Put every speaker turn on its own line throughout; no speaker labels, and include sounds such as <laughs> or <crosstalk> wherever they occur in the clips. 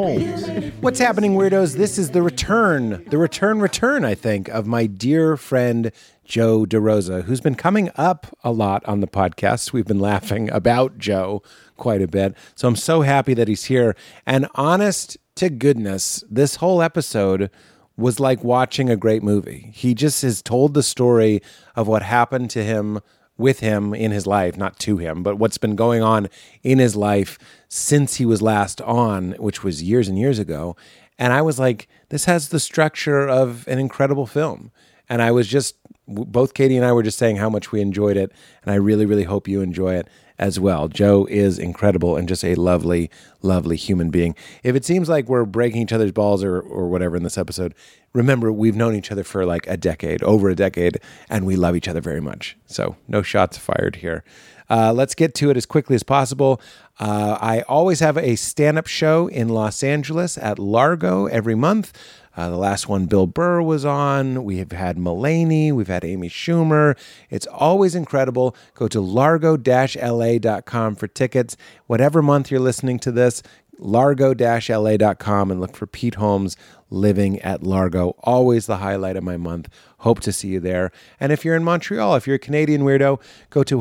What's happening, weirdos? This is the return, the return, return, I think, of my dear friend Joe DeRosa, who's been coming up a lot on the podcast. We've been laughing about Joe quite a bit. So I'm so happy that he's here. And honest to goodness, this whole episode was like watching a great movie. He just has told the story of what happened to him with him in his life, not to him, but what's been going on in his life since he was last on, which was years and years ago. And I was like, this has the structure of an incredible film. And I was just, w- both Katie and I were just saying how much we enjoyed it. And I really, really hope you enjoy it as well. Joe is incredible and just a lovely, lovely human being. If it seems like we're breaking each other's balls or, or whatever in this episode, remember we've known each other for like a decade, over a decade, and we love each other very much. So no shots fired here. Uh, let's get to it as quickly as possible. Uh, I always have a stand up show in Los Angeles at Largo every month. Uh, the last one Bill Burr was on. We have had Mulaney. We've had Amy Schumer. It's always incredible. Go to largo la.com for tickets. Whatever month you're listening to this, largo la.com and look for Pete Holmes living at Largo. Always the highlight of my month. Hope to see you there. And if you're in Montreal, if you're a Canadian weirdo, go to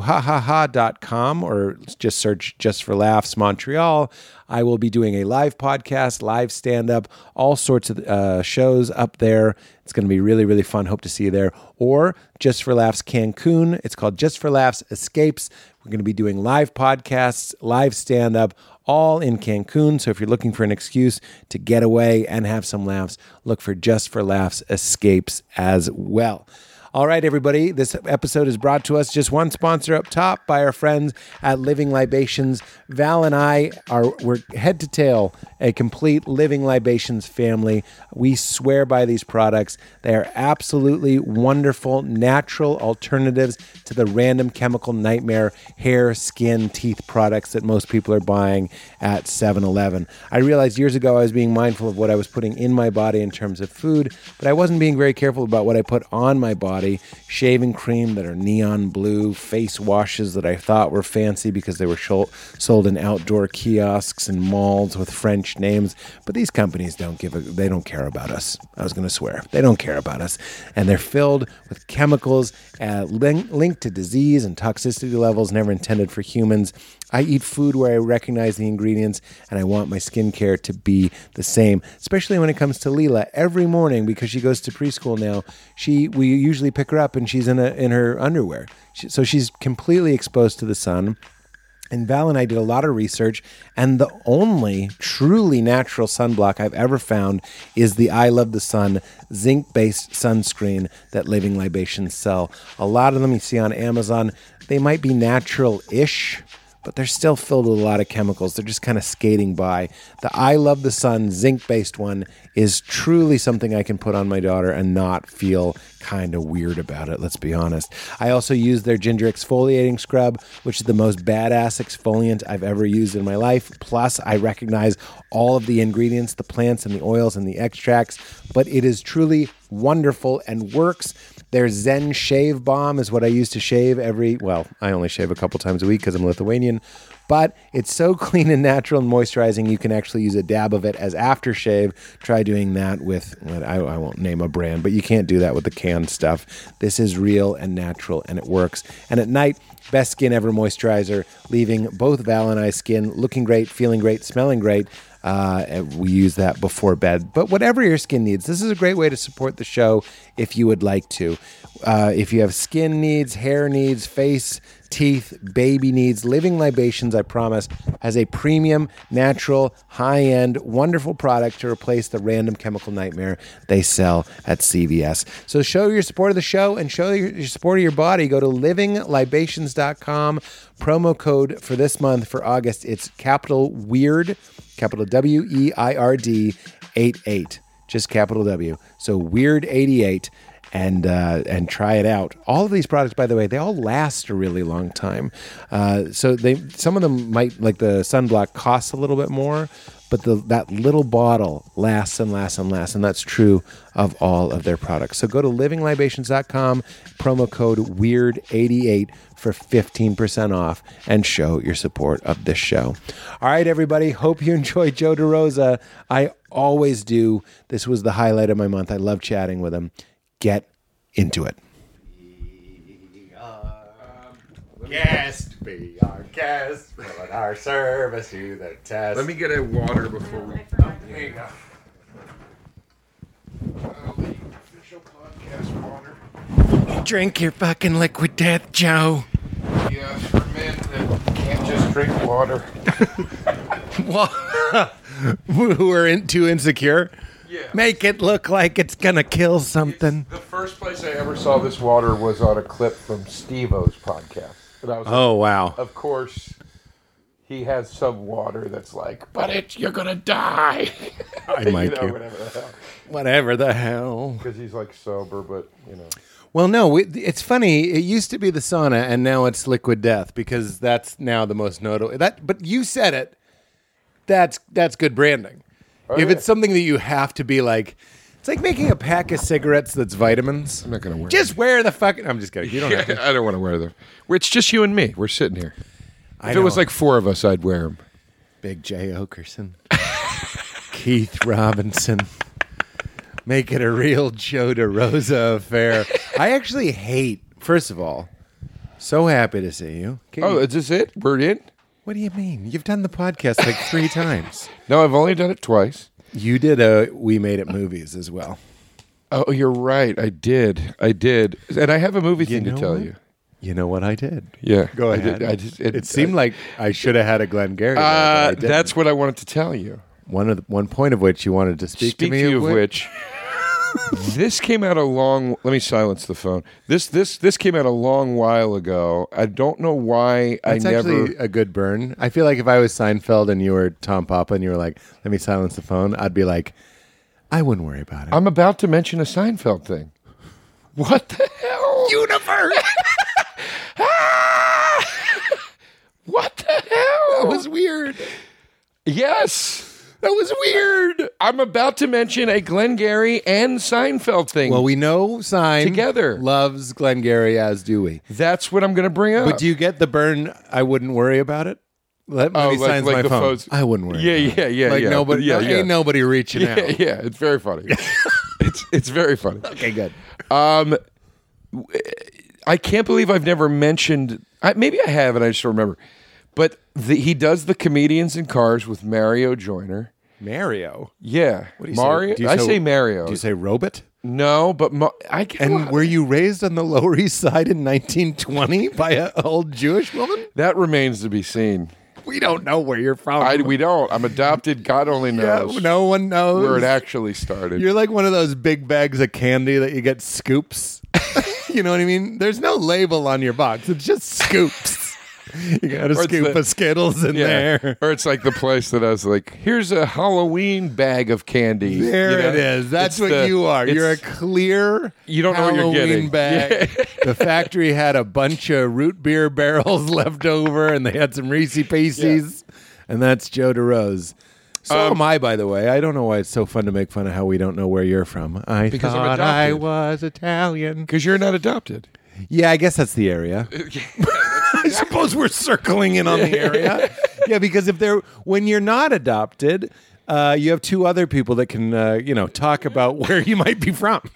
hahaha.com or just search Just for Laughs Montreal. I will be doing a live podcast, live stand up, all sorts of uh, shows up there. It's going to be really, really fun. Hope to see you there. Or Just for Laughs Cancun. It's called Just for Laughs Escapes. We're going to be doing live podcasts, live stand up, all in Cancun. So if you're looking for an excuse to get away and have some laughs, look for Just for Laughs Escapes as well. All right, everybody, this episode is brought to us just one sponsor up top by our friends at Living Libations. Val and I are we're head to tail a complete Living Libations family. We swear by these products. They are absolutely wonderful, natural alternatives to the random chemical nightmare hair, skin, teeth products that most people are buying at 7-Eleven. I realized years ago I was being mindful of what I was putting in my body in terms of food, but I wasn't being very careful about what I put on my body shaving cream that are neon blue, face washes that I thought were fancy because they were shol- sold in outdoor kiosks and malls with French names. But these companies don't give a, they don't care about us. I was going to swear. They don't care about us. And they're filled with chemicals uh, link- linked to disease and toxicity levels never intended for humans. I eat food where I recognize the ingredients and I want my skincare to be the same, especially when it comes to Leela. Every morning because she goes to preschool now, she we usually pick her up and she's in a, in her underwear. She, so she's completely exposed to the sun. And Val and I did a lot of research, and the only truly natural sunblock I've ever found is the I Love the Sun zinc based sunscreen that Living Libations sell. A lot of them you see on Amazon, they might be natural ish but they're still filled with a lot of chemicals. They're just kind of skating by. The I Love the Sun zinc based one is truly something I can put on my daughter and not feel kind of weird about it, let's be honest. I also use their ginger exfoliating scrub, which is the most badass exfoliant I've ever used in my life. Plus, I recognize all of the ingredients, the plants and the oils and the extracts, but it is truly wonderful and works. Their Zen Shave Bomb is what I use to shave every, well, I only shave a couple times a week because I'm Lithuanian, but it's so <laughs> clean and natural and moisturizing you can actually use a dab of it as aftershave try doing that with I, I, won't name a brand but you can't do that with the canned stuff this is real and natural and it works and at night best skin ever moisturizer leaving both val and i skin looking great feeling great smelling great uh, we use that before bed. But whatever your skin needs, this is a great way to support the show if you would like to. Uh, if you have skin needs, hair needs, face, teeth, baby needs, Living Libations, I promise, has a premium, natural, high end, wonderful product to replace the random chemical nightmare they sell at CVS. So show your support of the show and show your, your support of your body. Go to livinglibations.com. Promo code for this month for August, it's capital WEIRD capital W E I R D 88, just capital W. So weird 88 and uh, and try it out. All of these products, by the way, they all last a really long time. Uh, so they some of them might like the sunblock costs a little bit more, but the, that little bottle lasts and lasts and lasts, and that's true of all of their products. So go to livinglibations.com, promo code WEIRD88 for 15% off and show your support of this show. All right, everybody, hope you enjoy Joe DeRosa. I always do. This was the highlight of my month. I love chatting with him. Get into it.
Guest, be our guest, at our service, you the test.
Let me get a water before we.
Here you go.
Uh, Official podcast water.
Drink your fucking liquid death, Joe.
Yeah, for men that can't just drink water.
<laughs> Who are in, too insecure.
Yeah.
Make it look like it's gonna kill something.
The first place I ever saw this water was on a clip from Steve O's podcast. And I was like,
Oh wow.
of course, he has some water that's like, but it, you're going to die. <laughs>
I might
you know,
you.
whatever the hell.
Whatever the hell.
Because he's like sober, but, you know.
Well, no, we- it's funny. It used to be the sauna, and now it's liquid death because that's now the most notable. That, but you said it. That's that's good branding. if
Oh, yeah.
it's something that you have to be like, it's like making a pack of cigarettes that's vitamins. I'm
not gonna wear
Just wear the fucking. I'm just kidding.
<laughs>
You don't have to.
I don't want to wear them. It's just you and me. We're sitting here.
I
If it was
know.
like four of us, I'd wear them.
Big J Okerson, <laughs> Keith Robinson. Make it a real Joe DeRosa affair. I actually hate. First of all, so happy to see you. Can you-
Oh, is this it? We're in?
What do you mean? You've done the podcast like three times.
No, I've only done it twice.
You did a We Made It movies as well.
Oh, you're right. I did. I did. And I have a movie thing
know
to tell
what?
you.
You know what I did?
Yeah.
Go
I
ahead.
did- I just- it-
it, seemed like I should have had a Glenn Gary.
Uh, that's what I wanted to tell you.
one of the, one point of which you wanted to speak, to
Speak
me.
you of which, <laughs> this came out a long. Let me silence the phone. This this this came out a long while ago. I don't know why
That's
I never.
actually a good burn. I feel like if I was Seinfeld and you were Tom Papa and you were like, "Let me silence the phone," I'd be like, "I wouldn't worry about it."
I'm about to mention a Seinfeld thing. What the hell? <laughs> Universe. what the hell? That was weird. Yes. That was weird. I'm about to mention a Glenn Gary and Seinfeld thing.
well, we know Sein
Together.
loves Glenn Gary as do we.
That's what I'm going to bring up.
But do you get the burn? I wouldn't worry about it. Let, let
Oh,
me
like-
sign
like
my
the
phone.
phones-
I wouldn't worry.
Yeah,
about it.
yeah, yeah,
Like
yeah.
nobody,
Yeah, yeah.
ain't nobody reaching
yeah,
out.
yeah, it's very funny.
<laughs>
it's it's very funny.
Okay, good.
I can't believe I've never mentioned. I, maybe I have, and I just don't remember. But the, he does the comedians in cars with Mario Joyner.
Mario,
Yeah, Mario.
Do you
I say Mario.
Do you say robot?
no, but Ma- I can.
And were you raised on the Lower East Side in 1920 by an old Jewish woman?
that remains to be seen.
We don't know where you're from.
I we don't. I'm adopted. God only
<laughs> Yeah,
knows
no one knows.
where it actually started.
You're like one of those big bags of candy that you get
<laughs>
scoops. <laughs> you know what I mean? There's no label on your box. It's just scoops. <laughs> you got a
Or it's
scoop
the-
of Skittles in
yeah,
there.
or it's like the place that I was like, here's a Halloween bag of candy.
There
You know?
it is. That's
It's
what
the-
you are.
it's-
You're a clear.
You don't know what you're
Halloween
getting.
Bag.
<laughs>
The factory had a bunch of root beer <laughs> barrels left over, and they had some Reese Pieces, and that's Joe DeRose. So
Um,
am I, by the way. I don't know why it's so fun to make fun of how we don't know where you're from. I
Because I'm
thought I
adopted.
was Italian.
because you're not adopted.
Yeah, I guess that's the area. <laughs> I suppose we're circling in on the area. yeah, because if they're when you're not adopted, uh, you have two other people that can uh, you know talk about where you might be from. <laughs>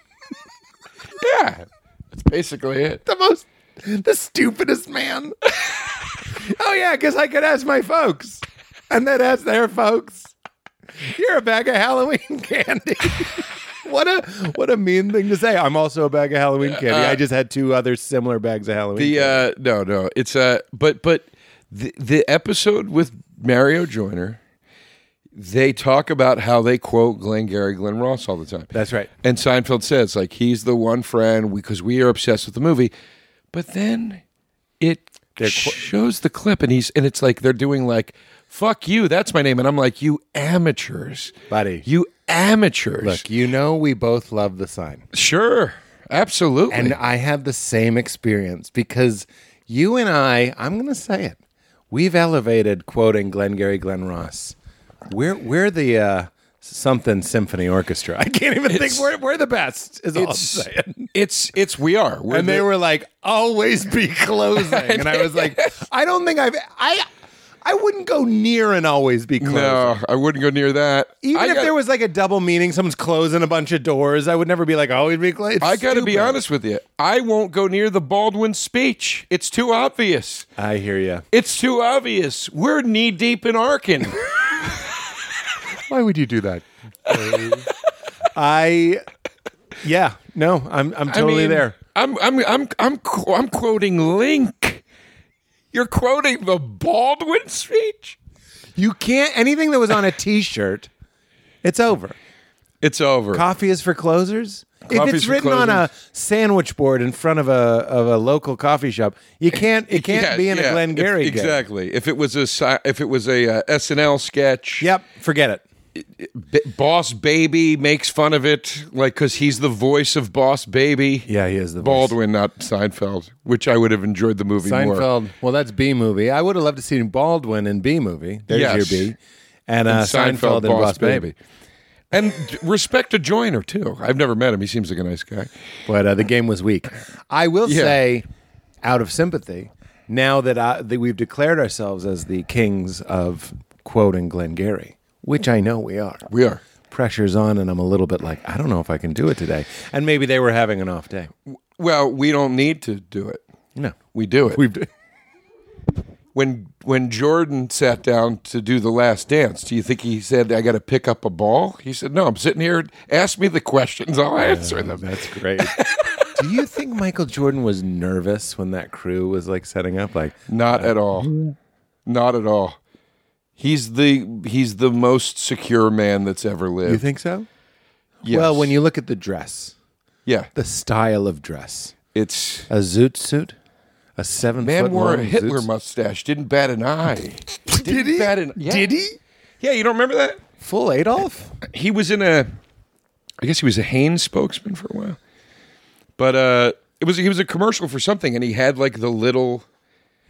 Yeah, that's basically it.
the most the stupidest man. oh yeah, because I could ask my folks, and then ask their folks. You're a bag of Halloween <laughs> candy. what a what a mean thing to say. I'm also a bag of Halloween candy. I just had two other similar bags of Halloween.
The
candy.
uh, no, no, it's uh, but but the the episode with Mario Joyner, they talk about how they quote Glenn Gary, Glenn Ross all the time.
That's right.
And Seinfeld says like he's the one friend because we are obsessed with the movie, but then it shows the clip and he's and it's like they're doing like fuck you, that's my name, and I'm like you amateurs,
Buddy.
you amateurs.
Look, you know we both love the sign.
Sure. Absolutely.
And I had the same experience because you and I, I'm going to say it, we've elevated, quoting Glengarry Glenn Ross, we're, we're the uh, something symphony orchestra. I can't even think we're, we're the best, is all I'm
it's,
saying.
it's it's we are. We're
And they
the-
were like, always be
<laughs>
closing. And I was like, I don't think I've, I, I wouldn't go near and always be closing.
no, I wouldn't go near that.
Even
I
if
got-
there was like a double meaning, someone's closing a bunch of doors, I would never be like, always be closing.
I got to be honest with you. I won't go near the Baldwin speech. It's too obvious.
I hear you.
It's too obvious. We're knee deep
<laughs>
in Arkin.
Why would you do that? <laughs> I, yeah, no, I'm I'm
I
totally
mean,
there.
I'm I'm I'm I'm qu- I'm quoting Link. You're quoting the Baldwin speech.
You can't anything that was on a T-shirt. It's over.
It's over.
Coffee is for closers. if
Coffee's
it's
for
written on a sandwich board in front of a of a local coffee shop, you can't it can't
Yeah,
be in
yeah.
a Glengarry.
If-
gig.
Exactly. If it was a si- if it was a uh, SNL sketch,
Yep. Forget it.
B- Boss Baby makes fun of it, like because he's the voice of Boss Baby.
Yeah, he is the voice.
Baldwin, not Seinfeld, which I would have enjoyed the movie more.
Seinfeld. Well, that's B movie. I would have loved to see Baldwin in B movie. There's
Yes.
your B. And, uh, Seinfeld, and Boss Baby.
And respect to Joyner too. I've never met him. He seems like a nice guy.
but uh, the game was weak. I will
Yeah.
say, out of sympathy, now that, I, that we've declared ourselves as the kings of quote and Glengarry, which I know we are.
We are.
Pressure's on, and I'm a little bit like, I don't know if I can do it today. And maybe they were having an off day.
Well, we don't need to do it.
No,
We do
<laughs>
it.
we've.
when when Jordan sat down to do the last dance, do you think he said, "I got to pick up a ball"? He said, "No, I'm sitting here. Ask me the questions. I'll answer them."
That's great. do you think Michael Jordan was nervous when that crew was like setting up? Like,
Not at all. Not at all. He's the he's the most secure man that's ever lived.
you think so?
Yes.
Well, when you look at the dress,
yeah,
the style of dress,
it's
a zoot suit, a seven foot
man wore a
long
Hitler
zoot
mustache. Didn't bat an eye.
<laughs>
Didn't
Did he?
Bat an, yeah.
Did he?
Yeah, you don't remember that?
Full Adolf?
He was in a. I guess he was a Hanes spokesman for a while, but uh, it was he was a commercial for something, and he had like the little.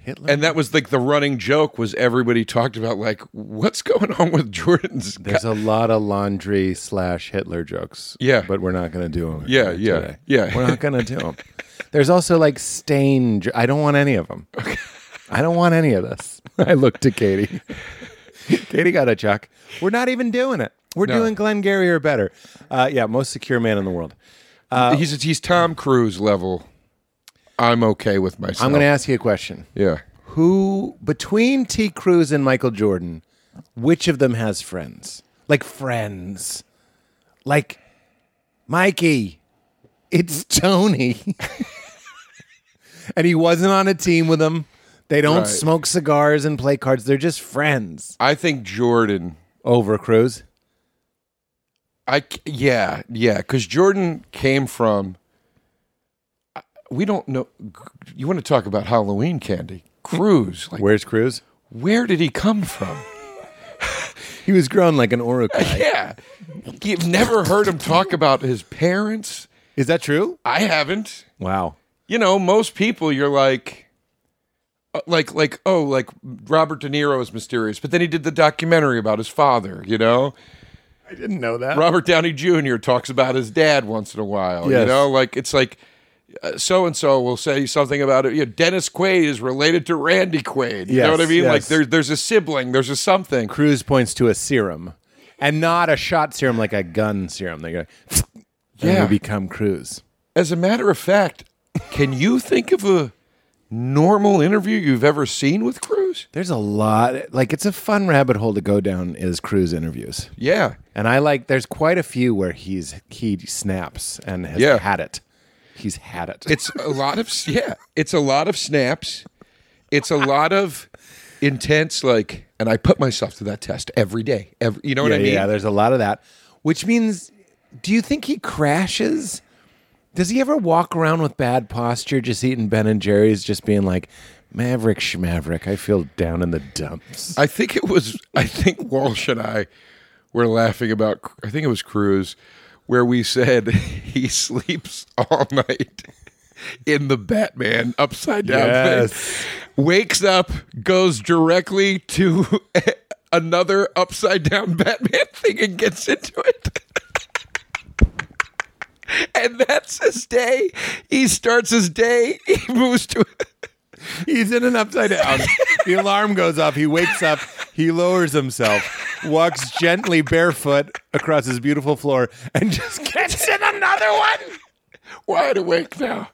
Hitler?
And that was like the running joke was everybody talked about like what's going on with Jordan's
There's a lot of laundry slash Hitler jokes.
Yeah.
But we're not going to do them.
Yeah, yeah, yeah.
We're not going to do them. There's also like stain. jo- I don't want any of them. I don't want any of this. <laughs> I looked to Katie. <laughs> Katie got a chuck. We're not even doing it. We're
No.
doing Glengarry or better. Uh, yeah, most secure man in the world.
he's he's Tom Cruise level. I'm okay with myself.
I'm going to ask you a question.
yeah.
Who between T. Cruz and Michael Jordan, which of them has friends? Like friends. Like Mikey. It's <laughs> Tony. and he wasn't on a team with them. They don't
Right.
smoke cigars and play cards. They're just friends.
I think Jordan.
Over Cruz.
I c- yeah yeah because Jordan came from. I- We don't know. You want to talk about Halloween candy? Cruise. Like
Where's Cruz?
where did he come from? <laughs>
He was grown like an Uruguay.
Yeah, you've never heard him talk about his parents.
Is that true?
I haven't.
Wow.
you know, most people you're like uh, like like oh like Robert De Niro is mysterious, but then he did the documentary about his father, you know?
I didn't know that.
Robert Downey Jr. talks about his dad once in a while, you
Yes.
know? Like it's like so and so will say something about it. You know, Dennis Quaid is related to Randy Quaid. You know what I
Yes,
mean? Like
yes.
there's there's a sibling, there's a something.
Cruz points to a serum and not a shot serum like a gun serum. They go, yeah.
Yeah.
you become Cruz.
As a matter of fact, can you think of a normal interview you've ever seen with Cruz?
There's a lot, like, it's a fun rabbit hole to go down is Cruz interviews.
Yeah.
And I like, there's quite a few where he's, he snaps and has
Yeah.
had it. He's had it.
It's a lot of <laughs> yeah. It's a lot of snaps. It's a lot of intense like, and I put myself to that test every day. Every you know what
yeah,
I mean?
yeah, there's a lot of that, which means, do you think he crashes? Does he ever walk around with bad posture, just eating Ben and Jerry's, just being like, Maverick Schmaverick, I feel down in the dumps?
I think it was. I think Walsh and I were laughing about. I think it was Cruz. where we said <laughs> he sleeps all night in the Batman upside down
Yes.
thing. Wakes up, goes directly to <laughs> another upside down Batman thing and gets into it. <laughs> and that's his day. He starts his day. <laughs> He moves to
He's in an upside down. the alarm goes off. He wakes up. He lowers himself, walks gently barefoot across his beautiful floor, and just gets in another one.
wide awake now.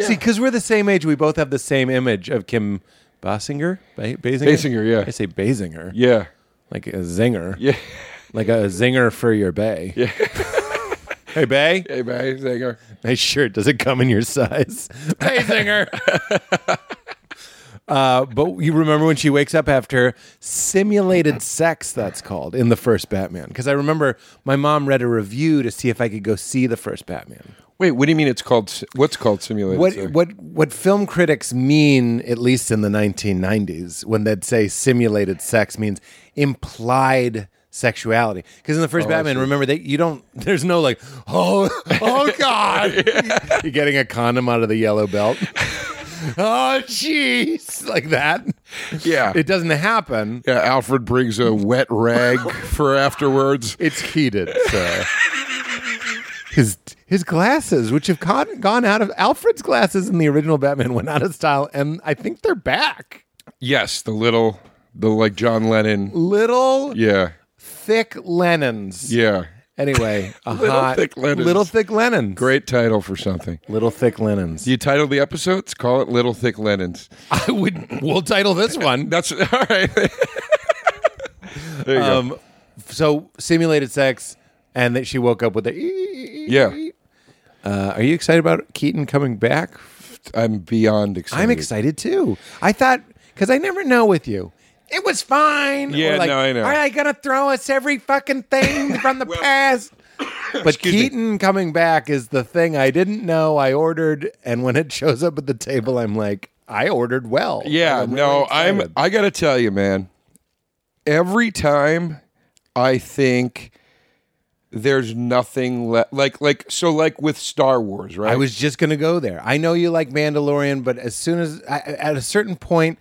See, because we're the same age, we both have the same image of Kim Basinger. Ba- Basinger?
Basinger, yeah.
I say Basinger,
Yeah.
like a zinger,
Yeah. <laughs>
like a zinger for your bay. Yeah. hey, bay.
Hey, man. uh, Singer.
Nice shirt. Does it come in your size? Hey, singer. <laughs> uh, but you remember when she wakes up after simulated sex, that's called, in the first Batman? Because I remember my mom read a review to see if I could go see the first Batman.
Wait, what do you mean it's called, what's called simulated?
What
sex?
what what film critics mean, at least in the 1990s, when they'd say simulated sex means implied sexuality. Because in the first Batman, remember that you don't. <laughs> There's no like, oh oh god, you're getting a condom out of the yellow belt. oh jeez, like that.
Yeah.
It doesn't happen.
Yeah, Alfred brings a wet
<laughs>
rag for afterwards.
It's heated. So. His his glasses, which have gone, gone out of Alfred's glasses in the original Batman, went out of style, and I think they're back.
Yes, the little, the like John Lennon.
Little
Yeah,
thick Lennons.
yeah.
Anyway, a <laughs> little hot
Thick Lennons.
little thick Lennons.
Great title for something.
Little thick Lennons.
You title the episodes? Call it Little Thick Lennons.
I would. We'll title this one.
That's <laughs> all
<laughs>
right. there you go.
Um, so simulated sex, and that she woke up with the.
Yeah,
Uh, are you excited about Keaton coming back
I'm beyond excited.
I'm excited too. I thought because I never know with you. It was fine.
Yeah,
Or like,
no, I know.
Are they gonna throw us every fucking
<laughs>
thing from the
<coughs>
past? But
excuse me.
Keaton coming back is the thing I didn't know I ordered, and when it shows up at the table, I'm like, I ordered well.
Yeah,
I'm really
no, I'm.
excited.
I gotta tell you, man. Every time, I think there's nothing left. Like, like so, like with Star Wars, right?
I was just gonna go there. I know you like Mandalorian, but as soon as I, at a certain point,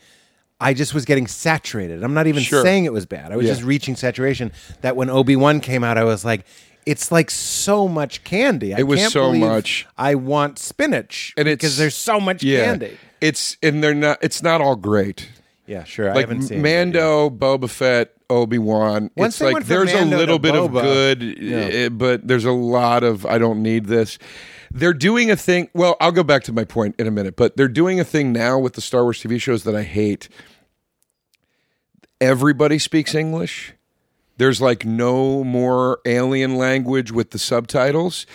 I just was getting saturated. I'm not even
Sure.
saying it was bad. I was
Yeah.
just reaching saturation. That when Obi wan came out, I was like, it's like so much candy. I
It was
can't
so
believe
much.
I want spinach,
And it's-
because there's so much
yeah.
candy.
It's and they're not. It's not all great.
Yeah, sure. I
Like
haven't seen it yet.
Mando, Boba Fett, Obi Wan.
Once
It's
they
like
went from
there's
Mando
a little
to
bit of
Boba,
good, eh, but there's a lot of I don't need this. They're doing a thing. Well, I'll go back to my point in a minute, but they're doing a thing now with the Star Wars TV shows that I hate. Everybody speaks English. There's like no more alien language with the subtitles,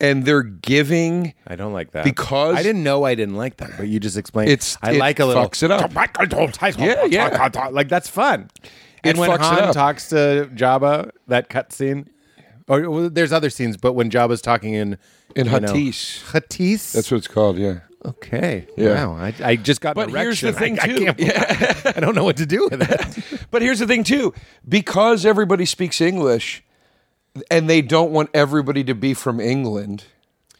and they're giving.
I don't like that
Because-
I didn't know I didn't like that, but you just explained.
It's-
I
it
like a little
fucks it up.
Yeah,
yeah.
Like that's fun. And
It
when
fucks it
Han
up.
talks to Jabba, that cut scene, or well, there's other scenes, but when Jabba's talking in
In
you know,
Hattis.
Hattis.
That's what it's called. Yeah.
okay.
Yeah.
Wow, I, I just got. an
But here's the
erection.
thing, too.
I, I, can't, <laughs> I don't know what to do with
<laughs>
it.
But here's the thing too, because everybody speaks English and they don't want everybody to be from England,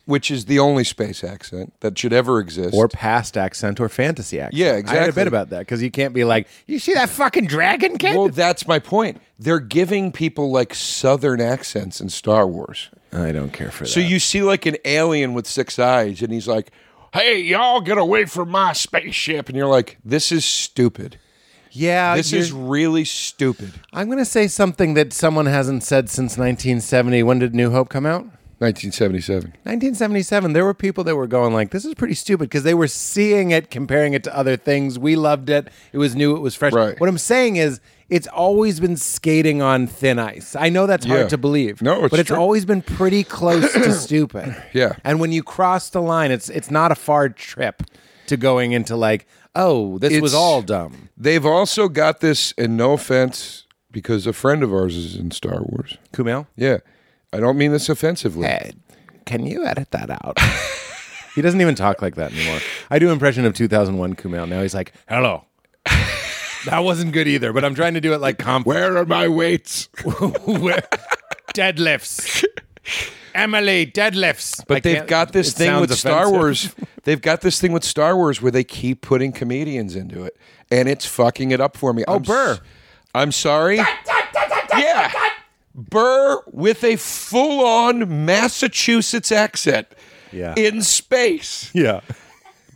which is the only space accent that should ever exist.
or past accent or fantasy accent.
Yeah,
I had a
exactly.
bit about that because you can't be like, you see that fucking dragon kid.
well, that's my point. They're giving people like southern accents in Star Wars.
I don't care for that.
So you see like an alien with six eyes and he's like, "Hey, y'all get away from my spaceship." And you're like, "This is stupid.
yeah,
This
you're-
is really stupid."
I'm going to say something that someone hasn't said since 1970. When did New Hope come out?
1977.
1977 there were people that were going like this is pretty stupid because they were seeing it comparing it to other things we loved it it was new it was fresh
Right.
what i'm saying is it's always been skating on thin ice i know that's
Yeah.
hard to believe
No, it's
but it's
true.
always been pretty close
<coughs>
to stupid
Yeah.
and when you cross the line it's it's not a far trip to going into like oh this was
It's-
all dumb
They've also got this, and no offense, because a friend of ours is in Star Wars.
kumail
Yeah. I don't mean this offensively.
can you edit that
<laughs>
out
<laughs>
he doesn't even talk like that anymore i do impression of 2001 kumail now he's like hello
That wasn't good either, but I'm trying to do it like comp.
Where are my weights?
<laughs> Where- deadlifts. Emily, deadlifts. I
But they've
can't-
got this
it
thing
sounds
with Star
offensive.
Wars. They've got this thing with Star Wars where they keep putting comedians into it, and it's fucking it up for me. Oh, I'm
Burr.
s- I'm sorry. yeah, Burr with a full-on Massachusetts accent.
Yeah.
in space,
<laughs> Yeah.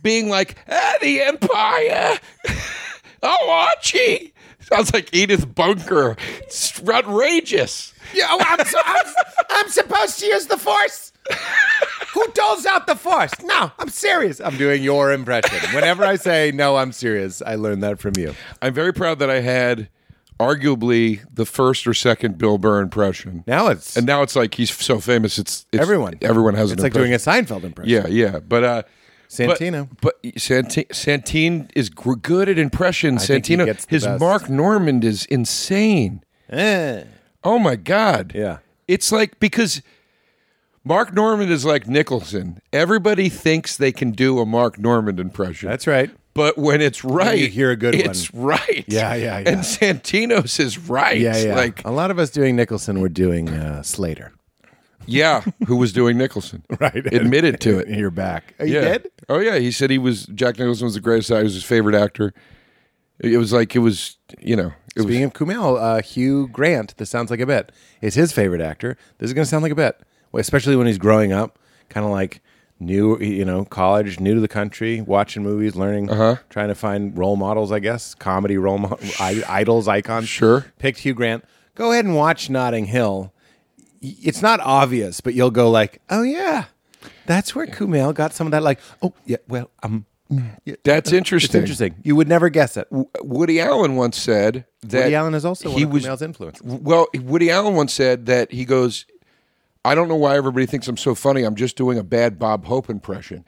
being like, ah, the Empire. <laughs> oh, Archie. Sounds like Edith Bunker. It's outrageous.
Yeah, oh, I'm, so, I'm, I'm supposed to use the force. Who doles out the force? No, I'm serious. I'm doing your impression. Whenever I say no, I'm serious, I learned that from you.
I'm very proud that I had arguably the first or second Bill Burr impression.
Now it's
and now it's like he's so famous. It's, it's
everyone.
Everyone has
It's
an
like doing a
impression.
Seinfeld impression.
Yeah, yeah. But uh, but-
Santino.
but, Santi- Santine is gr- good at impressions.
think he
Santino,
gets the
his
best. Eh.
Mark Normand is insane. Oh my god.
Yeah.
It's like because Mark Normand is like Nicholson. Everybody thinks they can do a Mark Normand impression.
That's right.
But when it's right,
you hear a good one.
it's right.
Yeah, yeah, yeah.
And Santino's is right.
Yeah, yeah.
Like,
A lot of us doing Nicholson were doing uh, Slater.
yeah, who was doing Nicholson?
<laughs> Right.
Admitted to it.
You're back. Are you
yeah.
dead?
Oh yeah, he said he was Jack Nicholson was the greatest. actor. He was his favorite actor. It was like it was, you know, it was
Speaking of Kumail, uh, Hugh Grant, this sounds like a bit, is his favorite actor. This is going to sound like a bit, Well, especially when he's growing up, kind of like new, you know, college, new to the country, watching movies, learning,
Uh-huh.
trying to find role models, I guess, comedy role models, idols, icons.
Sure.
Picked Hugh Grant. Go ahead and watch Notting Hill. Y- It's not obvious, but you'll go like, oh, yeah, that's where Kumail got some of that, like, oh, yeah, well, um, it's
that's
interesting. You would never guess it.
Woody Allen once said that
Woody Allen is also one
he
of
was
Kumail's influences.
well. Woody Allen once said that he goes, I don't know why everybody thinks I'm so funny. I'm just doing a bad Bob Hope impression.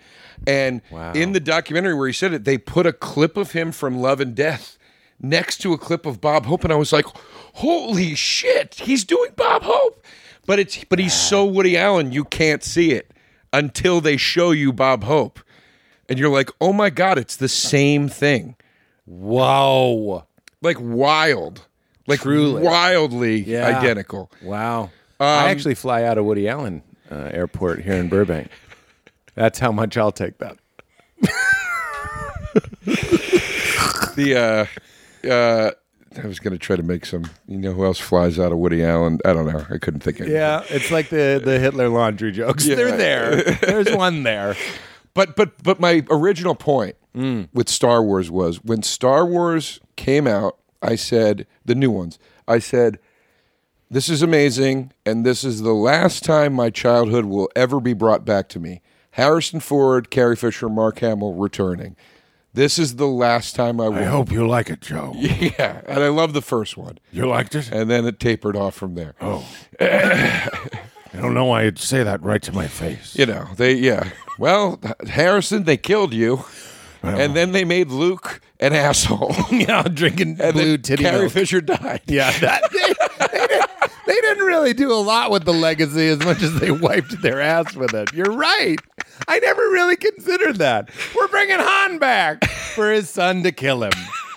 And in the documentary where he said it, they put a clip of him from Love and Death next to a clip of Bob Hope, and I was like, holy shit, he's doing Bob Hope. But it's but he's so Woody Allen, you can't see it until they show you Bob Hope. And you're like, oh my God, it's the same thing
Whoa.
like wild, like wildly
Yeah.
identical.
Wow. I actually fly out of Woody Allen uh, Airport here in Burbank. That's how much I'll take that.
The uh, uh, I was gonna try to make some. You know who else flies out of Woody Allen? I don't know. I couldn't think of. anything.
Yeah, it's like the, the Hitler laundry jokes.
They're
there. There's one <laughs> there.
But but but my original point with Star Wars was when Star Wars came out, I said the new ones. I said. This is amazing, and this is the last time my childhood will ever be brought back to me. Harrison Ford, Carrie Fisher, Mark Hamill returning. This is the last time I will.
I hope you like it, Joe.
<laughs> Yeah, and I love the first one,
You liked it? Oh.
and then it tapered off from there.
I don't know why you'd say that right to my face.
You know, they yeah. Well, Harrison, they killed you, and then they made Luke an asshole. <laughs>
Yeah, I'm drinking
And
blue
then
titty
Carrie
milk.
Fisher died. <laughs>
Yeah, that, <laughs> they, they didn't- they didn't really do a lot with the legacy as much as they wiped their ass with it. You're right. I never really considered that. We're bringing Han back for his son to kill him.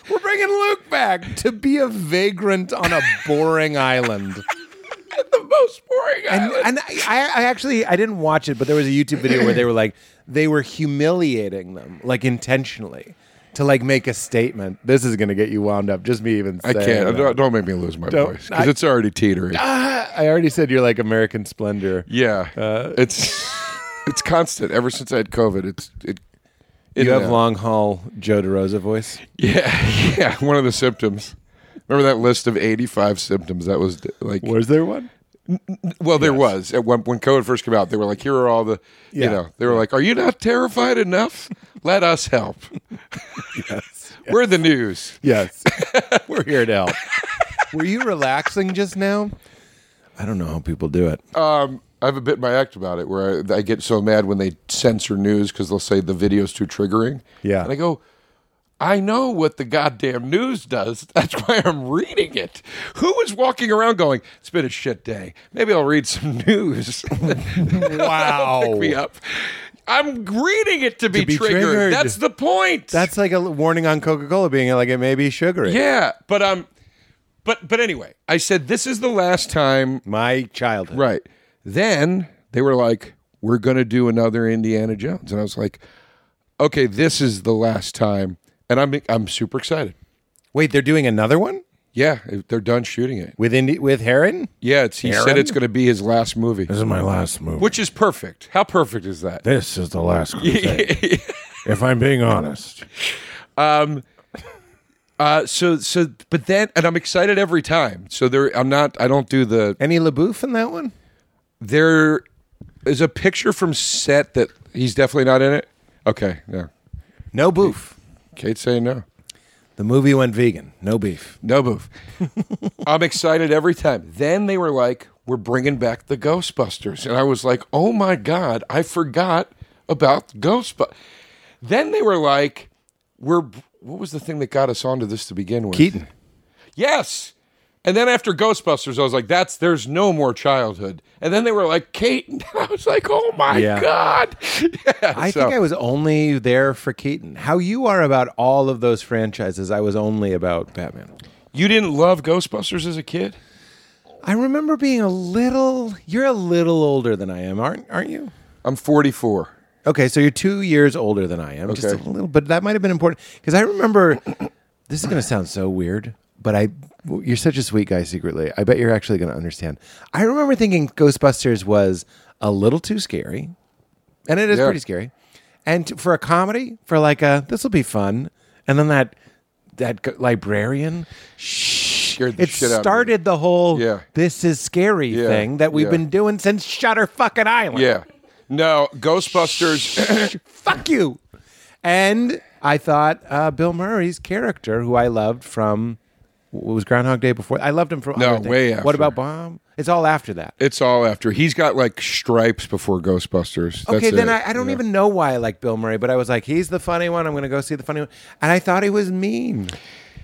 We're bringing Luke back to be a vagrant on a boring island.
<laughs> the most boring.
And,
island.
and I, I actually I didn't watch it, but there was a YouTube video where they were like they were humiliating them like intentionally to like make a statement. This is going to get you wound up. Just me even.
I
saying
can't.
that.
Don't, don't make me lose my
Don't- Ah.
voice because it's already teetering.
<laughs> I already said you're like American Splendor.
yeah,
Uh, <laughs>
it's it's constant. Ever since I had COVID, it's it. in
You
and
have
out.
long haul Joe DeRosa voice.
Yeah, <laughs> yeah. One of the symptoms. Remember that list of eighty-five symptoms? That was like
Was there one?
Well, there was at one when COVID first came out. They were like, "Here are all the," you
Yeah.
know, they were like, "Are you not terrified enough? Let
<laughs>
us help. <laughs> We're the news."
<laughs> Yes. We're here to help. <laughs> Were you relaxing just now? Oh, I don't know how people do it.
Um, I have a bit in my act about it where I, I get so mad when they censor news because they'll say the video's too triggering.
Yeah.
and I go. I know what the goddamn news does. <laughs> That's why I'm reading it. Who is walking around going, "It's been a <laughs> shit day. Maybe I'll read some news."
<laughs>
Wow.
Pick me up. I'm reading it to be,
Oh. be
triggered.
triggered.
That's the point.
That's like a l- warning on Coca Cola being like it may be sugary.
yeah. But um, but but anyway, I said this is the last time.
My childhood.
Right. Then they were like, "We're gonna do another Indiana Jones," and I was like, "Okay, this is the last time," and I'm I'm super excited.
Wait, they're doing another one
Yeah, they're done shooting it.
with Indi- with Heron.
Yeah, it's, he said
Aaron? Oh.
it's going to be his last movie,
This is my last movie.
which is perfect. How perfect is that?
This is the
<laughs>
last crusade. if I'm being honest,
Uh, so so, but then, and I'm excited every time. So there, I'm not. I don't do the.
Any LaBouffe in that one?
There is a picture from set that he's definitely not in it. Okay, no.
No boof.
Kate's saying no.
The movie went vegan. No beef. <laughs>
No move. I'm excited every time. Then they were like, "We're bringing back the Ghostbusters," and I was like, "Oh my god, I forgot about Ghostbusters." Then they were like, "We're what was the thing that got us onto this to begin with?"
Keaton.
Yes. And then after Ghostbusters, I was like, "That's there's no more childhood." And then they were like, "Kate," <laughs> and I was like, "Oh my
Yeah.
god!" <laughs> Yeah,
I
so-
think I was only there for Keaton. How you are about all of those franchises? I was only about Batman.
you didn't love Ghostbusters as a kid.
I remember being a little. You're a little older than I am, aren't aren't you?
I'm 44.
Okay, so you're two years older than I am, just a
Okay.
little. But that might have been important because I remember. <clears throat> this is going to sound so weird, but I, you're such a sweet guy secretly. I bet you're actually going to understand. I remember thinking Ghostbusters was a little too scary, and it is
Yeah.
pretty scary. And t- for a comedy, for like a this will be fun, and then that that g- librarian
Scared the
it
shit out of me.
started the whole
Yeah.
this is scary
Yeah,
thing that we've
yeah.
been doing since Shutter fucking Island.
Yeah. No, Ghostbusters.
fuck you. And I thought uh, Bill Murray's character, who I loved from what was Groundhog Day before. I loved him from
No,
other things.
way
What
after.
about Bomb? It's all after that.
it's all after. He's got like stripes before Ghostbusters. That's
okay, then
it.
I, I don't
Yeah.
even know why I like Bill Murray, but I was like, he's the funny one. I'm going to go see the funny one. And I thought he was mean.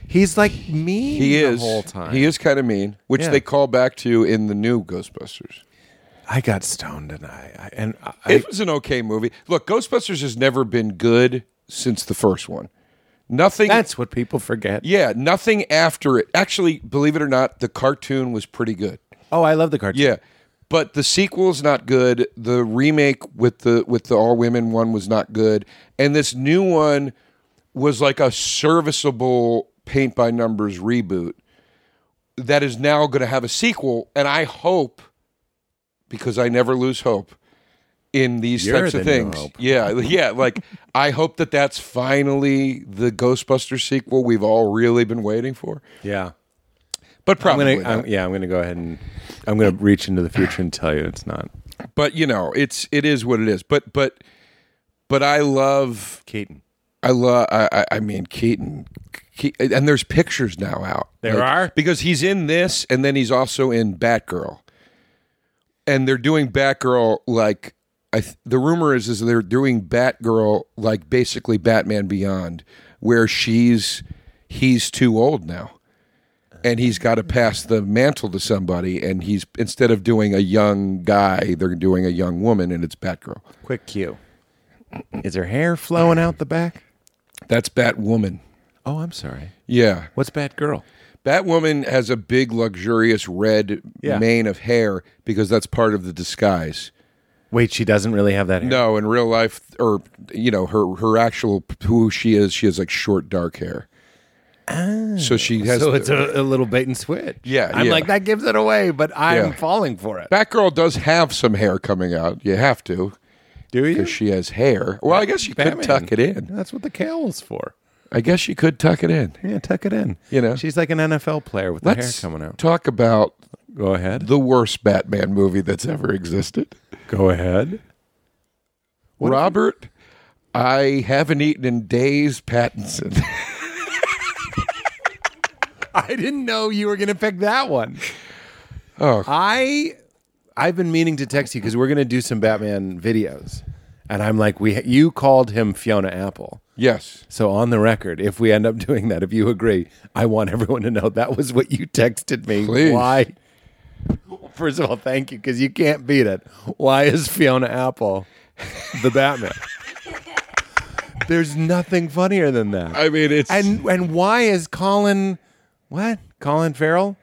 He's like mean
He is.
the whole time.
He is kind of mean, which
Yeah.
they call back to in the new Ghostbusters.
I got stoned and I, I and I,
it was an okay movie. Look, Ghostbusters has never been good since the first one. Nothing.
that's what people forget.
yeah, nothing after it. Actually, believe it or not, the cartoon was pretty good.
Oh, I love the cartoon.
Yeah, but the sequel's not good. The remake with the with the all women one was not good, and this new one was like a serviceable paint by numbers reboot that is now going to have a sequel, and I hope because I never lose hope in these
You're
types of
the new
things.
hope.
Yeah, yeah, like <laughs> I hope that that's finally the Ghostbuster sequel we've all really been waiting for.
Yeah.
But
I'm
probably
gonna,
not.
I'm, yeah, I'm gonna go ahead and I'm gonna reach into the future and tell you it's not
but you know it's it is what it is but but but i love
Keaton.
i love i i, I mean keaton Ke- and there's pictures now out
There are?
because he's in this and then he's also in batgirl and they're doing batgirl like I th- the rumor is is they're doing batgirl like basically batman beyond where she's he's too old now and he's got to pass the mantle to somebody and he's instead of doing a young guy they're doing a young woman and it's batgirl
Quick cue. Is her hair flowing out the back?
that's batwoman
Oh, I'm sorry.
yeah
What's bad girl?
batwoman has a big luxurious red
Yeah.
mane of hair because that's part of the disguise
Wait, she doesn't really have that hair.
no in real life or you know her her actual who she is she has like short dark hair so she has
Ah. So it's a, a little bait and switch.
Yeah,
I'm
yeah.
like that gives it away, but I'm
Yeah.
falling for it.
batgirl does have some hair coming out you have to
Do you?
because she has hair well i guess you could
Batman.
tuck it in
That's what the cowl's for.
i guess you could tuck it in
Yeah, tuck it in.
You know.
she's like an NFL player with
Let's
the hair coming out.
talk about
Go ahead.
the worst Batman movie that's ever existed.
Go ahead.
Robert, I haven't eaten in days, Pattinson. <laughs>
<laughs> I didn't know you were going to pick that one.
Oh.
I I've been meaning to text you because we're going to do some Batman videos, and I'm like, we you called him Fiona Apple.
yes.
So on the record, if we end up doing that, if you agree, I want everyone to know that was what you texted me.
Please.
Why? First of all, thank you because you can't beat it. Why is Fiona Apple the Batman. There's nothing funnier than that.
I mean, it's
and and why is Colin what? Colin Farrell?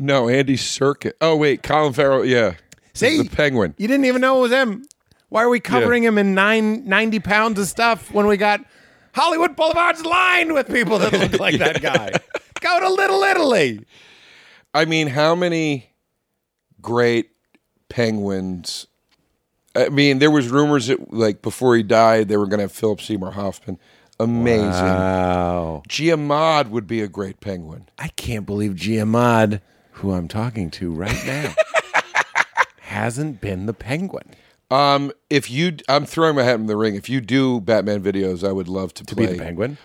no Andy Circuit. Oh wait, Colin Farrell. Yeah,
See?
the Penguin.
You didn't even know it was him. Why are we covering him in nine, 90 pounds of stuff when we got Hollywood Boulevard's lined with people that look like <laughs> that guy? Go to Little Italy.
I mean, how many great penguins? I mean, there was rumors that like before he died, they were going to have Philip Seymour Hoffman. Amazing.
Oh.
Giamod would be a great penguin.
I can't believe Giamod, who I'm talking to right <laughs> now, hasn't been the penguin.
Um, if you, I'm throwing my hat in the ring. If you do Batman videos, I would love to, play
penguin?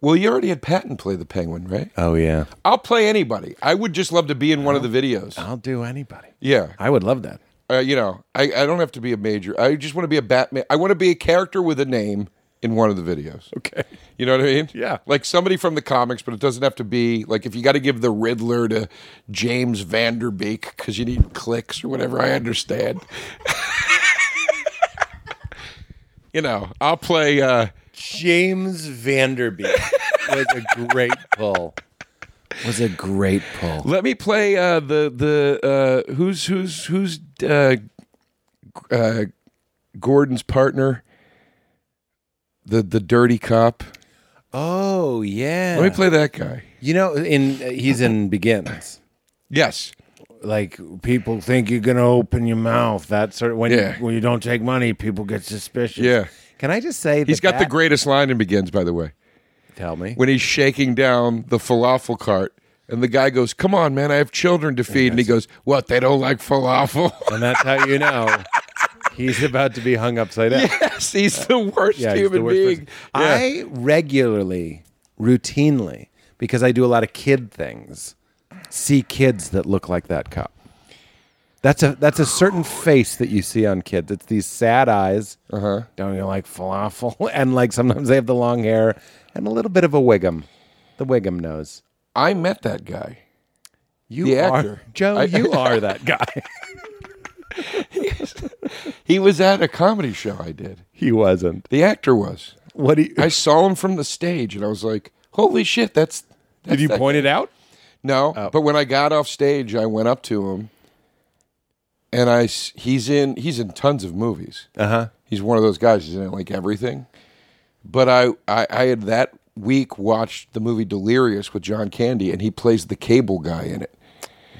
Well, you already had Patton play the penguin, right?
Oh, yeah.
I'll play anybody. I would just love to be in one of the
Oh.
videos.
I'll do anybody.
Yeah,
I would love that.
uh, you know, I, I don't have to be a major. I just want to be a Batman. I want to be a character with a name in one of the videos.
Okay.
You know what I mean?
Yeah.
Like somebody from the comics, but it doesn't have to be like if you got to give the Riddler to James Vanderbeek because you need clicks or whatever. I understand. <laughs> you know, I'll play. Uh,
James Vanderbeek was a great pull. Was a great pull.
let me play uh, the the uh, who's who's who's uh, uh, Gordon's partner, the the dirty cop.
Oh yeah.
Let me play that guy.
You know, in uh, he's in Begins.
Yes.
Like people think you're gonna open your mouth. That sort of when
Yeah.
you, when you don't take money, people get suspicious.
Yeah.
Can I just say
He's
that
got the
that-
greatest line in Begins, by the way.
Tell me.
when he's shaking down the falafel cart and the guy goes, "Come on, man, I have children to feed." And he goes, "What? They don't like falafel?" <laughs>
And that's how you know he's about to be hung upside down.
yes, he's the worst
Yeah, he's
human
the worst
being.
person. I regularly, routinely, because I do a lot of kid things, see kids that look like that cop. That's a that's a certain face that you see on kids. It's these sad eyes. Uh-huh. Don't you like falafel? <laughs> And like sometimes they have the long hair and a little bit of a wig'em, the wig'em nose.
I met that guy.
You
The
are
actor.
Joe. <laughs>
I-
you are that guy.
He was at a comedy show I did.
he wasn't.
The actor was.
What do you?
I saw him from the stage, and I was like, "Holy shit, that's." that's
<laughs> did you
that
point it out?
No, but when I got off stage, I went up to him, and I s- he's in he's in tons of movies. Uh
Uh-huh.
huh. He's one of those guys. He's in like everything. But I, I I had that week watched the movie Delirious with John Candy, and he plays the cable guy in it.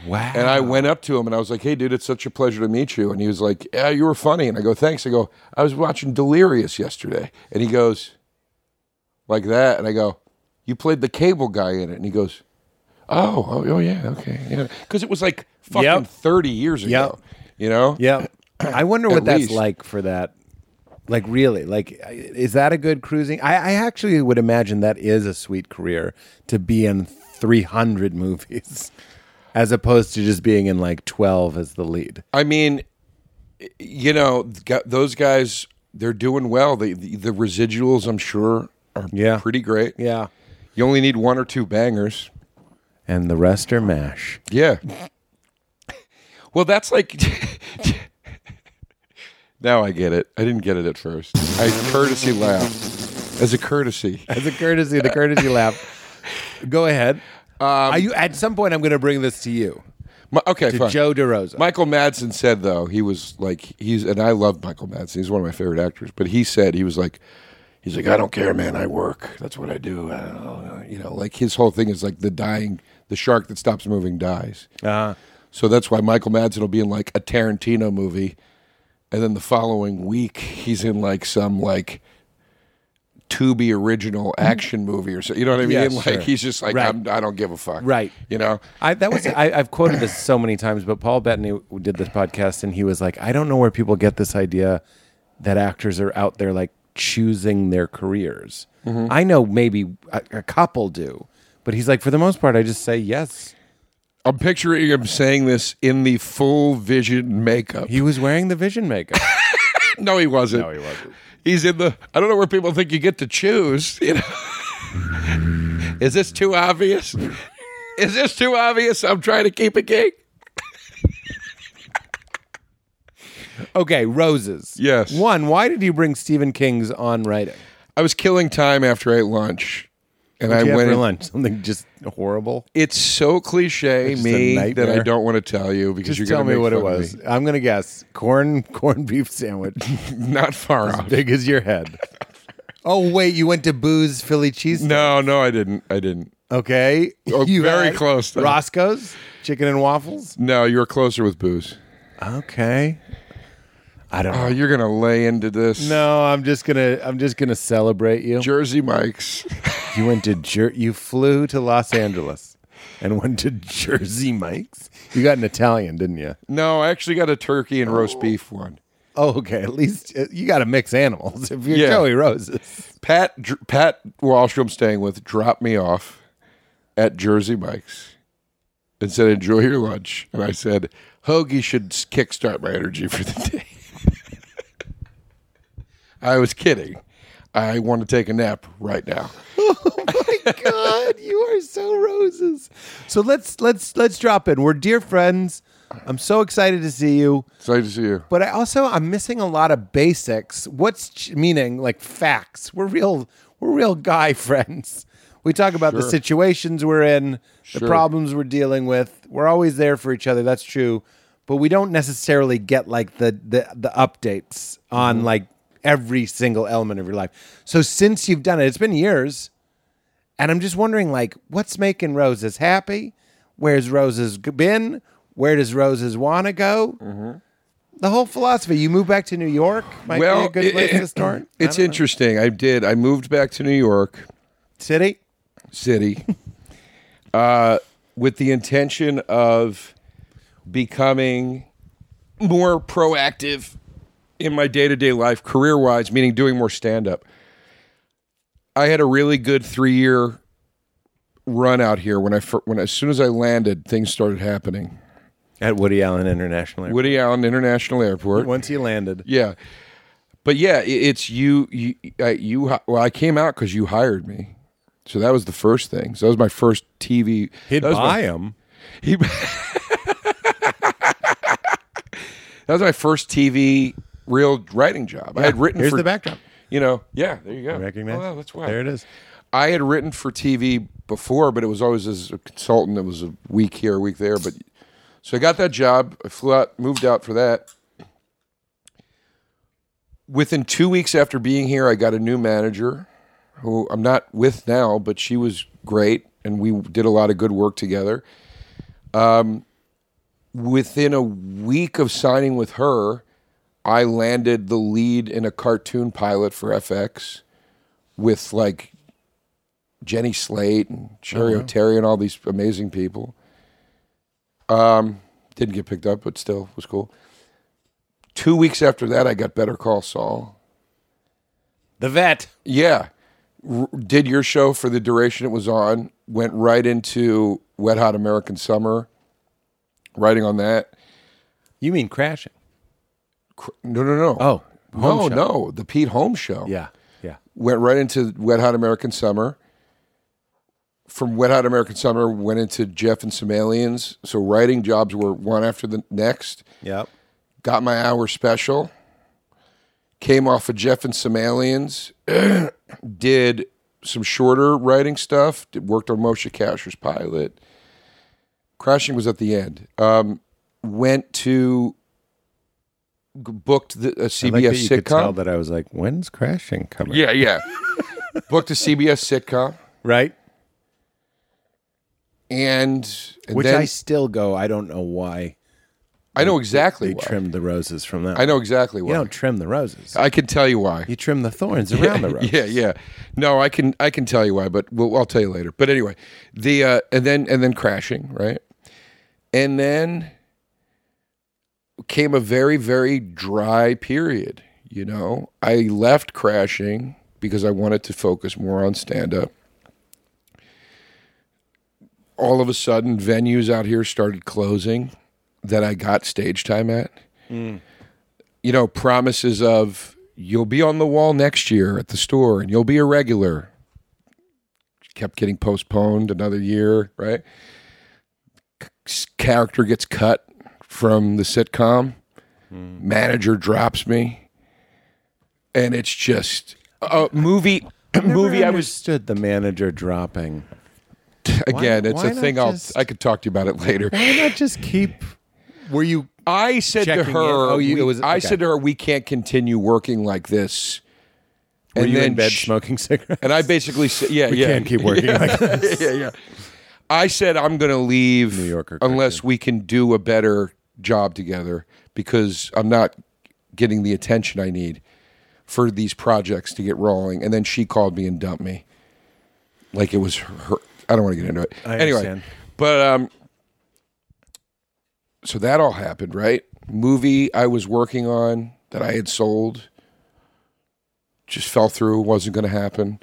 Wow.
And I went up to him and I was like, "Hey, dude, it's such a pleasure to meet you." And he was like, "Yeah, you were funny." And I go, "Thanks." I go, "I was watching Delirious yesterday," and he goes, like that, and I go, "You played the cable guy in it," and he goes, "Oh, oh, oh yeah, okay, yeah," because it was like fucking
Yep.
thirty years ago,
Yep.
you know?
<clears throat> Yeah. I wonder
At
what that's
least.
like for that. Like really, like I- is that a good cruising? I, I actually would imagine that is a sweet career to be in 300 movies <laughs> as opposed to just being in like 12 as the lead.
I mean, you know, th- those guys, they're doing well. The the, the residuals, I'm sure, are
Yeah.
pretty great.
Yeah.
You only need one or two bangers.
And the rest are mash. <laughs>
Yeah. Well, that's like. <laughs> now I get it. I didn't get it at first. I courtesy laugh as
<laughs>
a courtesy.
As a courtesy, the courtesy <laughs> lap. Go ahead. are you at some point I'm going to bring this to you.
My, okay,
To
fine.
Joe DeRosa.
Michael Madsen said though he was like he's and I love Michael Madsen. He's one of my favorite actors. But he said he was like he's like I don't care, man. I work. That's what I do. I don't know. You know, like his whole thing is like the dying, the shark that stops moving dies.
Uh,
So that's why Michael Madsen will be in like a Tarantino movie, and then the following week he's in like some like Tubi original action movie or so. You know what I mean?
Yeah,
like
sure.
he's just like
Right.
I'm, I don't give a fuck.
Right.
You know.
I that was I, I've quoted this so many times, but Paul Bettany did this podcast and he was like, I don't know where people get this idea that actors are out there like choosing their careers.
Mm-hmm.
I know maybe a, a couple do, but he's like, for the most part, I just say yes.
I'm picturing him saying this in the full vision makeup.
He was wearing the vision
<laughs>
makeup.
no, he wasn't. No, he wasn't. He's in the. I don't know where people think you get to choose. You know. <laughs> Is this too obvious? Is this too obvious? I'm trying to keep it gay.
Okay, roses.
Yes.
One, why did you bring Stephen King's on writing?
I was killing time after I ate lunch, and I
Did you have
went.
for
in-
lunch something just horrible.
It's so cliche
It's just a
me that I
nightmare.
don't want to tell you because
Just
you're
tell
going to
me what it was. I'm gonna guess corn corned beef sandwich, <laughs>
<laughs> Not far off.
big as your head. <laughs> Oh wait, you went to Boo's Philly cheese.
No, no, I didn't. I didn't.
Okay, <laughs>
Oh, very
had
close, though.
Roscoe's chicken and waffles.
No, you were closer with booze.
Okay, I don't.
Oh,
know.
you're gonna lay into this.
No, I'm just gonna I'm just gonna celebrate you.
Jersey Mike's.
You went to Jer- you flew to Los Angeles and went to Jersey Mike's. You got an Italian, didn't you?
No, I actually got a turkey and roast beef one.
Oh, okay. At least uh, you got to mix animals if you're
Yeah.
Joey Roses.
Pat Dr- Pat Walsh, who I'm staying with, dropped me off at Jersey Mike's and said, "Enjoy your lunch." And I said, "Hoagie should s- kickstart my energy for the day." I was kidding. I want to take a nap right now.
God, you are so roses. So let's let's let's drop in. We're dear friends. I'm so excited to see you,
It's nice to see you.
but I also I'm missing a lot of basics. What's ch- meaning like facts? We're real we're real guy <laughs> friends. We talk about the
Sure.
situations we're in, the
Sure.
problems we're dealing with. We're always there for each other. That's true, but we don't necessarily get like the the the updates on
Mm-hmm.
like every single element of your life. So since you've done it, it's been years. And I'm just wondering, like, what's making Roses happy? Where's Roses g- been? Where does Roses want to go?
Mm-hmm.
The whole philosophy. You move back to New York might be a good
it-
place
it-
to start.
It's interesting. I did. I moved back to New York
City.
City <laughs> uh, with the intention of becoming more proactive in my day to day life, career wise, meaning doing more stand up. I had a really good three year run out here when I fir- when as soon as I landed, things started happening.
At Woody Allen International Airport.
Woody Allen International Airport.
Once you landed.
Yeah, but yeah, i- it's you. You, uh, you. hi- Well, I came out because you hired me, so that was the first thing. So that was my first TV.
He'd
that was my-
buy him.
he- <laughs> that was my first TV real writing job. I had written.
Here's
for,
the backdrop.
You know. Yeah. There you go.
Recognize?
Oh, wow, that's why.
There it is.
I had written for TV before, but it was always as a consultant. It was a week here, a week there. But so I got that job. I flew out, moved out for that. Within two weeks after being here, I got a new manager who I'm not with now, but she was great, and we did a lot of good work together. Um, within a week of signing with her, I landed the lead in a cartoon pilot for FX with like Jenny Slate and Sherry
Uh-huh.
O'Terry and all these amazing people. Um, didn't get picked up, but still was cool. Two weeks after that, I got Better Call Saul.
The vet.
Yeah, R- did your show for the duration it was on. Went right into Wet Hot American Summer, writing on that.
You mean crashing?
Cr- No, no, no.
Oh, home
no,
show.
no, the Pete Holmes show.
Yeah. Yeah.
went right into Wet Hot American Summer. From Wet Hot American Summer, went into Jeff and Somalians. So writing jobs were one after the next.
Yep.
Got my hour special. Came off of Jeff and Somalians. <clears throat> did some shorter writing stuff. Did, worked on Moshe Kasher's pilot. Crashing was at the end. Um, went to g- booked the, a CBS
I like that you
sitcom.
could tell that I was like, when's crashing coming?
Yeah, yeah.
<laughs>
Booked a CBS sitcom,
Right?
and, and
Which
then-
I still go, I don't know why
I know exactly
they
why.
trimmed the roses from that.
I know exactly
You
why.
don't trim the roses.
I can tell you why.
You trim the thorns around the roses.
Uh, <laughs> Yeah, yeah. No, I can I can tell you why, but we'll, I'll tell you later. But anyway, the uh, and then and then crashing, right? And then came a very very dry period, you know. I left crashing because I wanted to focus more on stand up. All of a sudden, venues out here started closing that I got stage time at you know, promises of you'll be on the wall next year at the store and you'll be a regular kept getting postponed another year, right? C- character gets cut from the sitcom. Manager drops me, and it's just a movie. movie I was
understood the manager dropping.
again. it's
why
a
not
thing. I'll
just-
I could talk to you about it later. <sighs>
Why not just keep?
Were you?
I said to
Checking
her,
in. Oh, you-
we-
it was-
I
okay.
said to her, we can't continue working like this.
Were
and
you in bed
sh-
smoking <laughs> cigarettes?
and I basically said, yeah, <laughs> yeah,
Can't keep working. like that.
yeah, yeah. I said I'm going to leave
Yorker
unless we can do a better job together because I'm not getting the attention I need for these projects to get rolling. And then she called me and dumped me, like it was her. her I don't want to get into it. anyway,
understand.
but um, so that all happened, right? Movie I was working on that I had sold just fell through, wasn't going to happen.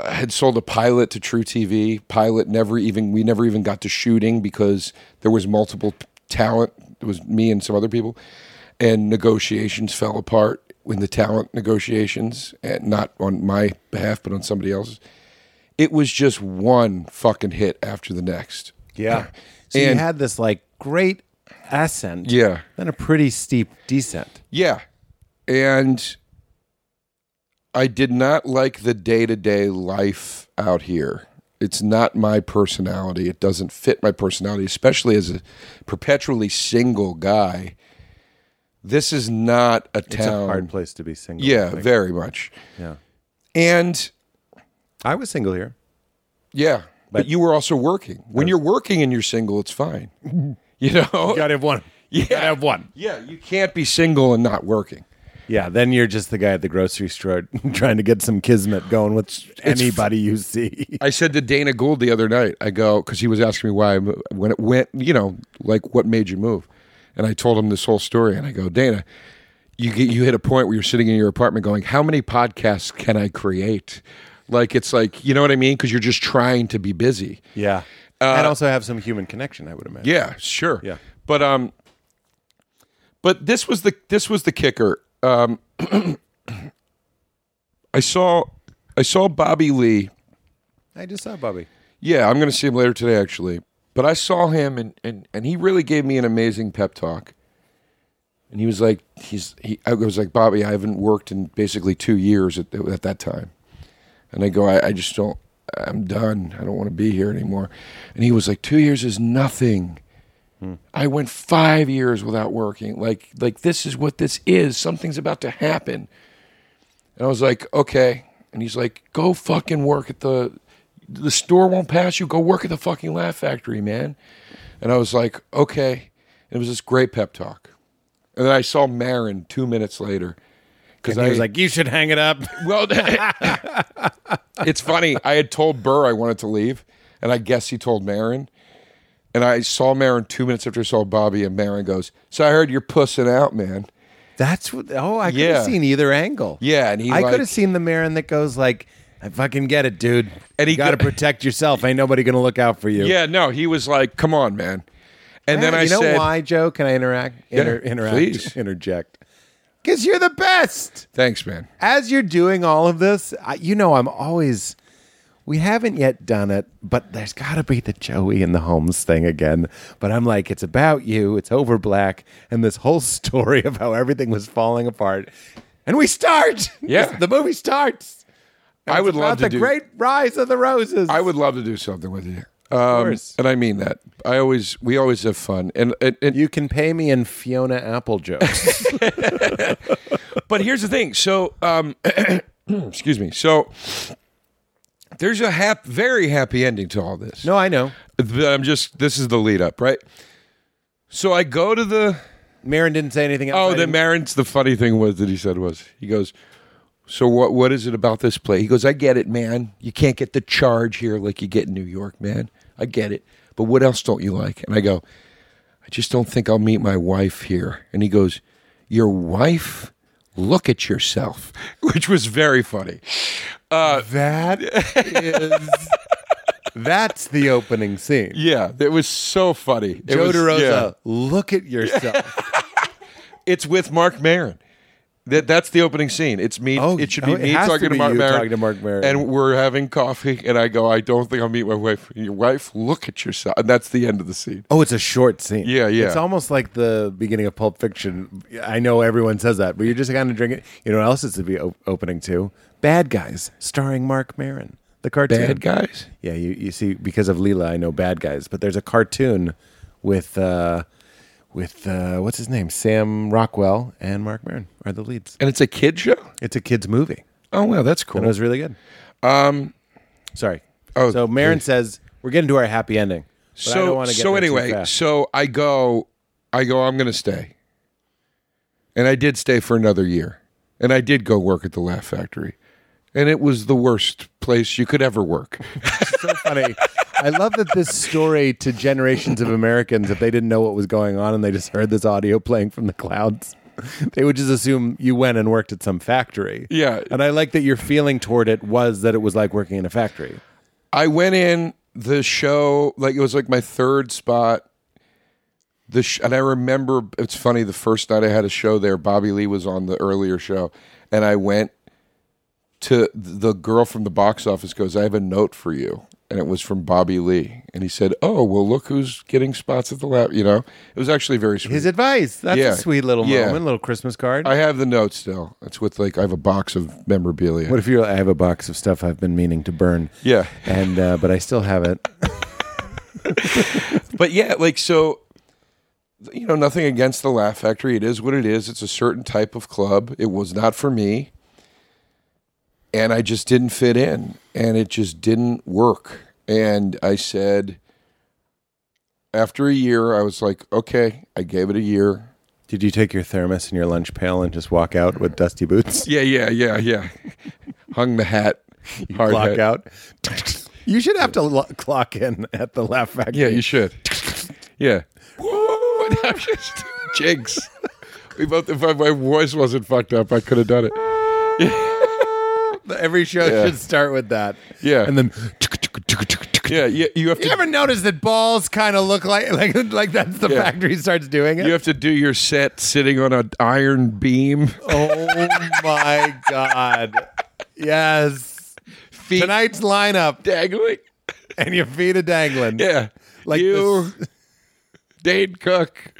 I had sold a pilot to True TV. Pilot never even we never even got to shooting because there was multiple p- talent. It was me and some other people, and negotiations fell apart in the talent negotiations, and not on my behalf, but on somebody else's. It was just one fucking hit after the next.
Yeah. So you
And-
had this like great ascent,
Yeah.
then a pretty steep descent.
Yeah. And I did not like the day to day life out here. It's not my personality. It doesn't fit my personality, especially as a perpetually single guy. This is not a
It's
town.
a hard place to be single. I
yeah,
think.
very much.
Yeah.
And
I was single here.
yeah, but, you were also working. When you're working and you're single, it's fine. <laughs> You know?
Gotta have
<laughs>
one.
yeah.
Gotta have one.
yeah, you can't be single and not working.
Yeah, then you're just the guy at the grocery store <laughs> trying to get some kismet going with anybody you see. <laughs>
I said to Dana Gould the other night, I go, because he was asking me why I mo- when it went, you know, like what made you move? And I told him this whole story. And I go, Dana, you get, you hit a point where you're sitting in your apartment going, how many podcasts can I create? Like, it's like, you know what I mean? Because you're just trying to be busy.
Yeah.
Uh,
and also have some human connection, I would imagine.
Yeah, sure.
Yeah.
But um but this was the this was the kicker. Um <clears throat> I saw I saw Bobby Lee
I just saw Bobby.
Yeah, I'm going to see him later today, actually. But I saw him, and, and, and he really gave me an amazing pep talk. And he was like, he's he. I was like, Bobby, I haven't worked in basically two years at, at that time. And I go, I, I just don't. I'm done. I don't want to be here anymore. And he was like, two years is nothing.
Hmm.
I went five years without working. Like like this is what this is. Something's about to happen. And I was like, okay. And he's like, go fucking work at the the store won't pass you. Go work at the fucking Laugh Factory, man. And I was like, okay. And it was this great pep talk. And then I saw Marin two minutes later. Because
He was like, You should hang it up.
well, <laughs> it's funny. I had told Burr I wanted to leave, and I guess he told Marin. And I saw Marin two minutes after I saw Bobby, and Marin goes, "So I heard you're pussing out, man."
<laughs> That's what oh, I could
Yeah.
have seen either angle.
Yeah, and he
I
like-
could have seen the Marin that goes like, I fucking get it, dude.
And
And
he
he you gotta
go-
protect yourself. Ain't nobody gonna look out for you. Eh,
Yeah, no, he was like, "Come on, man." And then
you
I
know
said,
why, Joe? Can I interact? Inter-
Yeah,
interact?
please.
Interject. Because you're the best.
"Thanks, man."
As you're doing all of this, I, you know I'm always. We haven't yet done it, but there's got to be the Joey and the Holmes thing again. But I'm like, it's about you. It's over black, and this whole <laughs> story of how everything was falling apart, and we start. <laughs>
Yeah.
the movie starts.
I would
about
love to
the
do.
great rise of the roses.
I would love to do something with you. Um,
course.
and I mean that. I always we always have fun. And and, and
you can pay me in Fiona Apple
<laughs>
jokes.
but here's the thing. So, um, <clears throat> excuse me. So, there's a hap- very happy ending to all this.
no, I know.
But I'm just this is the lead up, right? So I go to the
Marin didn't say anything.
oh
outside
the
of-
Marin's the funny thing was that he said was he goes so what what is it about this play? He goes I get it, man. You can't get the charge here like you get in New York, man. I get it. But what else don't you like? And I go I just don't think I'll meet my wife here. And he goes your wife look at yourself, <laughs> which was very funny. Uh,
That is. <laughs> that's the opening scene.
<laughs> Yeah, it was so funny. It
Joe
was-
DeRosa,
yeah. <laughs>
look at yourself.
It's with Mark Maron. That, that's the opening scene. It's me.
Oh,
it should
oh,
be
it
me
has to
talking to,
be
Mark
you
Maron,
talking to Mark Maron.
and we're having coffee. And I go, I don't think I'll meet my wife. Your wife, look at yourself. And that's the end of the scene.
Oh, it's a short scene.
Yeah, yeah.
It's almost like the beginning of Pulp Fiction. I know everyone says that, but you're just kind of drinking. You know what else it's to be o- opening to? Bad Guys, starring Mark Maron, the cartoon.
Bad guys.
Yeah, you, you see, because of Leela, I know Bad Guys, but there's a cartoon with uh, with uh, what's his name, Sam Rockwell and Mark Maron are the leads.
And it's a kid show.
It's a kids' movie,
Oh wow, that's
and
cool.
it was really good. Um, sorry.
oh,
so Maron says we're getting to our happy ending. but I don't
so
wanna get
so
there too
anyway,
fast.
so I go, I go. I'm going to stay. And I did stay for another year, and I did go work at the Laugh Factory, and it was the worst place you could ever work.
<laughs> so funny. I love that this story to generations of Americans, if they didn't know what was going on and they just heard this audio playing from the clouds, they would just assume you went and worked at some factory.
Yeah.
And I like that your feeling toward it was that it was like working in a factory.
I went in the show like it was like my third spot. The sh- and I remember it's funny the first night I had a show there, Bobby Lee was on the earlier show, and I went to the girl from the box office goes, "I have a note for you," and it was from Bobby Lee, and he said, "Oh well, look who's getting spots at the lab." You know, it was actually very sweet.
His advice. That's
Yeah.
a sweet little
Yeah.
moment, little Christmas card.
I have the note still. It's with like I have a box of memorabilia.
what if you're I have a box of stuff I've been meaning to burn.
Yeah.
And uh, but I still have it.
but yeah, like so, you know, nothing against the Laugh Factory. It is what it is. It's a certain type of club. It was not for me, and I just didn't fit in, and it just didn't work. And I said, after a year, I was like, okay, I gave it a year.
Did you take your thermos and your lunch pail and just walk out with dusty boots?
Yeah, yeah, yeah, yeah. <laughs> Hung the hat, hard
Clock
hat.
out. <laughs> You should have to lo- clock in at the Laugh Factory.
Yeah, you should. Yeah. <laughs> I'm just jigs. We both. If I, my voice wasn't fucked up, I could have done it. <laughs>
Every show
Yeah.
should start with that.
Yeah.
And then <laughs>
Yeah, you, you have
you
to
ever notice that balls kind of look like like like that's the
Yeah.
factory starts doing it?
you have to do your set sitting on an iron beam.
Oh my god. Yes.
Feet
Tonight's lineup
dangling.
and your feet are dangling.
Yeah.
Like
you Dane Cook.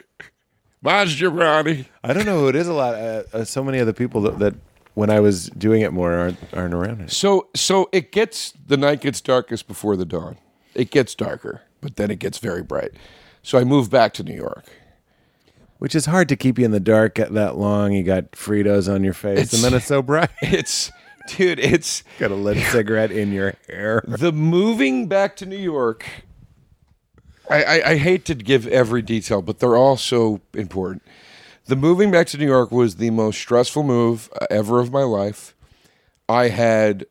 Maz Gibrani.
I don't know who it is a lot. Uh, uh, so many other people that, that when I was doing it more aren't aren't around it.
So so it gets the night gets darkest before the dawn. It gets darker, but then it gets very bright. So I moved back to New York. <laughs>
Which is hard to keep you in the dark at that long. You got Fritos on your face
It's-
and then it's so bright.
It's dude, it's
got a lit cigarette in your hair.
the moving back to New York. I, I, I hate to give every detail, but they're all so important. The moving back to New York was the most stressful move uh, ever of my life. I had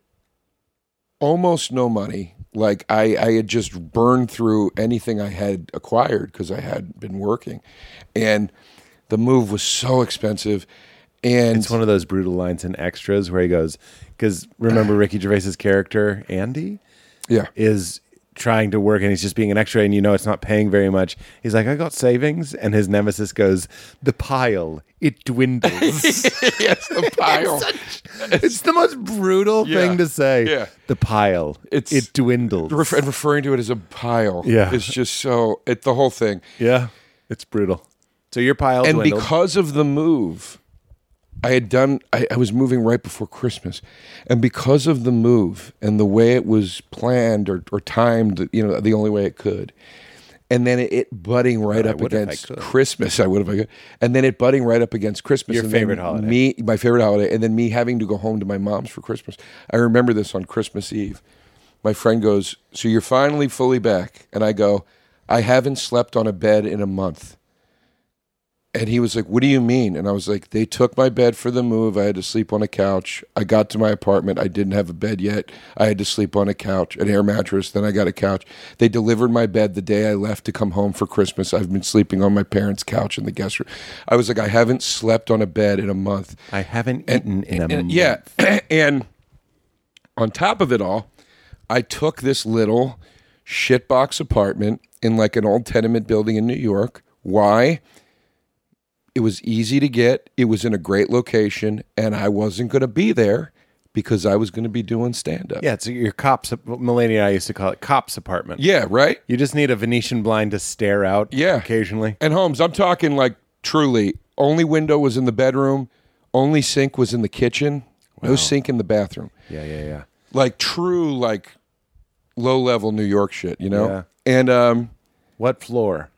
almost no money. Like I, I had just burned through anything I had acquired because I had been working, and the move was so expensive. And
It's one of those brutal lines in extras where he goes, because remember Ricky Gervais's character Andy
yeah,
is trying to work and he's just being an extra and you know it's not paying very much. He's like, I got savings, and his nemesis goes, the pile it
<laughs>
dwindles.
<laughs> yes, the pile.
it's the most brutal
Yeah.
thing to say.
Yeah.
The pile
It's-
it dwindles.
Ref- and referring to it as a pile
Yeah.
is just so it the whole thing
yeah, it's brutal. So your pile
and
dwindled.
because of the move i had done I, I was moving right before christmas and because of the move and the way it was planned or, or timed you know the only way it could and then it, it butting right up
would if I
against
could.
christmas i would have I could. and then it butting right up against christmas
Your
and then
favorite holiday.
me my favorite holiday and then me having to go home to my mom's for christmas i remember this on christmas eve my friend goes so you're finally fully back and i go i haven't slept on a bed in a month and he was like, What do you mean? And I was like, They took my bed for the move. I had to sleep on a couch. I got to my apartment. I didn't have a bed yet. I had to sleep on a couch, an air mattress. Then I got a couch. They delivered my bed the day I left to come home for Christmas. I've been sleeping on my parents' couch in the guest room. I was like, I haven't slept on a bed in a month.
I haven't eaten in a
And- yeah. <clears throat> and on top of it all, I took this little shitbox apartment in like an old tenement building in New York. Why? it was easy to get. It was in a great location, and I wasn't going to be there because I was going to be doing stand up.
Yeah, it's your cops. Melania and I used to call it cops apartment.
Yeah, right?
You just need a Venetian blind to stare out.
Yeah.
occasionally.
And Holmes, I'm talking like truly, only window was in the bedroom, only sink was in the kitchen, no sink in the bathroom.
Yeah, yeah, yeah.
Like true, like low level New York shit, you know?
Yeah.
And um
What floor?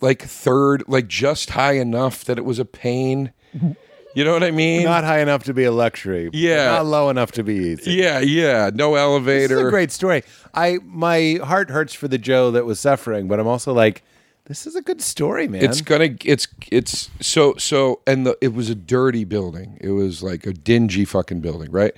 like third, like just high enough that it was a pain. You know what I mean?
Not high enough to be a luxury. but
Yeah.
not low enough to be easy.
yeah, yeah. No elevator.
This is a great story. I my heart hurts for the Joe that was suffering, but I'm also like, this is a good story, man.
It's gonna. It's it's so so. And the it was a dirty building. It was like a dingy fucking building, right?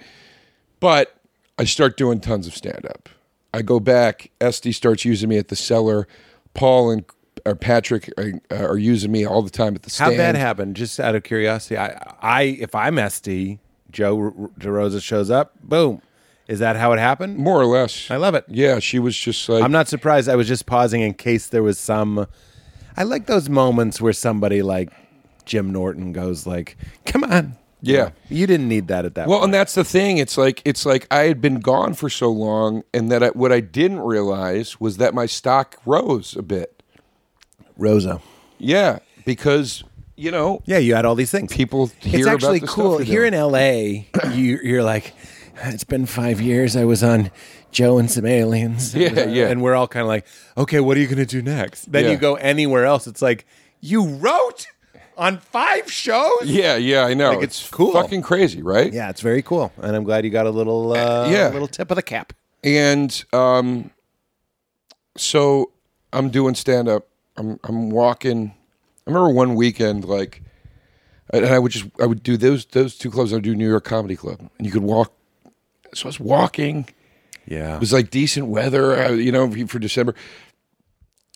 But I start doing tons of stand up. I go back. Esty starts using me at the cellar. Paul and or Patrick are, are using me all the time at the
How'd
stand.
that happen? Just out of curiosity, I, I if I'm SD, Joe DeRosa shows up. Boom. Is that how it happened?
More or less.
I love it.
Yeah, she was just like.
I'm not surprised. I was just pausing in case there was some. I like those moments where somebody like Jim Norton goes like, "Come on,
Yeah.
you didn't need that at that."
Well,
point.
and that's the thing. It's like it's like I had been gone for so long, and that I, what I didn't realize was that my stock rose a bit.
Rosa.
Yeah, because you know
Yeah, you had all these things.
people hear
it's actually
about the
cool
stuff
here
you're
in
doing.
LA. You, you're like, it's been five years. I was on Joe and some aliens.
<laughs> Yeah, yeah,
And we're all kind of like, "Okay, what are you going to do next?" Then
Yeah.
you go anywhere else. It's like you wrote on five shows.
yeah, yeah. I know.
Like, it's cool.
fucking crazy, right?
Yeah, it's very cool, and I'm glad you got a little uh,
yeah.
little tip of the cap.
And um, so I'm doing stand up. I'm I'm walking. I remember one weekend, like, and I would just I would do those those two clubs. I would do New York Comedy Club, and you could walk. So I was walking.
Yeah,
It was like decent weather, uh, you know, for December.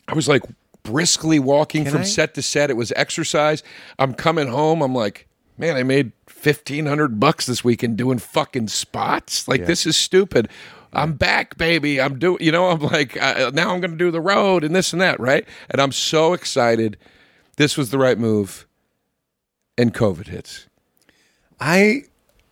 I was like briskly walking from set to set. It was exercise. I'm coming home. I'm like, man, I made fifteen hundred bucks this weekend doing fucking spots. Like this is stupid. I'm back, baby. I'm doing. You know, I'm like uh, now I'm going to do the road and this and that, right? And I'm so excited. This was the right move. And COVID hits.
I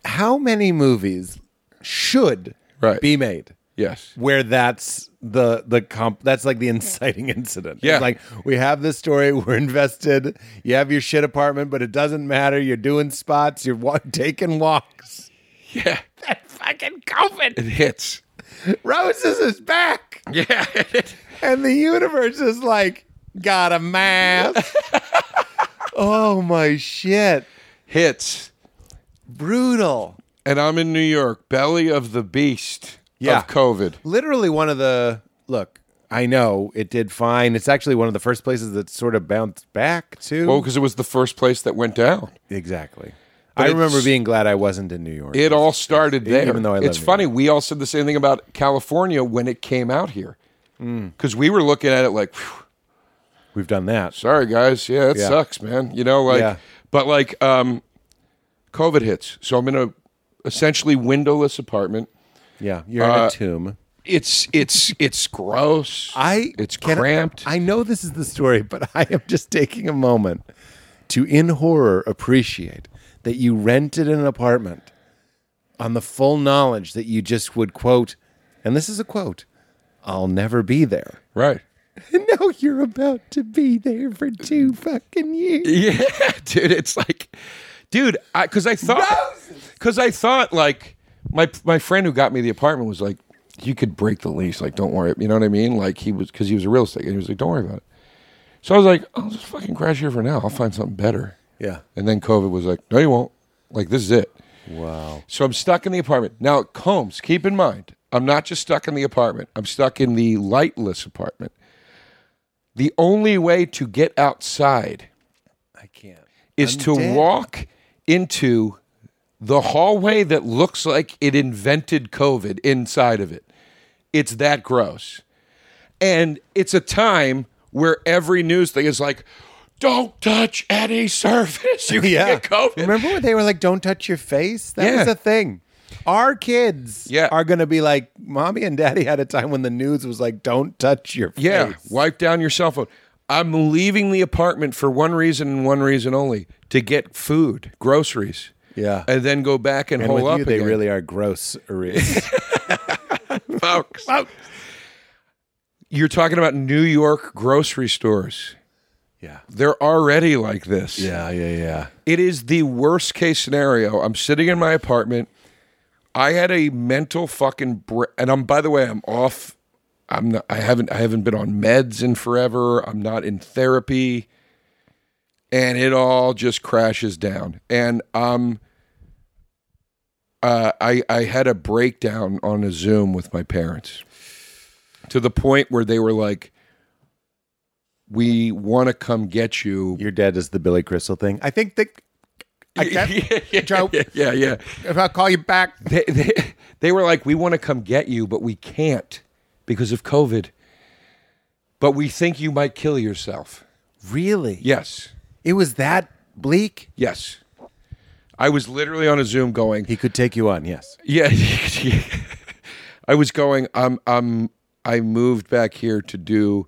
how many movies should
Right.
be made <laughs>
Yes.
where that's the the comp that's like the inciting <laughs> incident. It's
Yeah.
like we have this story, <laughs> we're invested. You have your shit apartment, but it doesn't matter. You're doing spots, you're wa- taking walks.
Yeah.
That fucking COVID.
It hits.
Roses is back. <laughs>
Yeah.
And the universe is like, got a mask. <laughs> oh my shit.
hits.
Brutal.
and I'm in New York, belly of the beast
Yeah.
of COVID.
literally one of the look i know it did fine it's actually one of the first places that sort of bounced back too
Well, because it was the first place that went down.
exactly
But
i remember
it's-
being glad i wasn't in new york
It all started there.
Even though I live
it's
here.
funny, we all said the same thing about California when it came out here,
Mm.
because we were looking at it like, "Phew,
we've done that
sorry guys, yeah, it
Yeah.
sucks, man. You know, like,
Yeah.
but like, um, COVID hits, so I'm in a essentially windowless apartment.
yeah you're
Uh,
in a tomb
It's it's it's gross.
i
it's
can I-
cramped.
I, know this is the story but i am just taking a moment to in horror appreciate that you rented an apartment on the full knowledge that you just would quote and this is a quote i'll never be there
right.
No, you're about to be there for two fucking years.
<laughs> Yeah, dude, it's like, dude, because I, thought, because I thought like my my friend who got me the apartment was like, you could break the lease, like don't worry, you know what I mean? Like he was because he was a real estate, and he was like, don't worry about it. So I was like, I'll just fucking crash here for now. I'll find something better.
Yeah.
And then COVID was like, no, you won't. Like this is it.
Wow.
So I'm stuck in the apartment now. Combs, keep in mind, I'm not just stuck in the apartment. I'm stuck in the lightless apartment. The only way to get outside
I can't.
is to walk into the hallway that looks like it invented COVID inside of it. It's that gross. And it's a time where every news thing is like, don't touch any surface. <laughs> You can
Yeah.
get COVID.
Remember when they were like, don't touch your face? That was
Yeah.
a thing. Our kids
Yeah.
are going to be like, mommy and daddy had a time when the news was like, don't touch your face.
Yeah, wipe down your cell phone. I'm leaving the apartment for one reason and one reason only to get food, groceries.
Yeah.
And then go back and, hole up
they
again.
really are gross.
<laughs>
<laughs> Ariz.
folks. You're talking about New York grocery stores.
Yeah.
They're already like this.
yeah, yeah, yeah.
It is the worst case scenario. I'm sitting in my apartment. I had a mental fucking br- and I'm by the way, I'm off I'm not, I haven't I haven't been on meds in forever. I'm not in therapy. And it all just crashes down. And um uh, I I had a breakdown on a Zoom with my parents. To the point where they were like we want to come get you.
Your dad does the Billy Crystal thing. I think
<laughs>
that I can't. Joe,
Yeah, yeah.
if I call you back,
they, they, they were like, we want to come get you, but we can't because of COVID. But we think you might kill yourself.
really?
Yes.
It was that bleak.
Yes. I was literally on a Zoom going,
He could take you on. Yes.
yeah. <laughs> I was going, um, um, I moved back here to do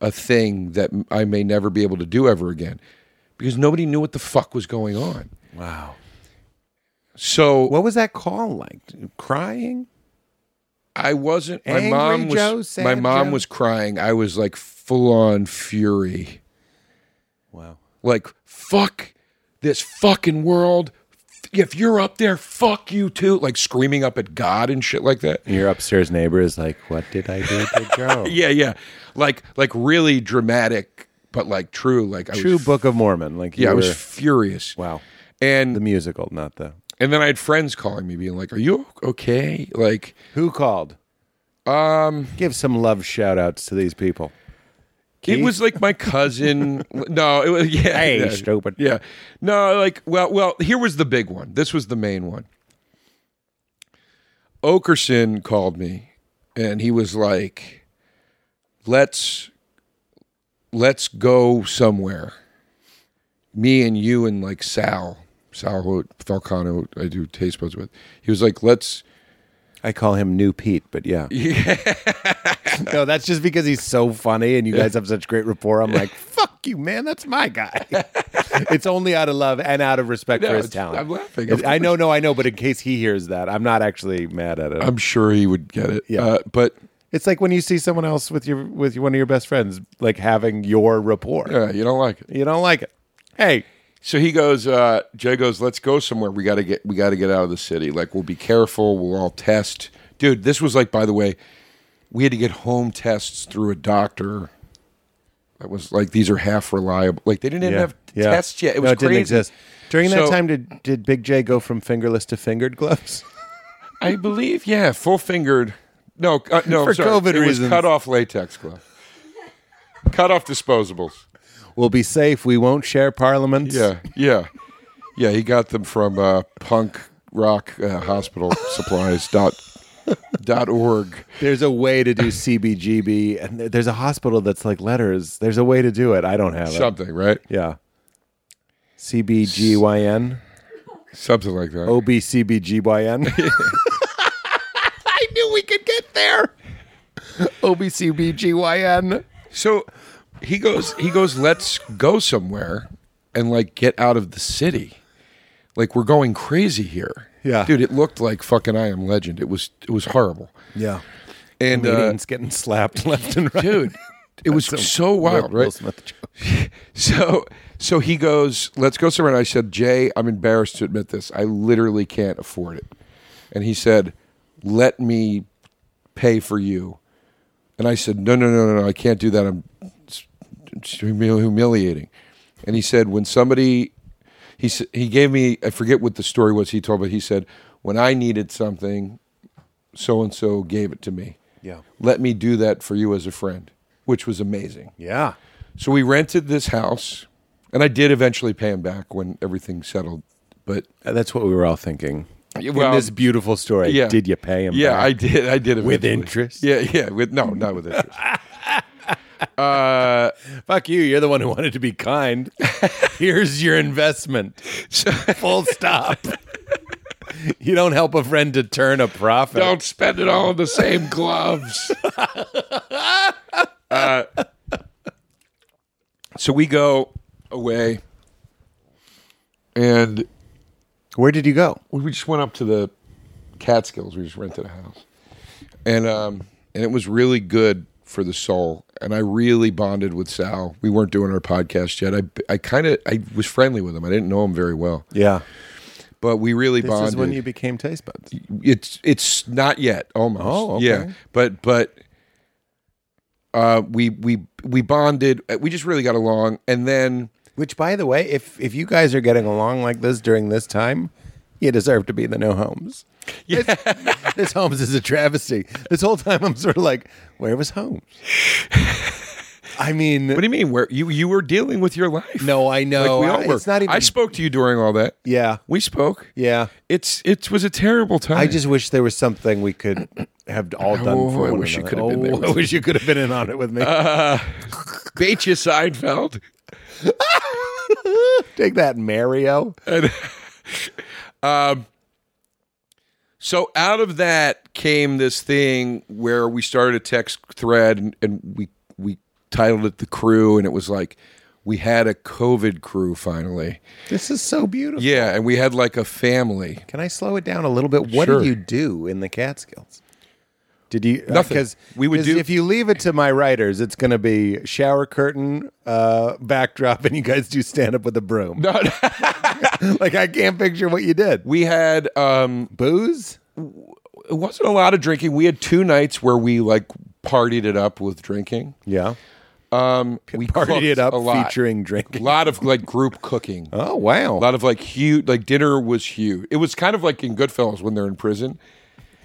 a thing that I may never be able to do ever again because nobody knew what the fuck was going on.
Wow.
So
What was that call like? Crying?
I wasn't. My
Angry
mom was.
Joe, sad
my mom
Joe?
was crying. I was like full on fury.
Wow.
Like fuck this fucking world. If you're up there, fuck you too. Like screaming up at God and shit like that.
Your upstairs neighbor is like, "What did I do
<laughs>
to Joe?"
Yeah, yeah. Like like really dramatic, but like true. Like
<laughs>
I
True
was,
Book of Mormon. Like, you
Yeah, I
were-
was furious.
wow.
And
The musical, not the
and then I had friends calling me, being like, "Are you okay?" Like
who called.
um.
Give some love shout outs to these people.
It was like
<laughs>
my cousin. no, it was yeah.
Hey,
yeah,
stupid.
Yeah, no, like well, well. Here was the big one. This was the main one. Okerson called me, and he was like, "Let's, let's go somewhere. Me and you and like Sal, Sal who- Falcano. I do taste buds with. He was like, let's."
I call him New Pete, but yeah.
<laughs>
no, that's just because he's so funny and you guys have such great rapport. I'm
<laughs>
like, fuck you, man. That's my guy. it's only out of love and out of respect
No,
for his
it's-
talent.
I'm laughing,
It-
of
I know, no, I know, but in case he hears that, I'm not actually mad at it.
I'm sure he would get it.
Yeah.
uh, but
it's like when you see someone else with your with your- one of your best friends, like having your rapport.
uh, you don't like it.
You don't like it. Hey,
So he goes, uh, Jay goes, let's go somewhere. We gotta get we gotta get out of the city. Like we'll be careful, we'll all test. Dude, this was like by the way, we had to get home tests through a doctor. That was like these are half reliable. Like they didn't even have tests yet. It
No,
was
didn't
crazy.
exist. During that
So-
time, did did Big J go from fingerless to fingered gloves? <laughs>
I believe, yeah, full fingered. No, uh, no,
For
I'm sorry.
COVID
it
reasons.
was cut off latex glove, cut off disposables.
we'll be safe. We won't share parliaments.
Yeah, yeah, yeah. He got them from uh, punk rock
<laughs>
uh, hospital supplies dot dot org.
There's a way to do CBGB, and there- there's a hospital that's like letters. There's a way to do it. I don't have it.
Something, right?
Yeah. CBGYN?
Something like that. <laughs>
OBCBGYN? I knew we could get there. OBCBGYN.
So he goes. He goes. Let's go somewhere and like get out of the city. Like we're going crazy here.
Yeah.
dude. It looked like fucking I Am Legend. It was. It was horrible.
Yeah.
And uh,
Meetings getting slapped <laughs> left and right.
<laughs> dude,
<laughs>
it was so wild,
Will
right?
Smith joke.
<laughs> So so he goes, let's go somewhere. And I said, Jay, I'm embarrassed to admit this. I literally can't afford it. And he said, Let me pay for you. And I said, No, no, no, no, no. I can't do that. I'm it's, it's humil- humiliating. And he said, When somebody, he s- he gave me, I forget what the story was he told, but he said, When I needed something, so and so gave it to me.
Yeah.
Let me do that for you as a friend, which was amazing.
Yeah.
So we rented this house, and I did eventually pay him back when everything settled. But
Uh, That's what we were all thinking.
well,
In this beautiful story,
yeah.
did you pay him?
yeah,
back?
I did. I did
With
eventually.
interest?
Yeah, yeah. With no, not
<laughs>
with interest.
Fuck you. You're the one who wanted to be <laughs> kind. Here's your investment. Full stop. you don't help a friend to turn a profit.
Don't spend it all on
<laughs>
the same gloves. Uh, So we go away, and
Where did you go?
we we just went up to the Catskills. We just rented a house, and um, and it was really good for the soul. And I really bonded with Sal. We weren't doing our podcast yet. I I kind of I was friendly with him. I didn't know him very well,
Yeah.
but we really
This
bonded
is when you became taste buds.
it's it's not yet almost
Oh, okay.
yeah but but uh we we we bonded Uh, we just really got along and then
Which, by the way, if if you guys are getting along like this during this time, you deserve to be the no Holmes. Yeah. this Holmes is a travesty. This whole time I'm sort of like, where was Holmes? I mean,
what do you mean where you you were dealing with your life
no, I know.
like we all
I-
were
It's not even.
i spoke to you during all that
yeah,
we spoke
yeah.
it's it was a terrible time
I just wish there was something we could have all done
Oh,
for
I
one
wish you
another.
could have been there
Oh,
with Uh.
I wish you could have been in on it with me.
bait you seinfeld
<laughs> Take that, Mario.
So out of that came this thing where we started a text thread and, and we we titled it the crew and it was like we had a COVID crew finally.
This is so beautiful.
Yeah, and we had like a family.
Can I slow it down a little bit? What
Sure.
did you do in the Catskills? Did you uh,
Nothing. We would
'cause
do-
if you leave it to my writers, it's going to be shower curtain, uh, backdrop, and you guys do stand up with a broom.
No, no.
<laughs> like I can't picture what you did.
<laughs> we had um
Booze.
it wasn't a lot of drinking. We had two nights where we like partied it up with drinking.
Yeah,
Um, We
partied it
cooked
up,
a lot.
featuring
a
drinking.
lot of like group cooking.
Oh wow!
A lot of like huge, like dinner was huge. It was kind of like in Goodfellas when they're in prison.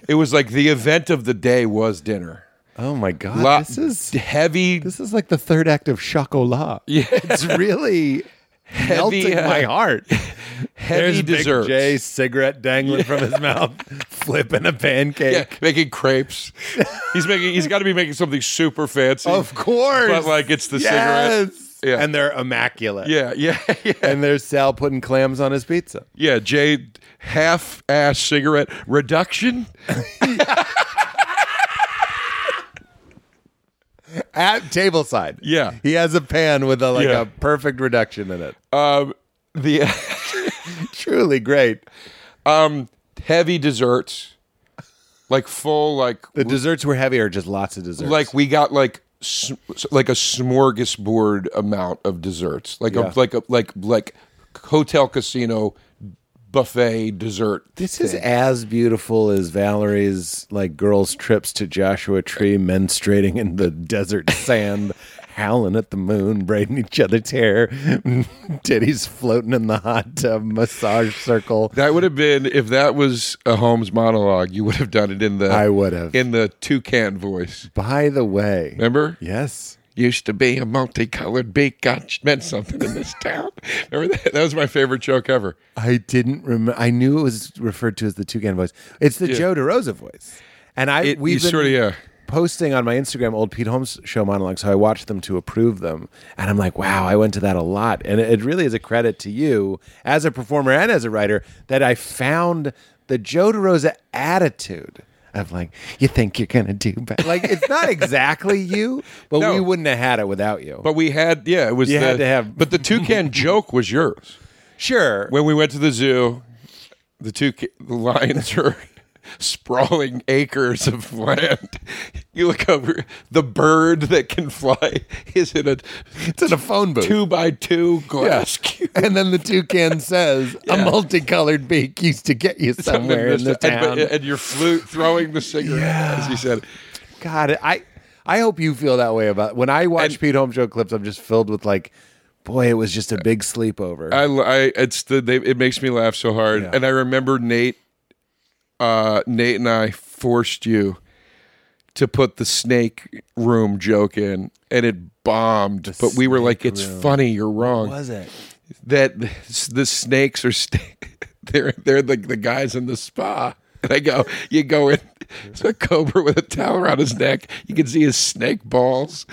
It was like the event of the day was dinner.
Oh my god!
lot,
this is
heavy,
this is like the third act of Chocolat. Yeah, it's
<laughs>
really melting
uh,
my heart.
<laughs> heavy desserts.
Jay cigarette dangling from
<laughs>
his mouth, flipping a pancake.
Yeah, making crepes. he's making. He's got to be making something super fancy.
Of course.
But, like, it's the
Yes.
cigarette. Yeah.
And they're immaculate.
Yeah, yeah, <laughs> yeah,
<laughs> And there's Sal putting clams on his pizza.
yeah. Jay, half ass cigarette
<laughs>
reduction.
At tableside.
Yeah.
He has a pan with a like
Yeah.
a perfect reduction in it.
Um, the
Truly great.
um heavy desserts, like full like
The desserts were heavy or just lots of desserts.
like we got like s- like a smorgasbord amount of desserts like
Yeah.
a like a like like hotel casino buffet dessert
this is as beautiful as Valerie's like girls' trips to Joshua Tree, menstruating in the desert sand, <laughs> howling at the moon, braiding each other's hair, <laughs> titties floating in the hot tub, massage circle.
that would have been if that was a Holmes monologue you would have done it in the
I would have.
in the toucan voice
By the way,
remember
yes.
used to be a multicolored beak meant something in this town remember that that was my favorite joke ever
I didn't remember. I knew it was referred to as the toucan voice. It's the Joe DeRosa voice. And I
It-
we've
you
been
sorta- yeah.
posting on my Instagram old Pete Holmes show monologues, so I watched them to approve them, and I'm like, wow, I went to that a lot, and it, it really is a credit to you as a performer and as a writer that I found the Joe DeRosa attitude. Of like, you think you're gonna do better? Like, it's
<laughs>
not exactly you, but
No.
we wouldn't have had it without you.
but we had yeah it was
You
the,
had to have-
but
<laughs>
the toucan joke was yours
sure,
when we went to the zoo, the two ki- the <laughs> lions are sprawling acres of land. You look over, the bird that can fly <laughs> is in a
it's in a phone booth.
two by two glass cube.
<laughs> And then the toucan says,
Yeah.
"A multicolored beak used to get you somewhere in the town."
and, and your flute throwing the cigarette, as he said.
God, I I hope you feel that way about when I watch
And-
Pete Holmes show clips. I'm just filled with like, boy, it was just a big sleepover.
I, I it's the they, it makes me laugh so hard,
Yeah.
and I remember Nate, uh, Nate and I forced you to put the snake room joke in, and it bombed. but we were like, "It's funny, you're wrong."
was it?
that <laughs> the, the snakes are sta- <laughs> they're they're like the guys in the spa. And I go, you go in. It's a cobra with a towel around his neck. You can see his snake balls.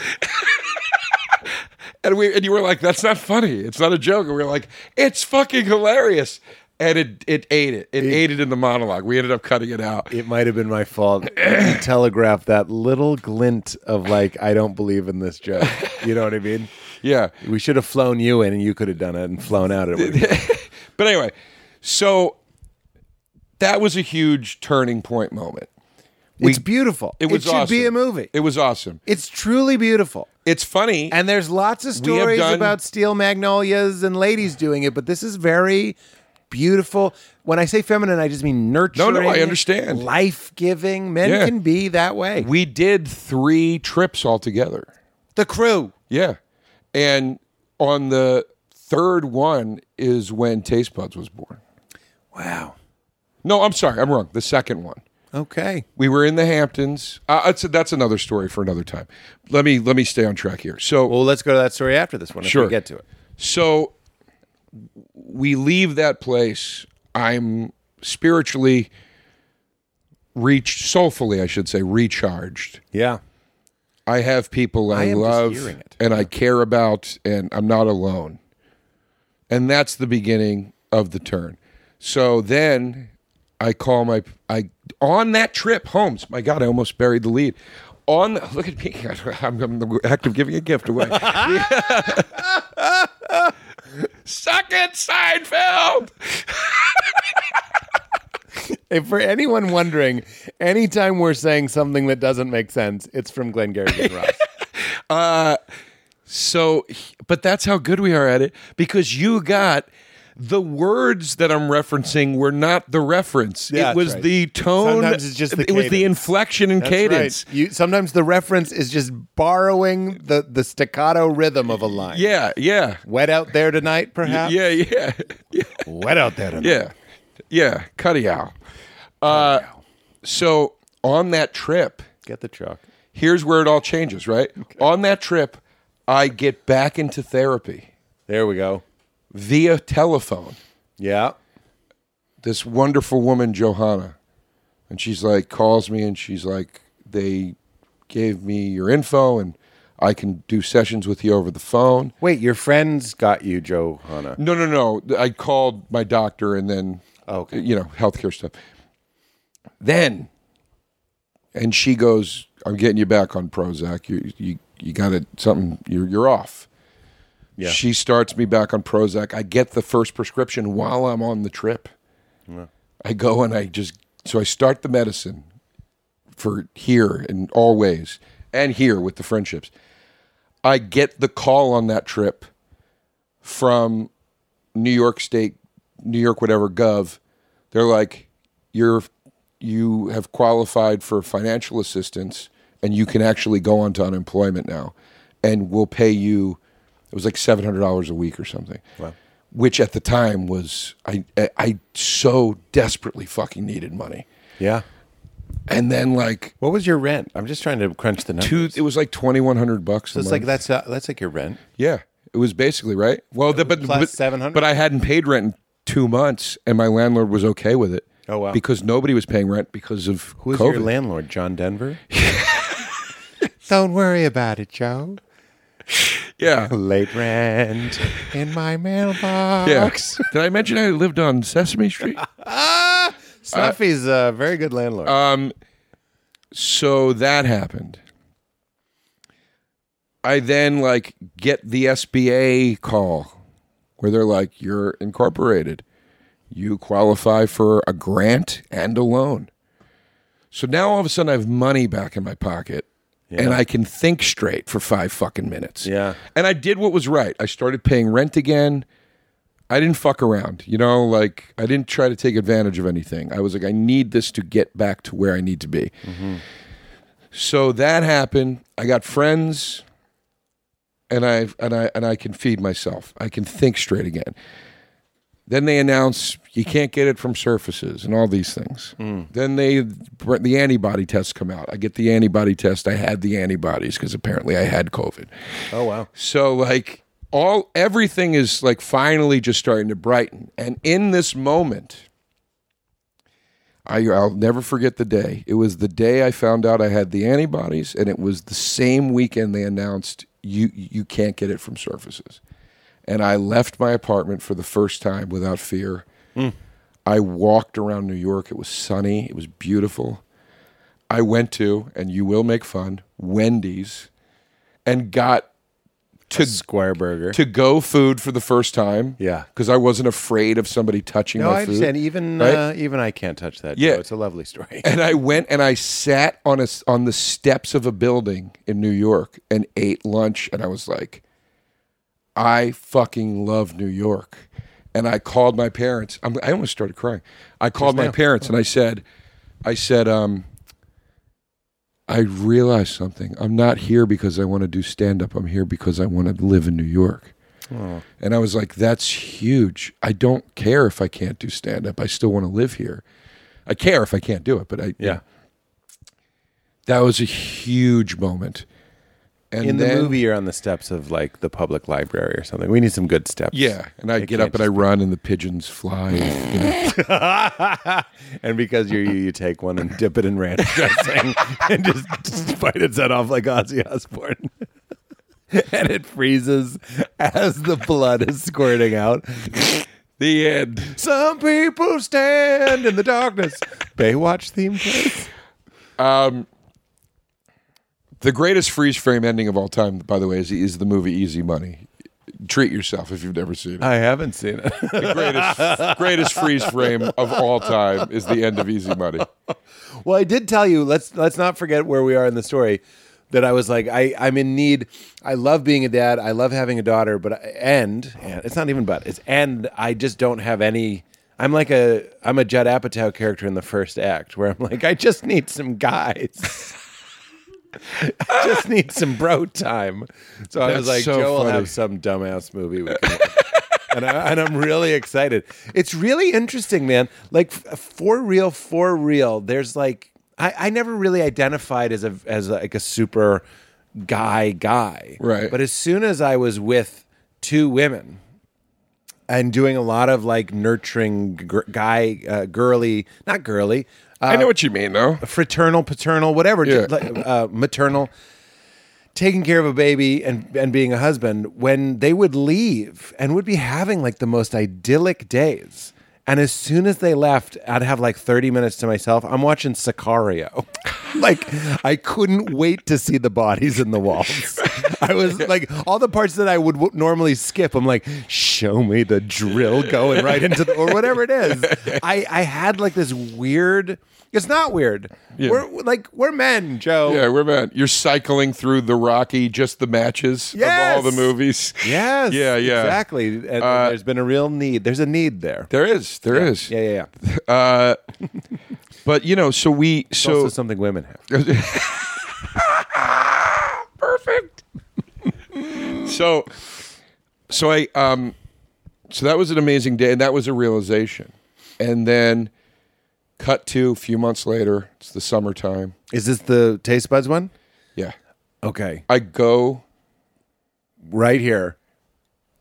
<laughs> and we and you were like, that's not funny. It's not a joke. And we were like, it's fucking hilarious. And it it ate it. It, ate it in the monologue. We ended up cutting it out.
It might have been my fault.
<coughs>
you telegraphed that little glint of like, I don't believe in this joke. You know what I mean?
yeah.
We should have flown you in, and you could have done it and flown out. It
<laughs>
would've been-
But anyway, so that was a huge turning point moment.
it's beautiful.
It was
should be
awesome.
a movie.
It was awesome.
it's truly beautiful.
It's funny.
And there's lots of
We have
stories
done-
about steel magnolias and ladies doing it, but this is very beautiful. When I say feminine, I just mean nurturing.
understand.
Life giving. Men
Yeah.
can be that way.
we did three trips altogether.
the crew.
Yeah. And on the third one is when Taste Buds was born.
Wow.
No, I'm sorry. I'm wrong. The second one.
Okay.
We were in the Hamptons. Uh, that's, that's another story for another time. Let me let me stay on track here. So
Well, let's go to that story after this one. If
Sure.
we get to it.
So we leave that place. I'm spiritually reached, soulfully, I should say, recharged.
Yeah.
I have people I,
am just
love
hearing it.
and I care about, and I'm not alone. And that's the beginning of the turn. So then I call my I on that trip, Holmes. My God, I almost buried the lead. On <laughs> look at me, I'm, I'm the act of giving a
<laughs>
gift away. <laughs> Suck it, Seinfeld.
If for anyone wondering, anytime we're saying something that doesn't make sense, it's from Glengarry Glen
<laughs>
Ross.
So, but that's how good we are at it because you got the words that I'm referencing were not the reference.
Yeah,
it was
that's right.
the tone.
Sometimes it's just the
it was the
cadence.
inflection and cadence.
Right. You, sometimes the reference is just borrowing the, the staccato rhythm of a line.
Yeah, yeah,
Wet out there tonight, perhaps.
yeah, yeah, <laughs>
Wet out there tonight.
yeah, yeah. Cutty out. Uh, so on that trip,
Get the truck.
here's where it all changes. Right on that trip, I get back into therapy
There we go.
via telephone.
Yeah.
this wonderful woman Johanna, and she's like calls me and she's like they gave me your info and I can do sessions with you over the phone.
Wait, your friends got you, Johanna.
No, no, no. I called my doctor and then
Okay.
you know healthcare stuff. Then, and she goes, "I'm getting you back on Prozac. You you you got it. Something. You're you're off." Yeah. She starts me back on Prozac. I get the first prescription while I'm on the trip. I go and I just so I start the medicine for here and always and here with the friendships. I get the call on that trip from New York State, New York whatever gov. They're like, you're you have qualified for financial assistance and you can actually go on to unemployment now, and we'll pay you. It was like seven hundred dollars a week or something. Which at the time was I I so desperately fucking needed money,
Yeah.
and then like
What was your rent? I'm just trying to crunch the numbers.
two, it was like twenty one hundred bucks. a
so it's
month.
like that's uh, that's like your rent.
Yeah, it was basically right. Well, the, but
Plus
but-
700?
But I hadn't paid rent in two months, and my landlord was okay with it.
Oh, wow.
Because nobody was paying rent because of
Who's
COVID.
your landlord, John Denver? <laughs> Don't worry about it, Joe. <laughs>
yeah,
Late rent in my mailbox.
yeah. Did I mention I lived on Sesame Street?
Ah! Snuffy's a very good landlord.
so that happened. I then like get the SBA call where they're like, "You're incorporated. You qualify for a grant and a loan." So now all of a sudden I have money back in my pocket. And I can think straight for five fucking minutes.
Yeah.
And I did what was right. I started paying rent again. I didn't fuck around, you know, like I didn't try to take advantage of anything. I was like, I need this to get back to where I need to be. So that happened. I got friends and I and I and I can feed myself. I can think straight again. Then they announce you can't get it from surfaces and all these things. Then they the antibody tests come out. I get the antibody test. I had the antibodies because apparently I had COVID.
oh wow.
So like all everything is like finally just starting to brighten. And in this moment, I, I'll never forget the day. It was the day I found out I had the antibodies, and it was the same weekend they announced you you can't get it from surfaces. And I left my apartment for the first time without fear. I walked around New York. It was sunny. It was beautiful. I went to, and you will make fun, Wendy's, and got to
Square burger.
<laughs> to go food for the first time.
Yeah.
because I wasn't afraid of somebody touching
no,
my
I
food.
understand. Even
right?
uh, even I can't touch that.
Yeah.
Joe. it's a lovely story.
And I went and I sat on a s- on the steps of a building in New York and ate lunch, and I was like, I fucking love New York. And I called my parents. I'm, I almost started crying. I called my parents and I said, I said, um, I realized something. I'm not
Mm-hmm.
here because I want to do stand up. I'm here because I want to live in New York.
Oh.
And I was like, that's huge. I don't care if I can't do stand up. I still want to live here. I care if I can't do it, but I
<laughs> Yeah.
That was a huge moment. And
In the
then-
movie, you're on the steps of like the public library or something. We need some good steps.
Yeah, and I
It
get
can't
up and I
just
run, and the pigeons fly. and, you know.
<laughs> And because you're you, you take one and dip it in ranch dressing <laughs> and just bite its head off like Ozzy Osbourne. <laughs> and it freezes as the blood is squirting out.
the end.
Some people stand in the darkness. Baywatch theme plays.
The greatest freeze frame ending of all time, by the way, is, is the movie Easy Money. Treat yourself if you've never seen it.
I haven't seen it.
The greatest, greatest freeze frame of all time is the end of Easy Money.
Well, I did tell you. Let's let's not forget where we are in the story. That I was like, I I'm in need. I love being a dad. I love having a daughter, but I- and and it's not even but it's and I just don't have any. I'm like a I'm a Judd Apatow character in the first act where I'm like, I just need some guys. <laughs> I just need some bro time. So I was
That's
like,
so
Joe will
funny.
have some dumbass movie we can watch. <laughs> and, I, and I'm really excited. It's really interesting, man. Like f- for real, for real. There's like I, I never really identified as a as like a super guy guy,
Right.
But as soon as I was with two women and doing a lot of like nurturing gr- guy uh, girly, not girly. Uh,
I know what you mean, though.
fraternal, paternal, whatever,
Yeah.
like, uh, maternal, taking care of a baby and and being a husband. When they would leave and would be having like the most idyllic days, and as soon as they left, I'd have like thirty minutes to myself. I'm watching Sicario. <laughs> like I couldn't wait to see the bodies in the walls. I was like all the parts that I would w- normally skip. I'm like, show me the drill going right into the or whatever it is. I I had like this weird. It's not weird. We're like we're men, Joe.
Yeah, we're mad. You're cycling through the Rocky, just the matches
Yes!
of all the movies.
Yes.
Yeah, yeah.
Exactly. And, and
Uh,
there's been a real need. There's a need there.
There is, there is.
Yeah, yeah, yeah. It's
Uh, but you know, so we so
also something women have.
perfect. so, so I um, so that was an amazing day, and that was a realization. And then, cut to a few months later. It's the summertime.
Is this the taste buds one?
Yeah,
Okay.
I go.
Right here.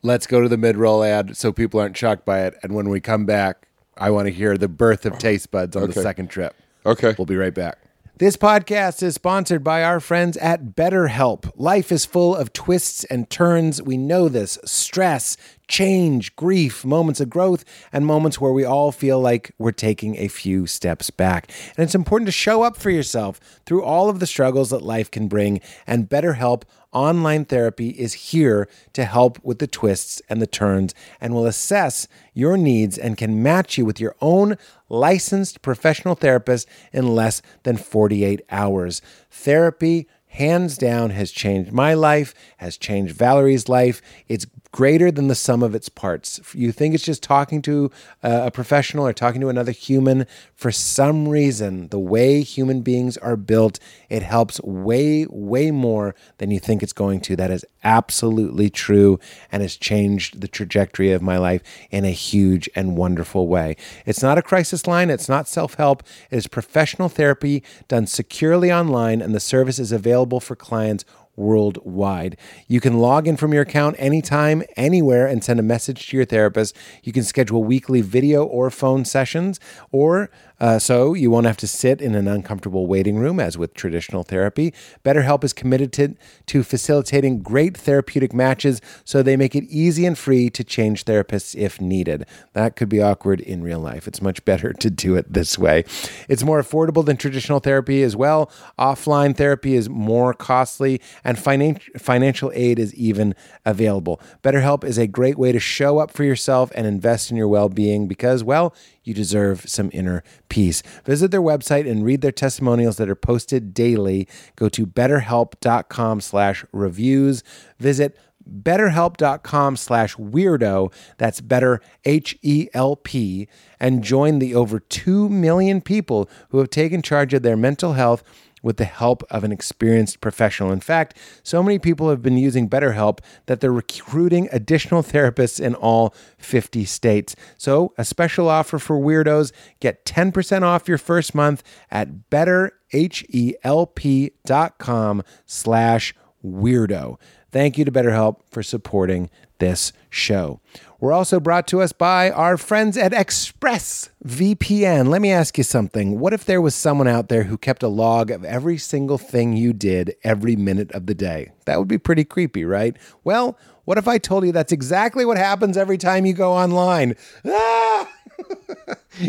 Let's go to the mid roll ad so people aren't shocked by it. And when we come back, I want to hear the birth of taste buds on the
Okay.
second trip.
Okay,
We'll be right back. This podcast is sponsored by our friends at BetterHelp. Life is full of twists and turns. We know this stress, change, grief, moments of growth, and moments where we all feel like we're taking a few steps back. And it's important to show up for yourself through all of the struggles that life can bring. And BetterHelp online therapy is here to help with the twists and the turns and will assess your needs and can match you with your own licensed professional therapist in less than 48 hours. Therapy, hands down, has changed my life, has changed Valerie's life. It's greater than the sum of its parts. You think it's just talking to uh, a professional or talking to another human. For some reason, the way human beings are built, it helps way, way more than you think it's going to. That is absolutely true and has changed the trajectory of my life in a huge and wonderful way. It's not a crisis line, it's not self help, it is professional therapy done securely online, and the service is available for clients worldwide. You can log in from your account anytime, anywhere, and send a message to your therapist. You can schedule weekly video or phone sessions, or Uh, so you won't have to sit in an uncomfortable waiting room as with traditional therapy. BetterHelp is committed to, to facilitating great therapeutic matches so they make it easy and free to change therapists if needed. That could be awkward in real life. It's much better to do it this way. It's more affordable than traditional therapy as well. Offline therapy is more costly, and finan- financial aid is even available. BetterHelp is a great way to show up for yourself and invest in your well being because, well, you deserve some inner peace. Visit their website and read their testimonials that are posted daily. Go to betterhelp.com slash reviews. Visit betterhelp.com slash weirdo. That's better H E L P. And join the over 2 million people who have taken charge of their mental health with the help of an experienced professional. In fact, so many people have been using BetterHelp that they're recruiting additional therapists in all 50 states. So, a special offer for weirdos get 10% off your first month at E betterhelp.com slash weirdo. Thank you to BetterHelp for supporting this show. We're also brought to us by our friends at ExpressVPN. Let me ask you something. What if there was someone out there who kept a log of every single thing you did every minute of the day? That would be pretty creepy, right? Well, what if I told you that's exactly what happens every time you go online? Ah!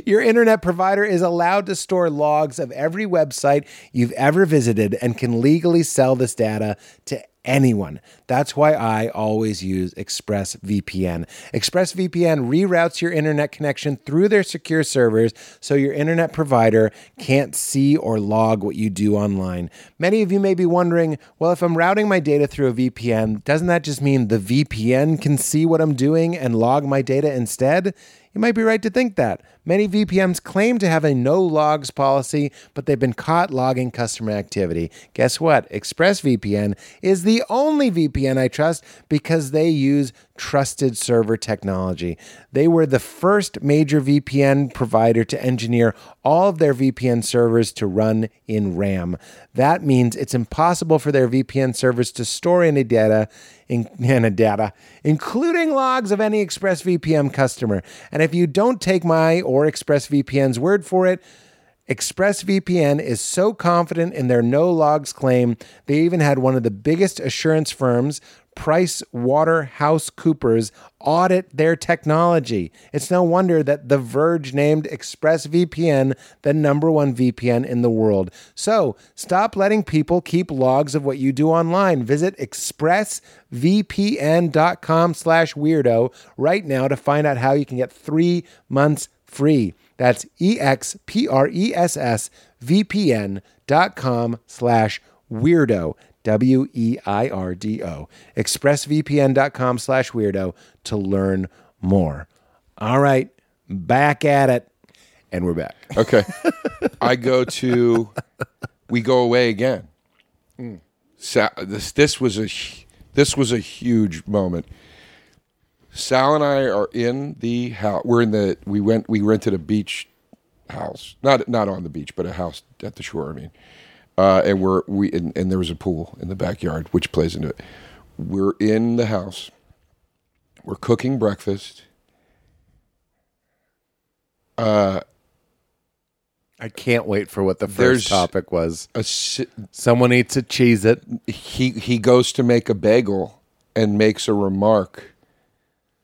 Your internet provider is allowed to store logs of every website you've ever visited and can legally sell this data to anyone. That's why I always use ExpressVPN. ExpressVPN reroutes your internet connection through their secure servers so your internet provider can't see or log what you do online. Many of you may be wondering, well if I'm routing my data through a VPN, doesn't that just mean the VPN can see what I'm doing and log my data instead? You might be right to think that. Many VPNs claim to have a no logs policy, but they've been caught logging customer activity. Guess what? ExpressVPN is the only VPN I trust because they use trusted server technology. They were the first major VPN provider to engineer all of their VPN servers to run in RAM. That means it's impossible for their VPN servers to store any data, in, any data, including logs of any ExpressVPN customer. And if you don't take my or ExpressVPN's word for it, ExpressVPN is so confident in their no logs claim, they even had one of the biggest assurance firms, Price Waterhouse Coopers, audit their technology. It's no wonder that The Verge named ExpressVPN the number one VPN in the world. So stop letting people keep logs of what you do online. Visit expressvpn.com slash weirdo right now to find out how you can get three months free. That's E E-X-P-R-E-S-S-V-P-N dot com slash weirdo, E W-E-I-R-D-O, expressvpn dot com slash weirdo to learn more. All right, back at it. And we're back.
Okay. I go to, we go away again. Sa- this this was a hu- this was a huge moment. Sal and I are in the house. We're in the we went we rented a beach house, not not on the beach, but a house at the shore. I mean, uh, and we're we and, and there was a pool in the backyard, which plays into it. We're in the house. We're cooking breakfast.
I can't wait for what the first
There's-
topic was.
A si-
Someone eats a cheese it.
he he goes to make a bagel and makes a remark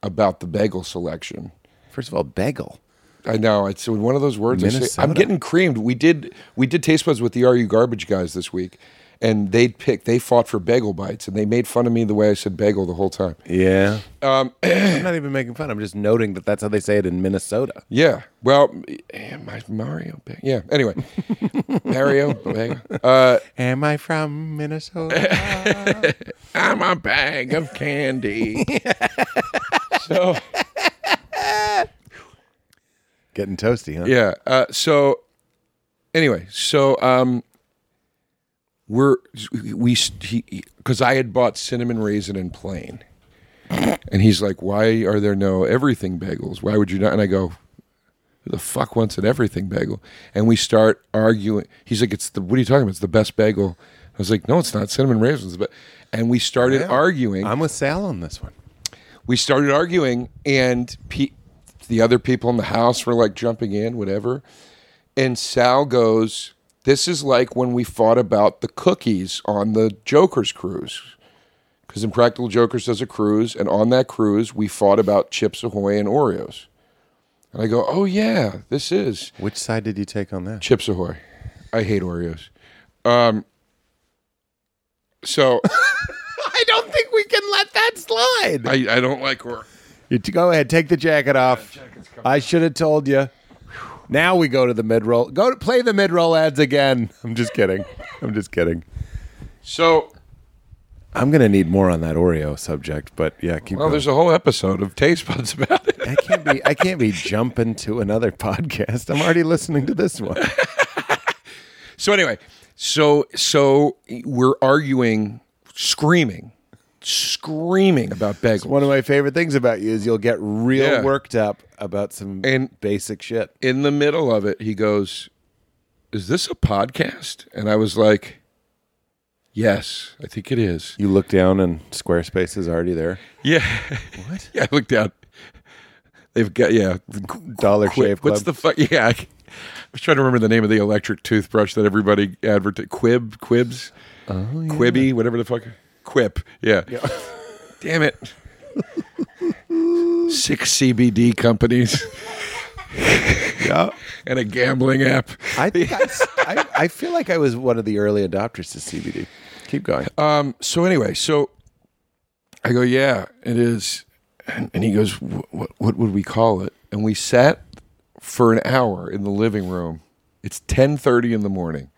about the bagel selection.
First of all, bagel.
I know it's one of those words. I say, I'm
Minnesota.
getting creamed. We did we did taste buds with the RU garbage guys this week, and they picked they fought for bagel bites, and they made fun of me the way I said bagel the whole time.
Yeah. Um,
<clears throat>
I'm not even making fun. I'm just noting that that's how they say it in Minnesota.
Yeah. Well, eh, my Mario. ba- Yeah. Anyway,
<laughs>
Mario. bagel. Uh,
Am I from Minnesota?
I'm a bag
<laughs>
of <laughs> candy. so.
Getting toasty, huh?
Yeah. Uh, so anyway, so um, we're we because I had bought cinnamon raisin and plain, and he's like, "Why are there no everything bagels? Why would you not?" And I go. Who the fuck wants an everything bagel? And we start arguing. He's like, "It's the what are you talking about? It's the best bagel." I was like, "No, it's not. Cinnamon raisins." But and we started arguing
I'm with Sal on this one.
we started arguing, and pe- the other people in the house were like jumping in, whatever. And Sal goes, This is like when we fought about the cookies on the Joker's cruise. Because Impractical Jokers does a cruise, and on that cruise, we fought about Chips Ahoy and Oreos. And I go, Oh, yeah, this is.
Which side did you take on that?
Chips Ahoy. I hate Oreos. Um,
<laughs>
so
I don't think we can let that slide.
I, I don't like Oreos.
You t- go ahead, take the jacket off. I should have told you. Now we go to the mid roll. Go to play the mid roll ads again. <laughs> I'm just kidding. I'm just kidding.
So,
I'm gonna need more on that Oreo subject, but yeah, keep
well,
going.
there's a whole episode of Taste Buds about it.
I can't be. I can't be jumping to another <laughs> podcast. I'm already listening to this one.
So anyway, so so we're arguing, screaming, screaming about bagels.
One of my favorite things about you is you'll get real
Yeah.
worked up about some
And-
basic shit.
in the middle of it, he goes, "Is this a podcast?" And I was like, "Yes, I think it is."
You look down and Squarespace is already there.
Yeah. What? <laughs> yeah, I looked out. They've got yeah,
Dollar
Qui-
Shave Club.
What's the fuck? <laughs> Yeah, I, I was trying to remember the name of the electric toothbrush that everybody advertised. Quib, quibs,
Oh,
quibby, whatever the fuck. Quip. Yeah. <laughs> Damn it. Six CBD companies
<laughs> yeah.
<laughs> and a gambling app.
I think I, s- I- I feel like I was one of the early adopters to CBD. Keep going.
Um, so anyway, so I go, yeah, it is, and, and he goes, "Wh- what what would we call it? And we sat for an hour in the living room. It's ten thirty in the morning.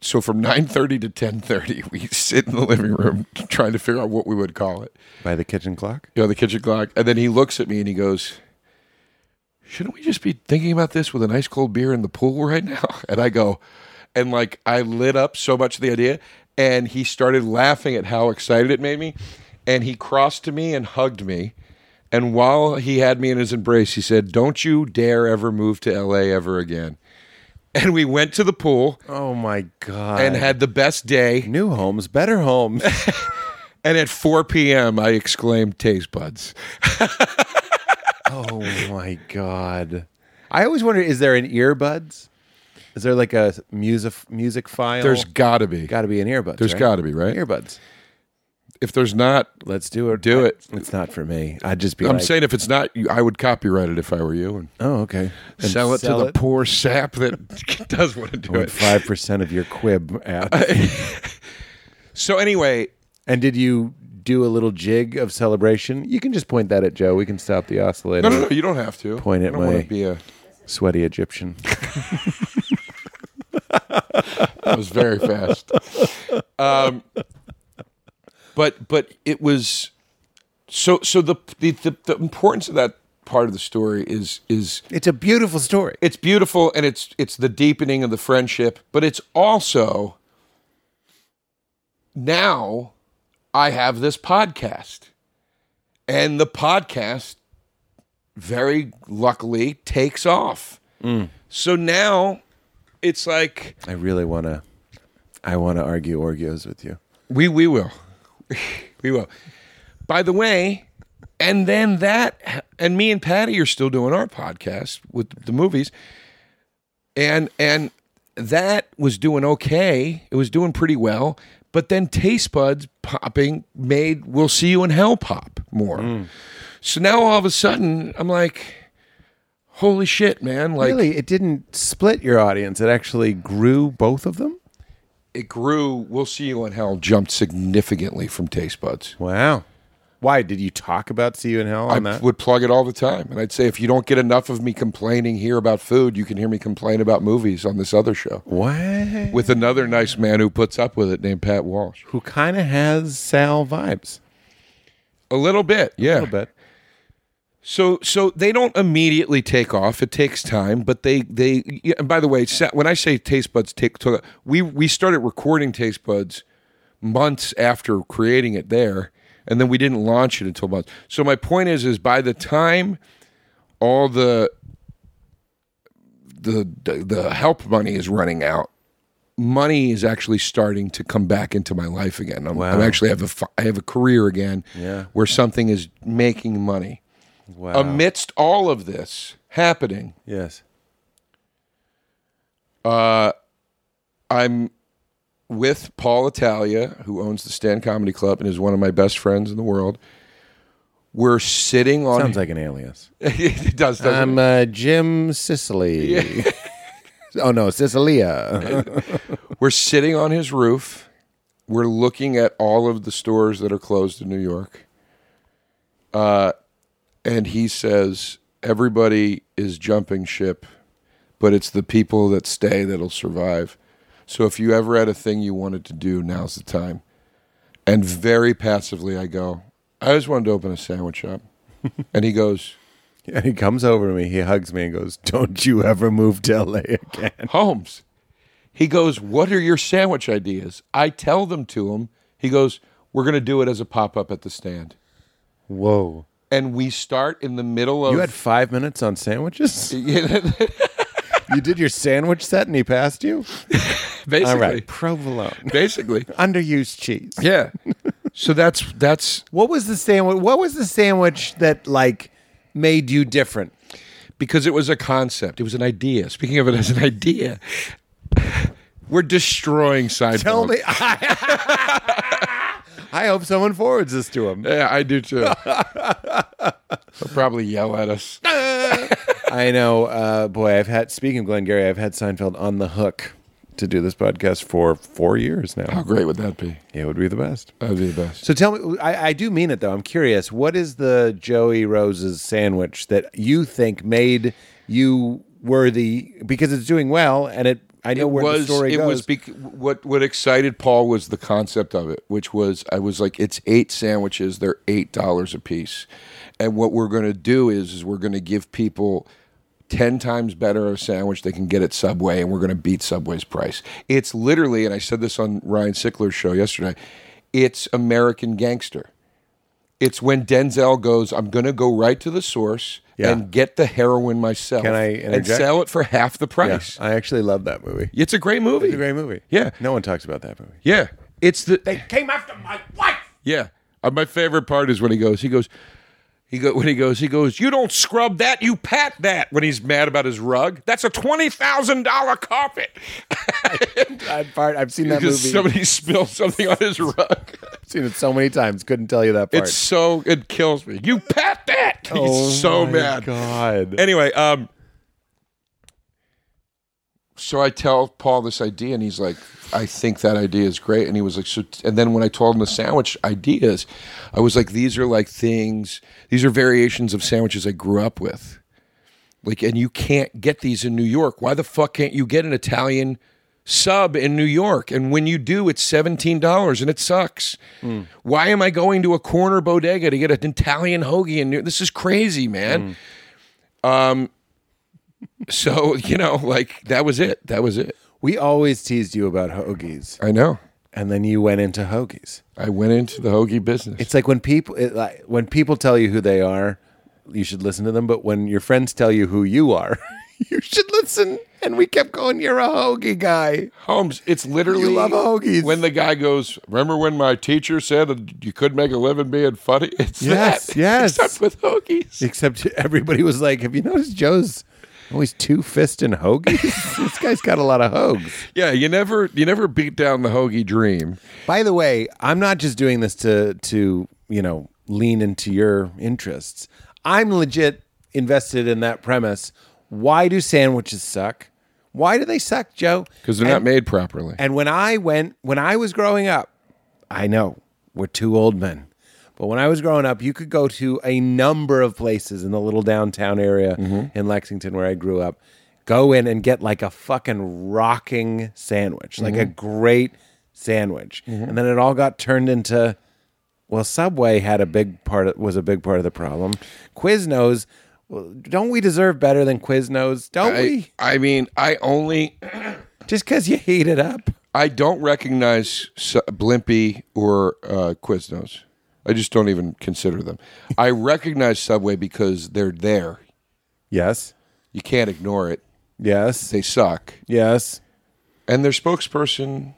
So from nine thirty to ten thirty, <laughs> we sit in the living room trying to figure out what we would call it.
By the kitchen clock.
You know, the kitchen clock, and then he looks at me and he goes. Shouldn't we just be thinking about this with an ice cold beer in the pool right now? <laughs> And I go, and like I lit up so much of the idea, and he started laughing at how excited it made me, and he crossed to me and hugged me, and while he had me in his embrace, he said, "Don't you dare ever move to L.A. ever again." <laughs> And we went to the pool
Oh my god!
and had the best day.
new homes, better
<laughs>
homes.
And at 4 p.m., I exclaimed, "Taste buds."
oh my god! I always wonder: is there an earbuds? Is there like a music music file?
There's got to be.
Oh. got to be an earbuds.
There's
right?
got to be, right?
earbuds.
If there's not,
Let's do it.
Do it.
It's not for me. I'd just be.
I'm
like,
saying if it's not, you- I would copyright it if I were you and
Oh, okay.
sell it to the poor sap that <laughs> does want to do it.
Five percent of your quib app.
So anyway,
and did you do a little jig of celebration? You can just point that at Joe. We can stop the oscillator.
no, no, no, you don't have to
Point
I
at
don't wanna
my-
Be a,
Sweaty Egyptian.
that was very <laughs> fast. Um, but but it was so so the, the the the importance of that part of the story is is
It's a beautiful story.
it's beautiful and it's it's the deepening of the friendship but it's also now i have this podcast and the podcast very luckily takes off so now it's like
I really want to. I want to argue Orgios with you.
we we will <laughs> we will by the way and then that and me and patty are still doing our podcast with the movies and and that was doing okay it was doing pretty well but then taste buds popping made we'll see you in hell pop more so now all of a sudden i'm like holy shit man like
really, it didn't split your audience. It actually grew both of them.
it grew we'll see you in hell jumped significantly from taste buds
Wow. Why did you talk about See You in Hell on
I
that?
would plug it all the time, and I'd say if you don't get enough of me complaining here about food, you can hear me complain about movies on this other show
what?
with another nice man who puts up with it named Pat Walsh.
Who kind of has Sal vibes
A little bit, yeah.
a little bit.
So, so they don't immediately take off. It takes time, but they they. yeah, And by the way, sa- when I say taste buds take, took- we we started recording taste buds months after creating it there, and then we didn't launch it until months. So my point is, is by the time all the the the, the help money is running out. Money is actually starting to come back into my life again. I'm, I'm actually have a fi- I have a career again, yeah. where something is making money.
Wow.
amidst all of this happening,
yes.
I'm with Paul Italia, who owns the Stand Comedy Club and is one of my best friends in the world. We're sitting on.
Sounds like an alias.
<laughs> it does, doesn't
Um,
it?
I'm uh, Jim Sicily.
<laughs>
oh no, Sicilia.
We're sitting on his roof. We're looking at all of the stores that are closed in New York. Uh, and he says, everybody is jumping ship, but it's the people that stay that'll survive. So if you ever had a thing you wanted to do, now's the time. And very passively, I go, I just wanted to open a sandwich shop. <laughs> and he goes,
And <laughs> he comes over to me, he hugs me and goes, Don't you ever move to LA again.
Holmes. He goes, What are your sandwich ideas? I tell them to him. He goes, We're going to do it as a pop up at the stand.
Whoa.
And we start in the middle of.
You had five minutes on <laughs> sandwiches? you did your sandwich set and he passed you?
<laughs> basically.
All right. Provolone.
<laughs> Basically.
Underused cheese.
Yeah. So that's that's
What was the sandwich what was the sandwich that like made you different?
because it was a concept. It was an idea. Speaking of it as an idea, we're destroying Seinfeld.
Tell me I, <laughs> I hope someone forwards this to <laughs> him.
Yeah, I do too. <laughs> They'll probably yell at us.
I know, uh, boy, I've had speaking of Glenn Gary, I've had Seinfeld on the hook to do this podcast for four years
How
now.
great would that be?
It would be the best.
That'd be the best.
So tell me, I, I do mean it though. I'm curious. What is the Joey Rose's sandwich that you think made you worthy because it's doing well and it? I know where the story
it
goes.
was bec- what what excited Paul was the concept of it, which was I was like, it's eight sandwiches, they're eight dollars a piece, and what we're going to do is, is we're going to give people. 10 times better a sandwich they can get at Subway, and we're going to beat Subway's price. It's literally, and I said this on Ryan Sickler's show yesterday, it's American Gangster. It's when Denzel goes, I'm going to go right to the source
Yeah.
and get the heroin myself
Can I
and
interject?
sell it for half the
Yeah,
price.
I actually love that movie.
It's a great movie.
It's a great movie.
Yeah.
no one talks about that movie.
Yeah. It's the
Came after my wife.
yeah. Uh, my favorite part is when he goes, he goes, he go when he goes, he goes, you don't scrub that, you pat that. When he's mad about his rug, that's a twenty thousand dollar carpet. <laughs>
I've, part, I've seen that movie.
Because somebody spilled something on
<laughs>
his rug.
I've seen it so many times. Couldn't tell you that part.
It's so it kills me. You pat that. He's so mad.
Oh God.
Anyway, um, so I tell Paul this idea, and he's like, "I think that idea is great." And he was like, "So," and then when I told him the sandwich ideas, I was like, "These are like things. These are variations of sandwiches I grew up with. Like, and you can't get these in New York. Why the fuck can't you get an Italian?" Sub in New York, and when you do, it's seventeen dollars, and it sucks. Why am I going to a corner bodega to get an Italian hoagie? in New- this is crazy, man. So, <laughs> you know, like that was it. That was it.
We always teased you about hoagies,
I know.
and then you went into hoagies.
I went into the hoagie business.
It's like when people it, like, when people tell you who they are, you should listen to them. But when your friends tell you who you are, <laughs> you should listen. And we kept going, "You're a hoagie guy."
Holmes, it's literally
You love hoagies.
when the guy goes, Remember when my teacher said that you could make a living being funny? <laughs> It's
Yes,
that.
yes.
Except with hoagies.
Except <laughs> everybody was like, "Have you noticed Joe's always two fist and hoagies? <laughs> this guy's got a lot of hoags."
Yeah, you never you never beat down the hoagie dream.
By the way, I'm not just doing this to to you know lean into your interests. I'm legit invested in that premise. Why do sandwiches suck? Why do they suck, Joe?
Because they're not made properly.
And when I went, when I was growing up, I know we're two old men, but when I was growing up, you could go to a number of places in the little downtown area in Lexington where I grew up, go in and get like a fucking rocking sandwich, like a great sandwich. And then it all got turned into, well, Subway had a big part, of, was a big part of the problem. Quiznos, well, don't we deserve better than Quiznos? Don't
I,
we?
I mean, I only
Just because you heat it up.
I don't recognize Su- Blimpy or uh, Quiznos. I just don't even consider them. I recognize Subway because they're there.
Yes.
You can't ignore it.
Yes.
They suck.
Yes.
And their spokesperson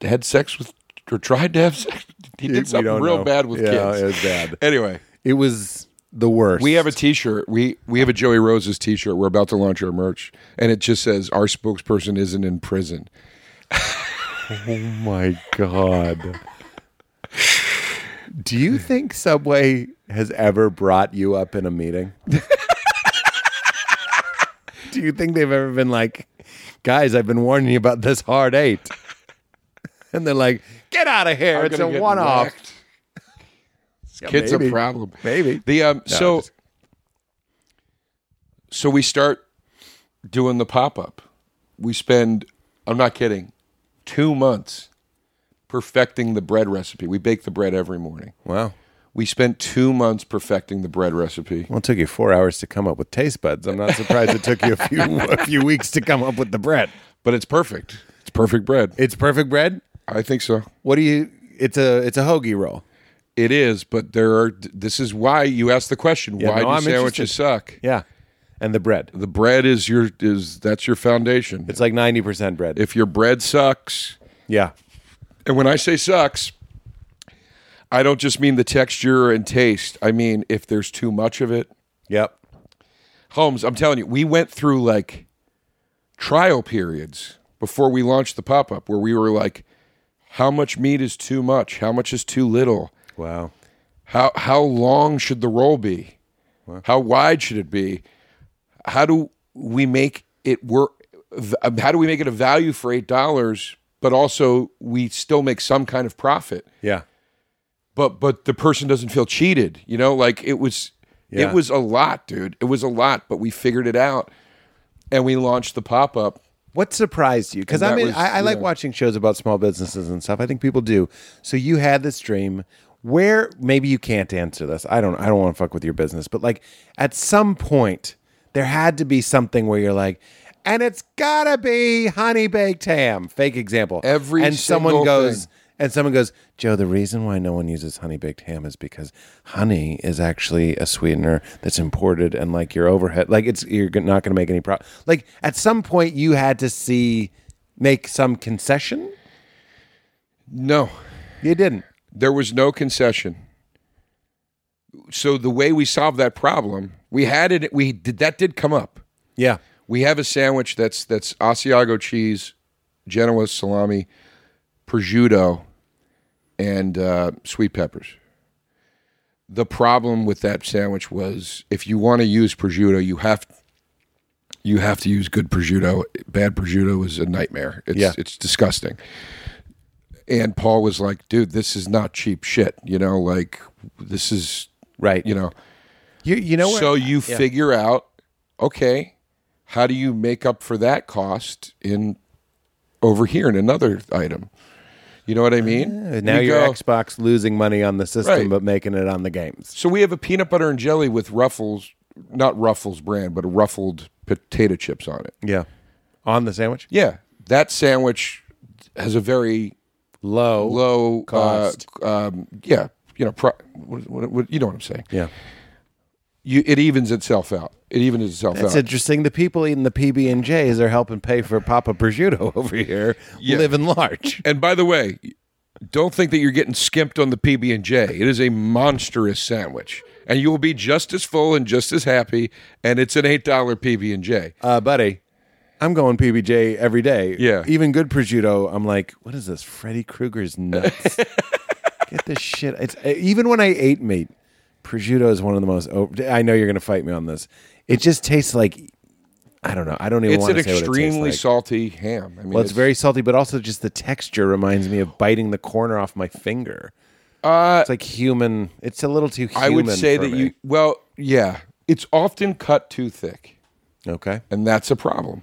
had sex with or tried to have sex. He
We
did something
don't
real
know.
bad with
yeah,
kids.
It was bad.
<laughs> Anyway,
It was
the worst.
We have a T-shirt. We we have a Joey Rose's T-shirt. We're about to launch our merch, and it just says our spokesperson isn't in prison.
Oh my god. Do you think Subway has ever brought you up in a meeting? <laughs> Do you think they've ever been like, guys, I've been warning you about this hard eight? And they're like, get out of here. it's a
gonna get
one off. <laughs>
whacked. Kids
maybe.
a problem.
Maybe.
The um so
just-
so we start doing the pop up. We spend I'm not kidding, two months perfecting the bread recipe. We bake the bread every morning.
Wow.
We spent two months perfecting the bread recipe.
Well, it took you four hours to come up with taste buds. I'm not surprised it took you a few <laughs> a few weeks to come up with the bread.
But it's perfect. It's perfect bread.
It's perfect bread.
I think so.
What do you? It's a it's a hoagie roll.
It is, but there are this is why you asked the question, why
no,
do
I'm
sandwiches
interested.
suck?
Yeah, and the bread.
The bread is your is that's your foundation.
It's like ninety percent bread.
if your bread sucks,
yeah,
And when I say sucks, I don't just mean the texture and taste. I mean if there's too much of it.
yep.
Holmes, I'm telling you, we went through like trial periods before we launched the pop up where we were like, how much meat is too much? How much is too little?
Wow.
How how long should the roll be? How wide should it be? How do we make it work? How do we make it a value for eight dollars, but also we still make some kind of profit?
Yeah.
but but the person doesn't feel cheated you know like it was
Yeah.
it was a lot dude it was a lot but we figured it out and we launched the pop-up
What surprised you? Because
And
I
that
mean,
was-
I, I like
yeah.
watching shows about small businesses and stuff. I think people do. So you had this dream where maybe you can't answer this. I don't. I don't want to fuck with your business, but like at some point there had to be something where you're like, and it's gotta be honey baked ham. Fake example.
Every
and someone
single
goes.
thing.
And someone goes, Joe, the reason why no one uses honey baked ham is because honey is actually a sweetener that's imported and like your overhead, like it's, you're g- not going to make any profit. Like at some point you had to see, make some concession.
no
You didn't.
there was no concession so the way we solved that problem we had it we did that did come up
Yeah.
we have a sandwich that's that's Asiago cheese, Genoa salami, prosciutto, and uh, sweet peppers. The problem with that sandwich was if you want to use prosciutto, you have you have to use good prosciutto. Bad prosciutto is a nightmare. It's
Yeah.
it's disgusting. And Paul was like, "Dude, this is not cheap shit. You know, like this is
Right.
you know."
You, you know what?
So you figure out, okay, how do you make up for that cost in over here in another item? You know what I mean?
Ah, now
You
your
go-
Xbox losing money on the system,
Right.
but making it on the games.
So we have a peanut butter and jelly with Ruffles, not Ruffles brand, but a ruffled potato chips on it.
Yeah. On the sandwich?
Yeah, that sandwich has a very
Low.
low uh,
Cost.
um, yeah, you know, pro- what, what, what, you know what I'm saying.
Yeah.
You, it evens itself out. It evens itself
That's
out.
interesting. The people eating the PB and J's are helping pay for Papa Prosciutto <laughs> over here, living
<laughs>
large.
And by the way, don't think that you're getting skimped on the PB and J. It is a monstrous sandwich, and you will be just as full and just as happy. And it's an eight dollar PB and J.
Uh, buddy, I'm going PBJ every day.
Yeah.
even good prosciutto. I'm like, what is this? Freddy Krueger's
<laughs>
nuts. Get this shit. It's uh, even when I ate meat, prosciutto is one of the most. o- I know you're gonna fight me on this. It just tastes like I don't know. I don't even.
It's
want to
an
say
extremely
what it tastes like.
salty ham. I mean,
Well, it's very salty, but also just the texture reminds me of biting the corner off my finger.
Uh,
It's like human. It's a little too. human
I would say
for
that
me.
you. Well, yeah, it's often cut too thick, <laughs>
Okay.
and that's a problem.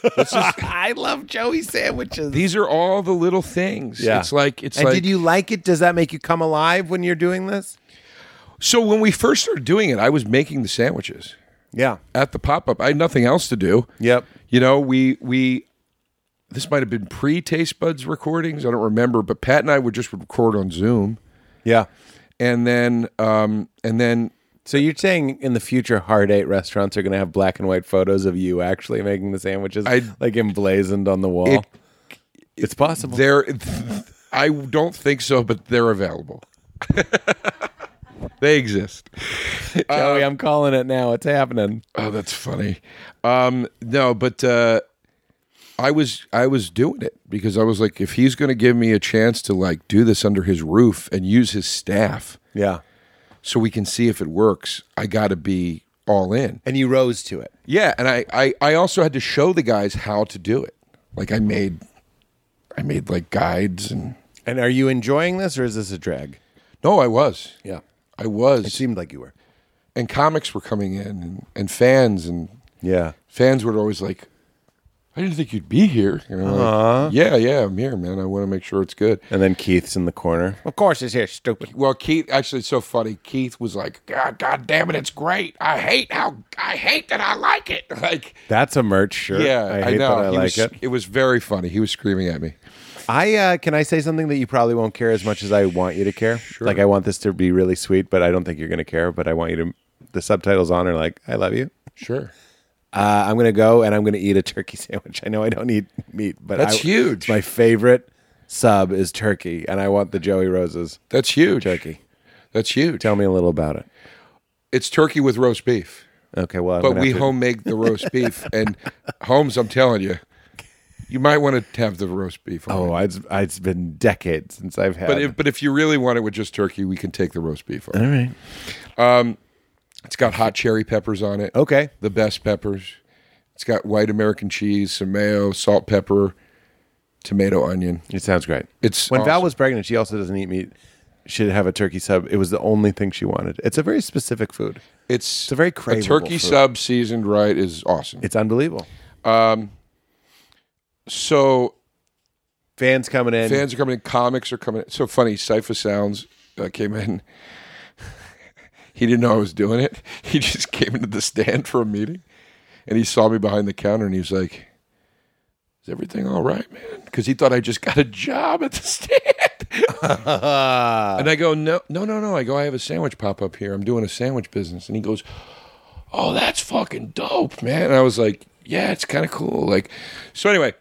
<laughs> I love Joey sandwiches.
These are all the little things.
Yeah.
It's like it's
and
like
did you like it? Does that make you come alive when you're doing this?
so when we first started doing it, I was making the sandwiches
Yeah.
at the pop up. I had nothing else to do.
Yep.
You know, we we this might have been pre Taste Buds recordings. I don't remember, but Pat and I would just record on Zoom,
Yeah.
and then um and then
So you're saying in the future, hard eight restaurants are going to have black and white photos of you actually making the sandwiches,
I-
like emblazoned on the wall.
It-
it's possible.
they're I don't think so, but they're available. <laughs> They exist.
Joey, I'm calling it now. It's happening.
Oh, that's funny. Um, no, but uh, I was I was doing it because I was like, if he's going to give me a chance to like do this under his roof and use his staff,
Yeah.
so we can see if it works, I got to be all in.
And you rose to it.
Yeah, and I, I I also had to show the guys how to do it. Like I made I made like guides and
And are you enjoying this or is this a drag?
no, I was.
Yeah.
I was.
Seemed like you were.
and comics were coming in and, and fans and
Yeah.
fans were always like I didn't think you'd be here. You know, like,
Uh-huh.
yeah, yeah, I'm here, man. I want to make sure it's good.
And then Keith's in the corner.
Of course it's here, stupid.
Well, Keith, actually, it's so funny. Keith was like, "God, God damn it, it's great. I hate how I hate that I like it." <laughs> Like,
That's a merch shirt.
yeah,
I
I,
hate
know.
that I
He
like
was-
it.
It was very funny. He was screaming at me.
I uh, can I say something that you probably won't care as much as I want you to care. Like I want this to be really sweet, but I don't think you're going to care. But I want you to. The subtitles on are like "I love you."
Sure.
Uh, I'm going to go and I'm going to eat a turkey <laughs> sandwich. I know I don't eat meat, but
That's
I-
huge.
it's My favorite sub is turkey, and I want the Joey Roses
That's huge.
turkey.
That's huge.
Tell me a little about it.
It's turkey with roast beef,
Okay, well, I'm
but
gonna
we
have to-
homemade the roast
<laughs>
beef. And Holmes, I'm telling you, you might want to have the roast beef. On
Oh,
it.
it's, it's been decades since I've had.
But if, but if you really want it with just turkey, we can take the roast beef. All right. Um, it's got hot cherry peppers on it.
okay,
the best peppers. It's got white American cheese, some mayo, salt, pepper, tomato, onion.
it sounds great.
It's
when Val
awesome.
was pregnant, she also doesn't eat meat. She'd have a turkey sub. It was the only thing she wanted. It's a very specific food.
It's,
a very
a
craveable
turkey
food.
sub seasoned right is awesome.
It's unbelievable.
so
Fans coming in.
fans are coming in, comics are coming in. So funny, Cypher Sounds uh, came in. <laughs> he didn't know I was doing it. <laughs> He just came into the stand for a meeting and he saw me behind the counter and he was like, Is everything all right, man? Because he thought I just got a job at the <laughs> stand.
Uh,
and I go, No, no, no, no. I go, I have a sandwich pop up here. I'm doing a sandwich business. And he goes, Oh, that's fucking dope, man. And I was like, Yeah, it's kind of cool. Like, so anyway,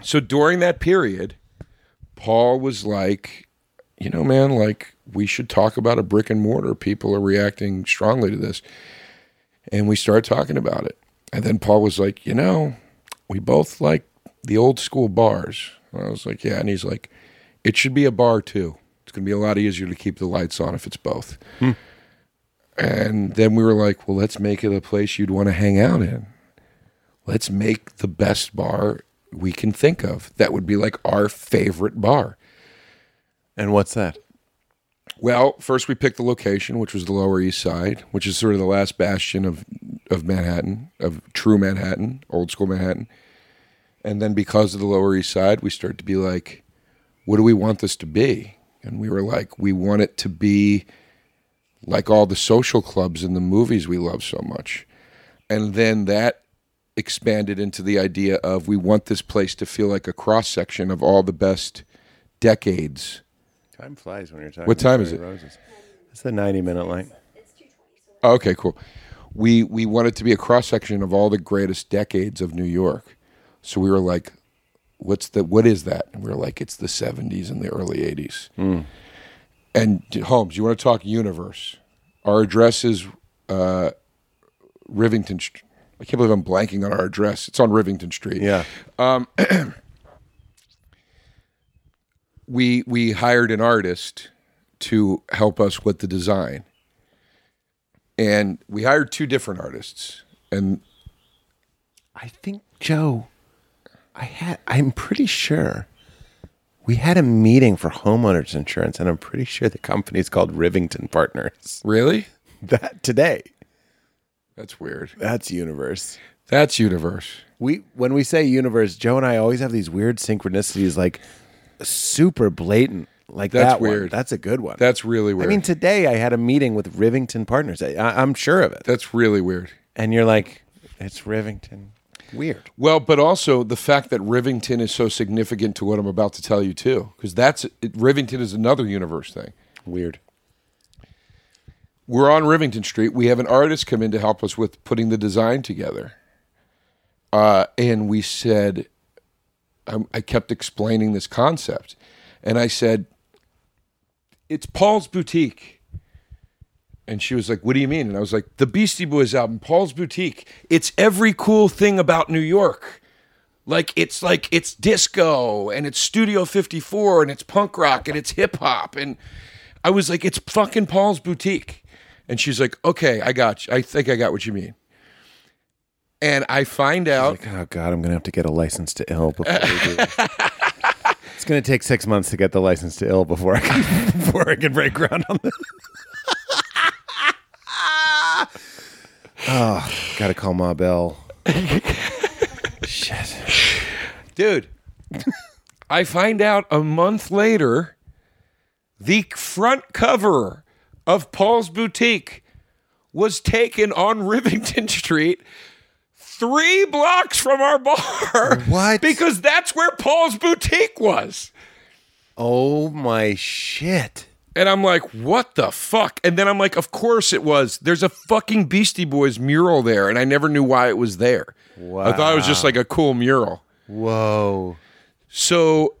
so during that period, Paul was like, you know, man, like we should talk about a brick and mortar. People are reacting strongly to this. And we started talking about it. And then Paul was like, you know, we both like the old school bars. And I was like, yeah. And he's like, it should be a bar too. It's going to be a lot easier to keep the lights on if it's both. And then we were like, well, let's make it a place you'd want to hang out in. Let's make the best bar we can think of. That would be like our favorite bar.
<laughs> and what's that?
Well, first we picked the location, which was the Lower East Side, which is sort of the last bastion of of Manhattan, of true Manhattan, old school Manhattan. And then because of the Lower East Side, we started to be like, what do we want this to be? And we were like, we want it to be like all the social clubs and the movies we love so much. And then that expanded into the idea of we want this place to feel like a cross section of all the best decades.
Time flies when you're talking.
What time is it?
Roses. It's the 90 minute line.
Okay, cool. We we wanted to be a cross section of all the greatest decades of New York. So we were like, what's the what is that? And we were like, it's the 70s and the early 80s. And d- Holmes, you want to talk universe? Our address is uh, Rivington. St- I can't believe I'm blanking on our address. It's on Rivington Street.
Yeah.
we we hired an artist to help us with the design and we hired two different artists and
I think Joe, I had. I'm pretty sure we had a meeting for homeowners insurance, and I'm pretty sure the company's called Rivington Partners.
really
That today.
that's weird
That's universe.
that's universe
we when we say universe, Joe and I always have these weird synchronicities, like super blatant. Like
That's
that one.
weird.
That's a good one.
that's really
I
weird
mean, today I had a meeting with Rivington Partners. I, I- I'm sure of it.
that's really weird
And you're like, it's Rivington. Weird.
well but also the fact that rivington is so significant to what i'm about to tell you too because that's it, rivington is another universe thing
Weird.
we're on Rivington Street. We have an artist come in to help us with putting the design together. Uh, and we said, I, I kept explaining this concept. And I said, It's Paul's Boutique. And she was like, What do you mean? And I was like, The Beastie Boys album, Paul's Boutique. It's every cool thing about New York. Like it's like it's disco and it's Studio 54 and it's punk rock and it's hip hop. And I was like, It's fucking Paul's Boutique. And she's like, Okay, I got you. I think I got what you mean. And I find out
Oh God, I'm gonna have to get a license to ill before we do this.
<laughs>
It's going to take six months to get the license to ill before I can, <laughs> before I can break ground on this. <laughs> Ah,
Gotta call Ma Bell.
dude. I find out a month later, the front cover of Paul's Boutique was taken on Rivington <laughs> Street, three blocks from our bar.
What?
Because that's where Paul's Boutique was.
Oh my shit.
And I'm like, what the fuck? And then I'm like, of course it was. There's a fucking Beastie Boys mural there, and I never knew why it was there. I thought it was just like a cool mural.
Whoa.
So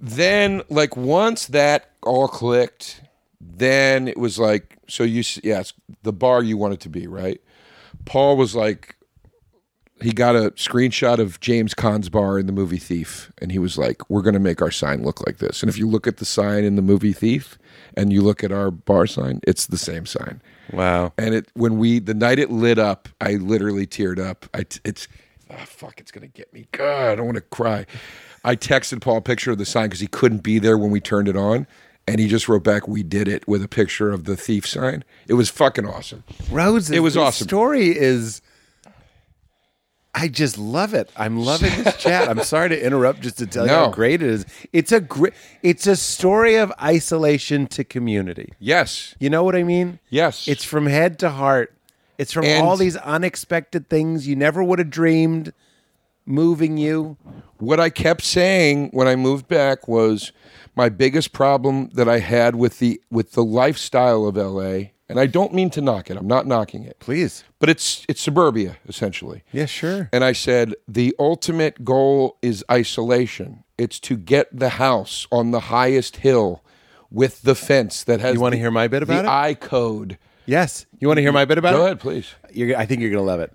then, like, once that all clicked, then it was like, so you, s- yeah, it's the bar you want it to be, right? Paul was like, he got a screenshot of James Caan's bar in the movie Thief, and he was like, we're going to make our sign look like this. And if you look at the sign in the movie Thief and you look at our bar sign, it's the same sign.
Wow.
And it when we the night it lit up, I literally teared up. I t- it's ah fuck, it's gonna get me. God, I don't want to cry. I texted Paul a picture of the sign because he couldn't be there when we turned it on, and he just wrote back, "We did it" with a picture of the thief sign. It was fucking awesome.
Roses.
It was
this
awesome.
Story is. I just love it. I'm loving
<laughs>
this chat. I'm sorry to interrupt just to tell you how
No.
great it is. It's a great it's a story of isolation to community.
Yes,
You know what I mean?
yes.
It's from head to heart. It's from
And-
all these unexpected things you never would have dreamed moving you.
what I kept saying when I moved back was my biggest problem that I had with the with the lifestyle of LA. And I don't mean to knock it. I'm not knocking it.
Please.
But it's it's suburbia essentially.
Yeah, sure.
And I said, the ultimate goal is isolation. It's to get the house on the highest hill with the fence that has.
You wanna
the-
hear my bit about
the
it?
I code.
Yes. You want to hear my bit about
Go
it?
ahead, please.
You're, I think you're going to love it.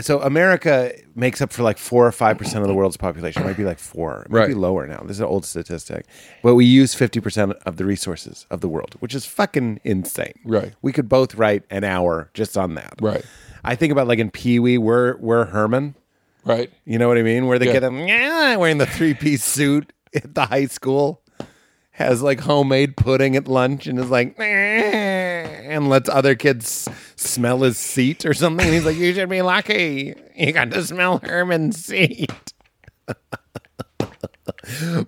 So America makes up for like four or five percent of the world's population. It might be like four, it might be
Right.
lower now. This is an old statistic, but we use fifty percent of the resources of the world, which is fucking insane.
Right.
We could both write an hour just on that.
Right.
I think about like in Pee Wee, we're we're Herman.
Right.
You know what I mean? Where they
Yeah.
get them "Yeah," wearing the three piece suit at the high school, has like homemade pudding at lunch, and is like, "Nah," and lets other kids smell his seat or something. And he's like, You should be lucky. You got to smell Herman's seat. <laughs>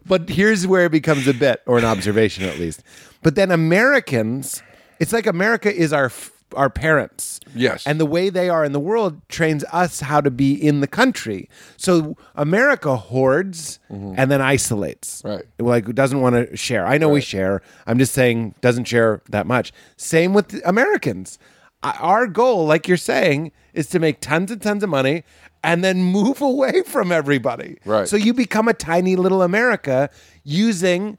but here's where it becomes a bit or an observation at least. But then Americans, it's like America is our f- our parents.
Yes.
And the way they are in the world trains us how to be in the country. So America hoards and then isolates.
Mm-hmm. Right.
Like doesn't want to share. I know we share. I'm just saying doesn't share that much. Same with the Americans. I- Our goal, like you're saying, is to make tons and tons of money and then move <laughs> away from everybody.
Right.
So you become a tiny little America using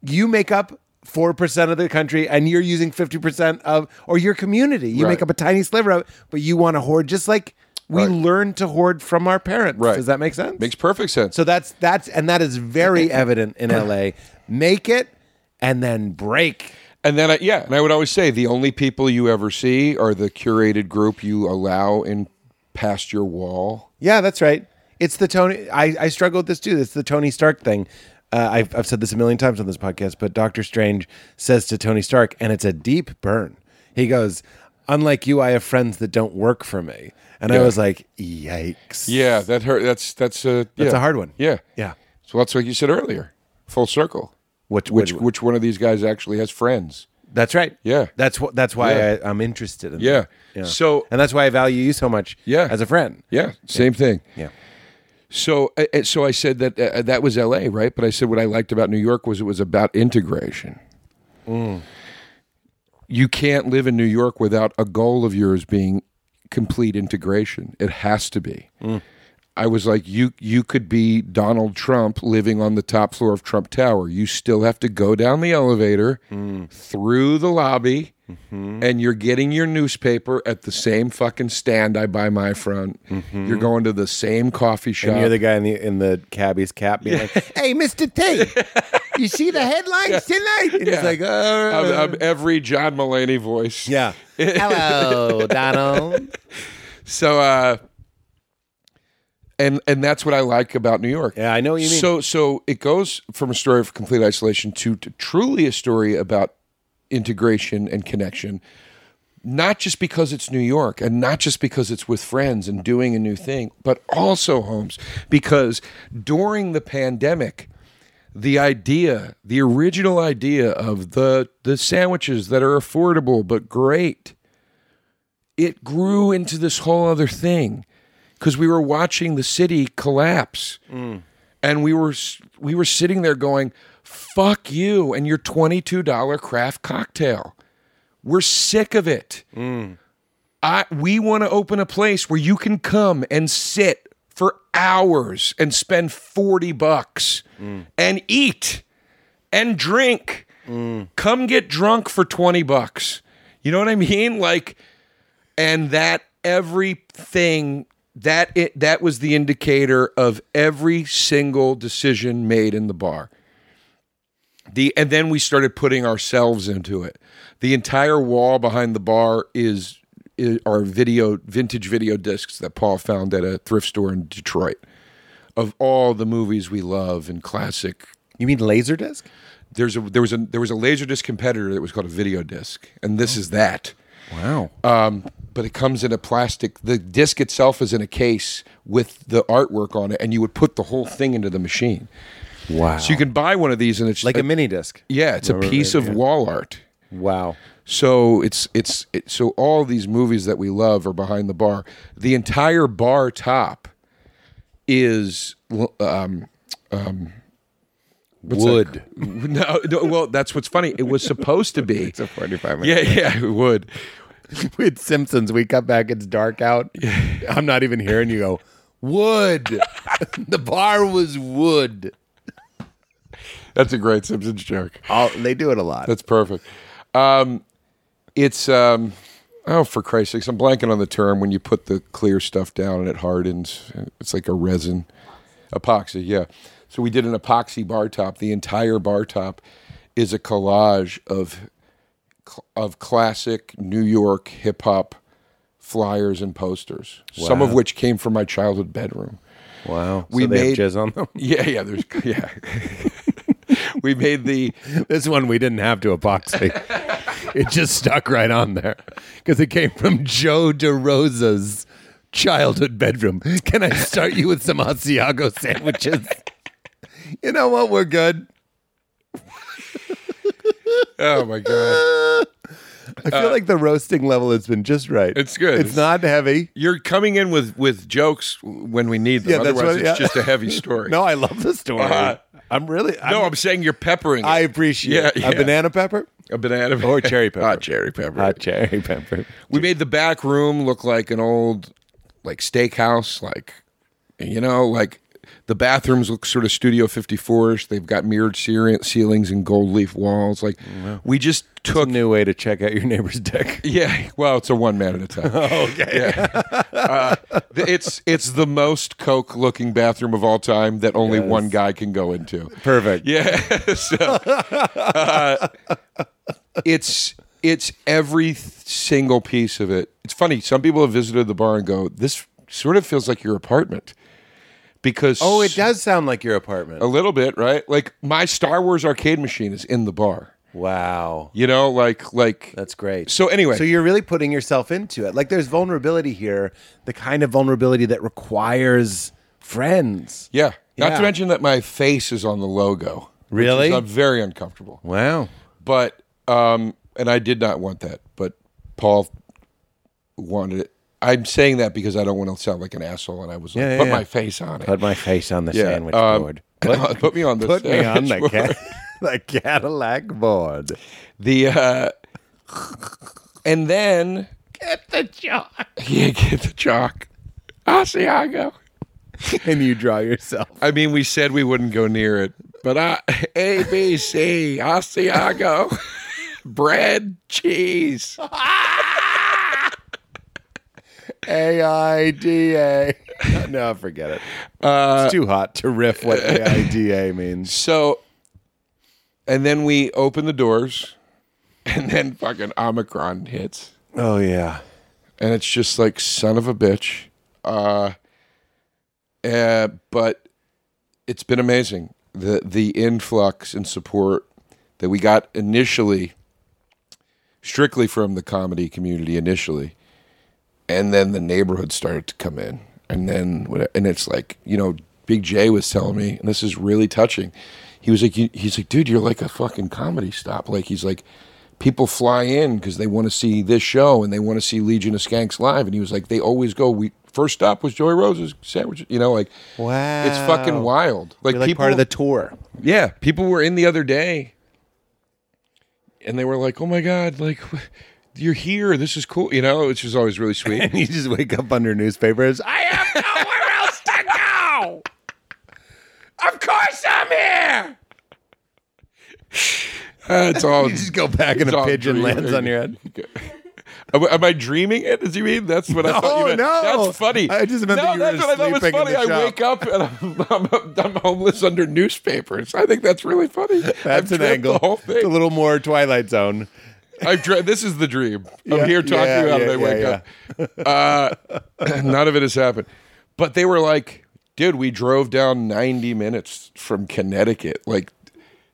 you make up 4% of the country and you're using 50% of or your community you
Right.
make up a tiny sliver of it but you want to hoard just like we
Right.
learn to hoard from our parents
Right.
does that make sense
Makes perfect sense.
so that's that's and that is
<clears throat>
very evident in la make it and then break
And then, I, yeah, and I would always say the only people you ever see are the curated group you allow in past your wall.
Yeah, that's right. It's the Tony. I, I struggle with this too. It's the Tony Stark thing. Uh, I've, I've said this a million times on this podcast, but Doctor Strange says to Tony Stark, and it's a deep burn. He goes, Unlike you, I have friends that don't work for me. And I
Yeah.
was like, Yikes.
Yeah, that hurt. That's that's a yeah.
a hard one.
Yeah,
Yeah.
So that's like you said earlier, full circle.
Which-
which
which-
which one of these guys actually has friends?
That's right.
Yeah.
That's, wh- that's why
Yeah.
I, I'm interested in
Yeah.
that. Yeah.
So-
and that's why I value you so much
Yeah.
as a friend.
Yeah, same thing.
Yeah.
So, uh, uh, so I said that uh, that was L.A., right? But I said what I liked about New York was it was about integration. You can't live in New York without a goal of yours being complete integration. It has to be.
Mm.
I was like, you you could be Donald Trump living on the top
Mm.
floor of Trump Tower. You still have to go down the elevator, through the lobby,
Mm-hmm.
and you're getting your newspaper at the same fucking stand I buy my from. You're going to the same coffee shop.
Mm-hmm. And you're the guy in the in the cabbie's cap being like, "Hey, Mister
<laughs>
T, you see the headlines tonight?" And he's like,
I'm-
"Uh,
I'm every John Mulaney voice.
"Yeah, <laughs> hello, Donald."
So, uh, and and that's what I like about New York.
Yeah, I know what you mean.
So so it goes from a story of complete isolation to, to truly a story about integration and connection. Not just because it's New York and not just because it's with friends and doing a new thing, but also Holmes because during the pandemic the idea, the original idea of the the sandwiches that are affordable but great it grew into this whole other thing because we were watching the city collapse and we were s- we were sitting there going fuck you and your $22 craft cocktail we're sick of it I, we want to open a place where you can come and sit for hours and spend 40 bucks and eat and drink come get drunk for 20 bucks you know what i mean <laughs> like and that everything that it that was the indicator of every single decision made in the bar the and then we started putting ourselves into it the entire wall behind the bar is, is our video vintage video discs that paul found at a thrift store in detroit of all the movies we love and classic
You mean Laserdisc?
there's a there was a there was a laserdisc competitor that was called a video disc and this is that Um,
Wow.
but it comes in a plastic. The disc itself is in a case with the artwork on it, and you would put the whole thing into the machine.
wow.
So you can buy one of these, and it's
Like a mini disc?
yeah, it's a piece of wall art.
Wow. <laughs>
So it's it's it, so all these movies that we love are behind the bar. The entire bar top is um, um, what's that?
Wood.
<laughs> No, no, well, that's what's funny. It was supposed <laughs> to be.
It's a forty-five minute.
yeah, yeah, it would.
With Simpsons, we come back. It's dark out. I'm not even hearing you go. <laughs> Wood. the bar was wood.
That's a great Simpsons joke.
Oh, they do it a lot.
That's perfect. Um, it's um, oh, for Christ's sakes, I'm blanking on the term when you put the clear stuff down and it hardens. It's like a resin, epoxy. Yeah. So we did an epoxy bar top. The entire bar top is a collage of of classic New York hip hop flyers and posters, some of which came from my childhood bedroom.
Wow.
We
they
made-
have jizz on them.
Yeah, yeah. There's <laughs> yeah. we made the
This one we didn't have to epoxy. it just stuck right on there because it came from Joe DeRosa's childhood bedroom. Can I start you with some Asiago sandwiches? you know what? We're good.
oh my god.
I feel like the roasting level has been just right.
Uh, it's good.
It's not heavy.
You're coming in with with jokes when we need them.
Yeah, that's
Otherwise,
what-
it's
yeah.
just
<laughs>
a heavy story.
No, I love the story.
Uh-huh.
I'm really. I'm,
no, I'm saying you're peppering. it.
I appreciate
Yeah,
it.
yeah.
a banana pepper,
a banana
or cherry pepper.
Hot cherry pepper.
hot cherry pepper.
we made the back room look like an old, like steakhouse. Like, you know, like the bathrooms look sort of Studio 54ish. They've got mirrored ceil- ceilings and gold leaf walls. Like, we just took
New way to check out your neighbor's deck.
Yeah, well, it's a one man at
<laughs>
a time. okay. Yeah. Uh, th- it's it's the most coke looking bathroom of all time that only one guy can go into.
Perfect.
Yeah. <laughs> so, uh, it's it's every th- single piece of it. It's funny. Some people have visited the bar and go, "This sort of feels like your apartment," because
Oh, it does sound like your apartment.
a little bit, right? Like my Star Wars arcade machine is in the bar.
Wow.
You know, like like
That's great.
So anyway,
So you're really putting yourself into it. Like there's vulnerability here, the kind of vulnerability that requires friends.
Yeah. Not
Yeah.
to mention that my face is on the logo. which
Really?
is- I'm very uncomfortable.
Wow.
But um and I did not want that, but Paul wanted it. I'm saying that because I don't want to sound like an asshole and I was like,
Yeah, yeah,
put
yeah.
my face on it.
Put my face on the
Yeah,
sandwich
um,
board.
<laughs> Put, me on the
Put me on the,
sandwich
ca-
board.
<laughs> the Cadillac board.
the uh and then get the chalk. <laughs> Yeah, get the chalk. Asiago.
And you draw yourself.
I mean, we said we wouldn't go <laughs> near it, but I A B C Asiago. bread, cheese.
A I D A. <laughs> No, forget it. it's too hot to riff what A I D A means.
So, and then we open the doors, and then fucking Omicron hits,
Oh yeah.
and it's just like son of a bitch. Uh, uh, but it's been amazing the the influx and support that we got initially, strictly from the comedy community initially, and then the neighborhood started to come in, and then what- and it's like you know, Big J was telling me, and this is really touching. He was like, you- he's like, dude, you're like a fucking comedy stop. Like he's like, people fly in because they want to see this show and they want to see Legion of Skanks live, and he was like, they always go. We first stop was Joy Rose's sandwich, you know, like
Wow.
it's fucking wild. Like,
You're like
people
part of the tour.
yeah, people were in the other day, and they were like, "Oh my god, like you're here. This is cool." You know, which is always really
<laughs>
sweet. <laughs>
You just wake up under newspapers. I have nowhere else to go.
of course, I'm here. Uh, it's all.
<laughs> You just go back and
it's
a
all
pigeon
dreaming.
lands on your head.
Am, am I dreaming it? Does you mean that's what I thought?
No,
You meant.
no.
that's funny.
I just meant
no,
that you were
that's what I thought was
sleeping in
funny.
the
I
shop.
wake up and I'm, <laughs> I'm, I'm homeless under newspapers. I think that's really funny.
That's
I've
an
dreamt
angle.
The whole thing.
It's a little more Twilight Zone.
I've dre- this is the dream. I'm
Yeah,
here talking
yeah,
about it. I
yeah,
wake up. Uh, <laughs> none of it has happened. But they were like, dude, we drove down 90 minutes from Connecticut. Like,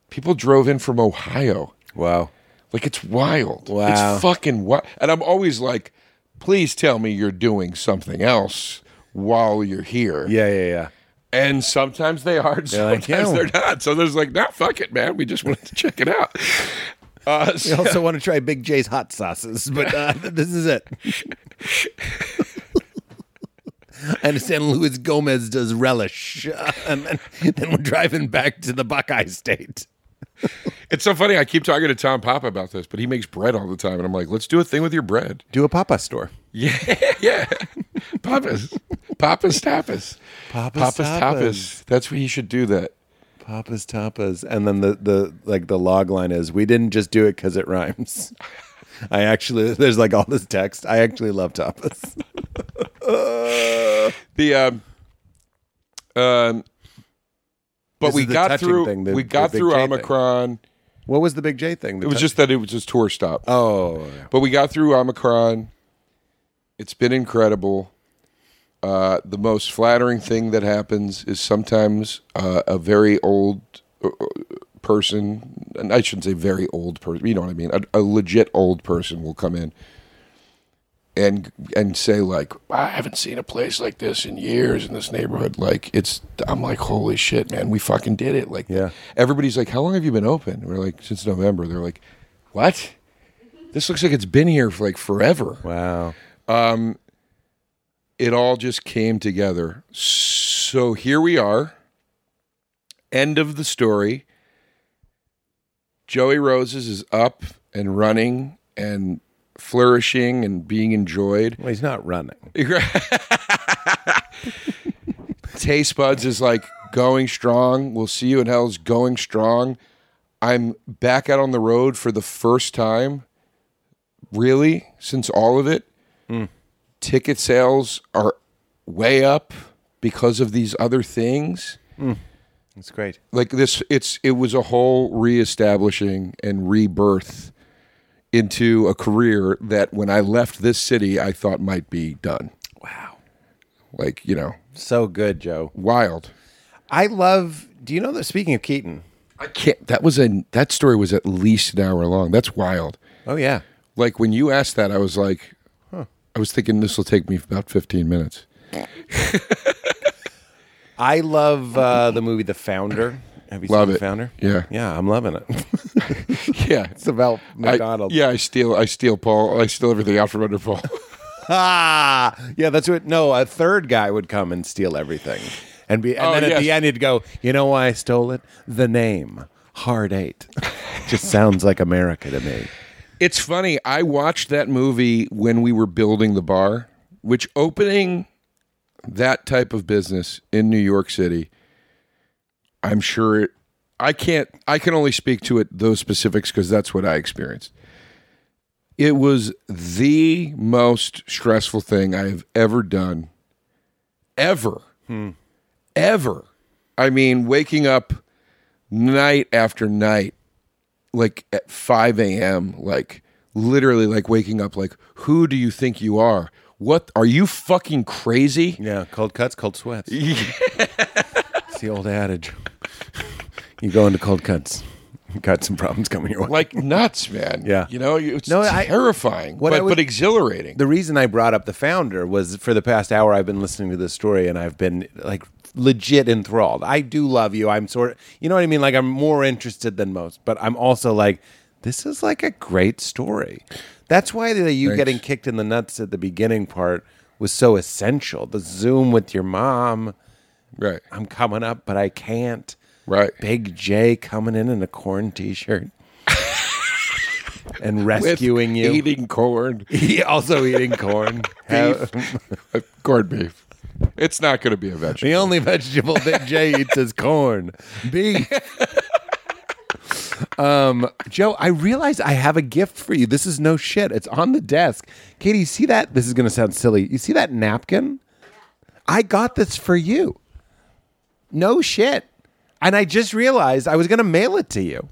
people drove in from Ohio.
Wow.
Like, it's wild.
Wow.
It's fucking wild. And I'm always like, please tell me you're doing something else while you're here.
Yeah, yeah, yeah.
And sometimes they are, and
like,
sometimes they're not. So there's like, nah, fuck it, man. We just wanted to check it out. Uh,
I
<laughs> so-
also want to try Big J's hot sauces, but uh, <laughs> this is it. I understand Luis Gomez does relish, uh, and then, then we're driving back to the Buckeye State.
It's so funny. I keep talking to Tom Papa about this, but he makes bread all the time, and I'm like, let's do a thing with
<laughs>
your bread.
Do a Papa store.
Yeah, yeah. Papa's, Papa's tapas,
Papa's
Papa's
tapas.
tapas. That's what he should do. That
Papa's tapas, and then the the like the log line is we didn't just do it because it rhymes. <laughs> I actually there's like all this text. I actually love tapas.
the um, um. But
This
we
is the
got,
touching
through,
thing, the-
we got
the big
through.
J thing.
Omicron.
What was the Big J thing?
It was just that it was just tour stop.
oh
But we got through Omicron. It's been incredible. Uh, the most flattering thing that happens is sometimes uh, a very old uh, person, and I shouldn't say very old person, you know what I mean? A, a legit old person will come in and and say like, I haven't seen a place like this in years in this neighborhood. Like it's, I'm like, holy shit, man, we fucking did it. Like,
Yeah.
everybody's like, how long have you been open? We're like, since November. They're like, what? This looks like it's been here for like forever. Um,
wow.
It all just came together. So here we are. End of the story. Joey Roses is up and running and flourishing and being enjoyed.
Well, he's not running.
<laughs> Taste Buds is like going strong. We'll see you in hell's going strong. I'm back out on the road for the first time, really, since all of it. Ticket sales are way up because of these other things
It's great.
like this it's it was a whole reestablishing and rebirth into a career that when I left this city I thought might be done. Wow. Like, you know,
So good, Joe.
wild.
I love. Do you know that? Speaking of Keaton,
I can't that was a that story was at least an hour long. That's wild.
oh yeah,
Like when you asked that I was like I was thinking this will take me about 15 minutes.
I love uh, the movie The Founder. Have you
Love
seen
it.
The Founder?
Yeah.
yeah, I'm loving it. <laughs>
Yeah.
it's about
I-
McDonald's.
yeah, I steal I steal Paul. I steal everything out from under Paul. <laughs>
Ah, <laughs> yeah, that's what. No, a third guy would come and steal everything, and be, and
Oh,
then at
yes.
the end he'd go, "You know why I stole it? The name, Hard Eight. <laughs> Just sounds like America to me."
It's funny. I watched that movie when we were building the bar, which opening that type of business in New York City, I'm sure it, I can't. I can only speak to it those specifics because that's what I experienced. It was the most stressful thing I have ever done, ever, ever. I mean, waking up night after night, like at five a.m., like literally, like waking up, like who do you think you are? What are you fucking crazy?
Yeah, cold cuts, cold
<laughs>
sweats. it's the old adage. You go into cold cuts, you got some problems coming your way.
like nuts, man.
Yeah.
you know, it's
No, I-
terrifying,
what I
but,
would-
but exhilarating.
The reason I brought up the founder was for the past hour I've been listening to this story and I've been like legit enthralled. I do love you. I'm sort of, you know what I mean? Like I'm more interested than most, but I'm also like, this is like a great story. That's why the you getting kicked in the nuts at the beginning part was so essential. The Zoom with your mom.
right,
I'm coming up, but I can't.
right.
Big J coming in in a corn t-shirt and rescuing you.
eating corn,
<laughs>
uh,
He also eating corn. How-
corned beef. It's not going to be a
the
vegetable.
only vegetable Big J eats is corn. Beef. um, Joe, I realize I have a gift for you. This is no shit. It's on the desk. Katie, you see that? This is going to sound silly. You see that napkin? I got this for you. No shit. And I just realized I was going to mail it to you.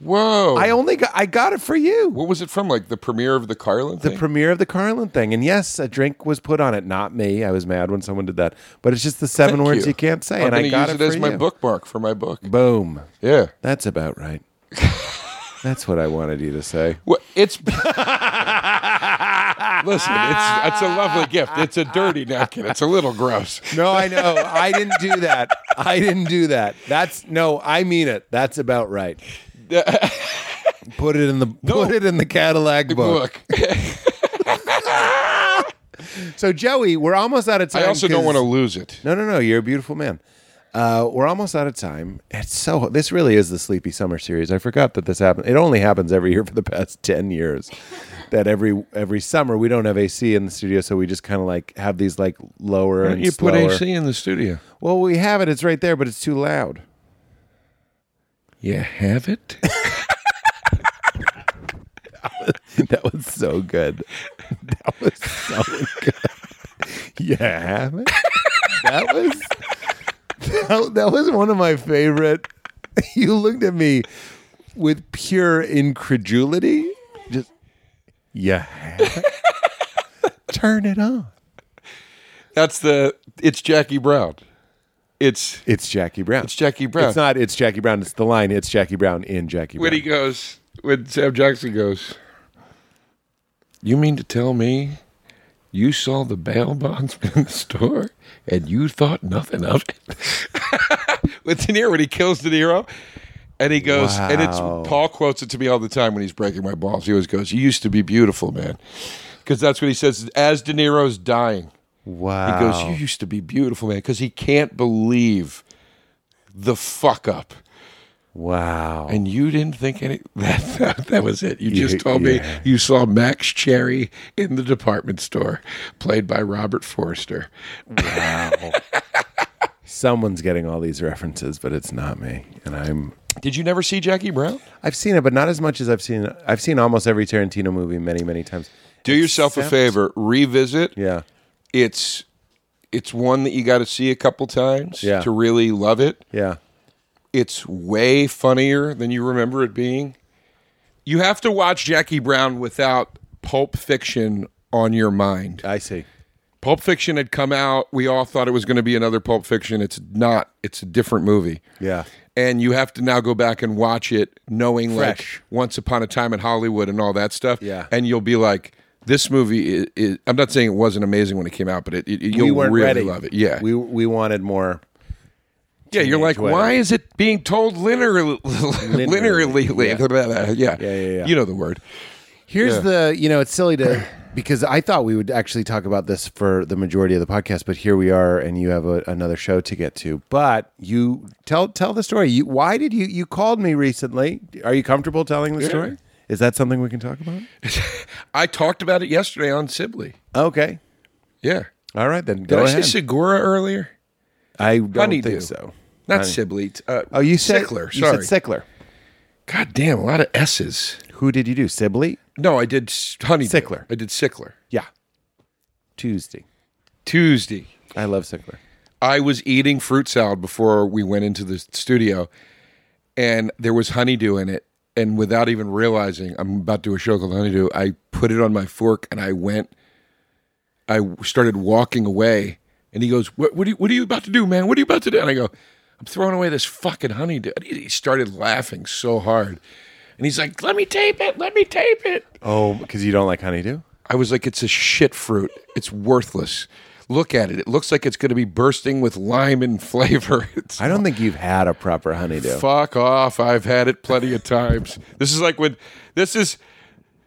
Whoa!
I only got I got it for you.
what was it from? Like the premiere of the Carlin
the
thing?
premiere of the Carlin thing. And yes, a drink was put on it. Not me. I was mad when someone did that. But it's just the seven
Thank
words you. can't say.
I'm
and I
gonna
got it,
use as
for
my
you.
bookmark for my book.
Boom.
Yeah.
That's about <laughs> right. That's what I wanted you to say.
Well,
<laughs>
it's listen. It's it's a lovely gift. It's a dirty napkin. It's a little gross.
No, I know. I didn't do that. I didn't do that. That's no. I mean it. That's about right. <laughs> put it in the put it in the Cadillac book.
Look, <laughs>
So Joey, we're almost out of time.
I also don't
'cause-
want to lose it.
No, no, no. You're a beautiful man. Uh, we're almost out of time. It's so. This really is the Sleepy Summer series. I forgot that this happened. It only happens every year for the past <laughs> ten years. that every every summer we don't have AC in the studio, so we just kind of like have these like lower and
You put
slower-
AC in the studio.
Well, we have it. It's right there, but it's too loud.
You have it.
<laughs> That was so good. <laughs> That was so good. Yeah, that was that, that was one of my favorite. <laughs> You looked at me with pure incredulity. Just yeah, turn it <laughs> on.
That's the. It's Jackie Brown. It's
It's Jackie Brown.
it's Jackie Brown.
It's not. It's Jackie Brown. It's the line. It's Jackie Brown in Jackie
when
Brown.
he goes, when Sam Jackson goes, you mean to tell me you saw the bail bondsman <laughs> in the store and you thought nothing of it? <laughs> With De Niro when he kills De Niro. And he goes, and it's Paul quotes it to me all the time when he's breaking my balls. He always goes, "You used to be beautiful, man," because that's what he says as De Niro's dying.
wow.
He goes, You used to be beautiful, man, because he can't believe the fuck up.
wow.
And you didn't think any <laughs> that that, that was it. You just told
yeah.
me you saw Max Cherry in the department store, played by Robert Forster.
Someone's getting all these references, but it's not me, and I'm
Did you never see Jackie Brown?
I've seen it, but not as much as I've seen. I've seen almost every Tarantino movie many, many times.
Do yourself a
Except-
favor, revisit.
Yeah,
It's it's one that you got to see a couple times
Yeah.
to really love it.
yeah.
it's way funnier than you remember it being. You have to watch Jackie Brown without Pulp Fiction on your mind.
I see.
Pulp Fiction had come out. We all thought it was going to be another Pulp Fiction. It's not. It's a different movie.
Yeah.
And you have to now go back and watch it knowing
Fresh.
like Once Upon a Time in Hollywood and all that stuff.
Yeah.
And you'll be like, this movie is, is I'm not saying it wasn't amazing when it came out, but it, it- you'll
we weren't
really
ready.
love it. Yeah.
we we wanted more.
Yeah, you're like,
wedding.
why is it being told linearly? linearly, yeah. Yeah.
yeah.
You know the word.
Here's
Yeah.
the you know it's silly to because I thought we would actually talk about this for the majority of the podcast, but here we are, and you have a, another show to get to. But you tell tell the story. You why did you you called me recently? Are you comfortable telling the story? Is that something we can talk about?
I talked about it yesterday on Sibley.
Okay.
Yeah.
All right then.
Did
Go
I
ahead.
say Segura earlier?
I don't
Honeydew.
think so.
Not Sibley. t- Uh,
Oh, you said
Sickler.
You
Sorry.
said Sickler.
God damn, a lot of S's.
Who did you do? Sibley.
No, I did s- Honeydew.
Sickler.
I did Sickler.
Yeah. Tuesday.
Tuesday.
I love Sickler.
I was eating fruit salad before we went into the studio, and there was honeydew in it. And without even realizing, I'm about to do a show called Honeydew. I put it on my fork and I went. I started walking away, and he goes, "What? What are you, what are you about to do, man? What are you about to do?" And I go, "I'm throwing away this fucking honeydew." And he he started laughing so hard, and he's like, "Let me tape it. Let me tape it."
Oh, because you don't like honeydew?
I was like, it's a shit fruit. It's worthless. Look at it. It looks like it's going to be bursting with lime and flavor. <laughs> It's
I don't think you've had a proper honeydew.
fuck off. I've had it plenty of times. This is like when this is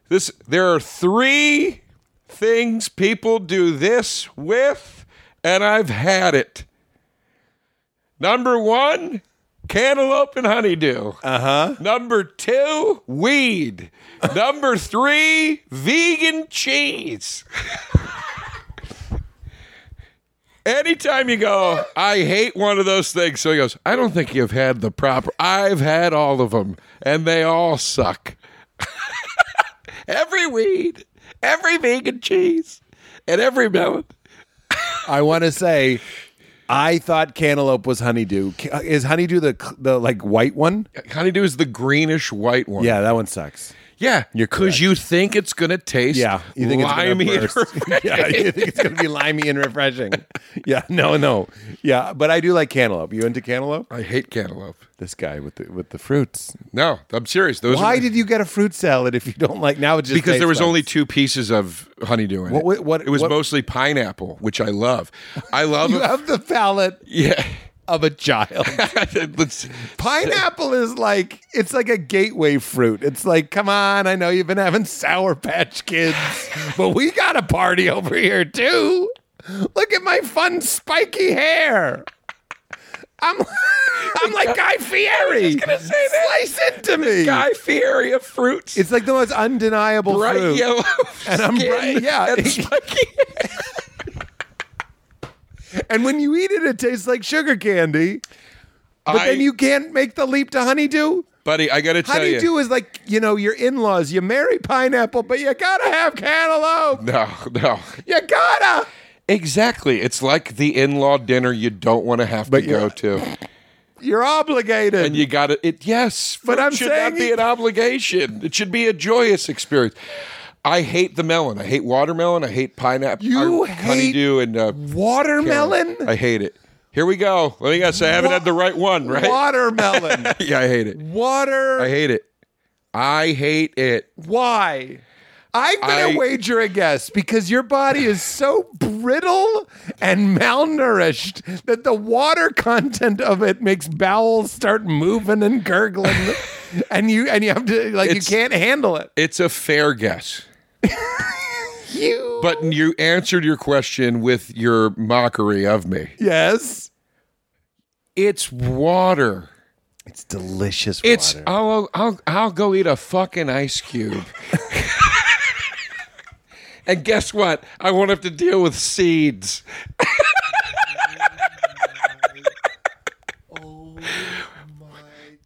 this. There are three things people do this with, and I've had it. Number one, cantaloupe and honeydew. Uh huh. Number two, weed. Number three, vegan cheese. Anytime you go, I hate one of those things. So he goes, I don't think you've had the proper. I've had all of them, and they all suck. <laughs> every weed, every vegan cheese, and every melon.
I want to say, I thought cantaloupe was honeydew. Ca- Is honeydew the the like white one?
Honeydew is the greenish white one.
Yeah, that one sucks.
yeah.
You're correct.
because you think it's gonna taste.
Yeah, you think
limey
it's gonna
and-
burst. <laughs> yeah, you think it's gonna be limey and refreshing. <laughs> Yeah, no, no, yeah, but I do like cantaloupe. You into cantaloupe?
<laughs> I hate cantaloupe.
This guy with the with the fruits.
No, I'm serious. Those
Why
are,
did you get a fruit salad if you don't like? Now it just
because there was
tastes like-
only two pieces of honeydew in
What-
it.
what- what-
it was
what-
mostly pineapple, which I love. <laughs> I love.
<laughs> You have the palate
yeah.
of a child.
<laughs> Let's-
Pineapple is like it's like a gateway fruit. It's like, come on, I know you've been having sour patch kids, but we got a party over here too. Look at my fun spiky hair. I'm I'm like Guy Fieri. Slice into me.
Guy Fieri of fruits.
it's like the most undeniable
bright
fruit.
yellow.
<laughs> And I'm
skin
bright- yeah. <laughs>
And spiky.
And when you eat it, it tastes like sugar candy. But
I-
then you can't make the leap to honeydew.
buddy, I gotta tell you.
Honeydew is like, you know, your in laws. You marry pineapple, but you gotta have cantaloupe.
No, no.
You gotta.
Exactly. It's like the in-law dinner you don't want to have to
you're-
go to,
You're obligated.
and you got to. It yes,
But
fruit
I'm
should
saying
not be
it-
an obligation. It should be a joyous experience. I hate the melon. I hate watermelon. I hate pineapple.
You
or
hate
honeydew and uh,
watermelon?
I hate it. Here we go. Let me guess. I haven't
Wa-
had the right one, right?
Watermelon.
<laughs> yeah, I hate it.
Water.
I hate it. I hate it.
Why? I'm gonna
I-
wager a guess because your body is so brittle and malnourished that the water content of it makes bowels start moving and
<laughs>
gurgling, and you and you have to like
It's-
you can't handle it.
It's a fair guess.
You
But you answered your question with your mockery of me.
yes,
It's water.
it's delicious.
It's I'll, I'll I'll go eat a fucking ice cube. and guess what? I won't have to deal with seeds.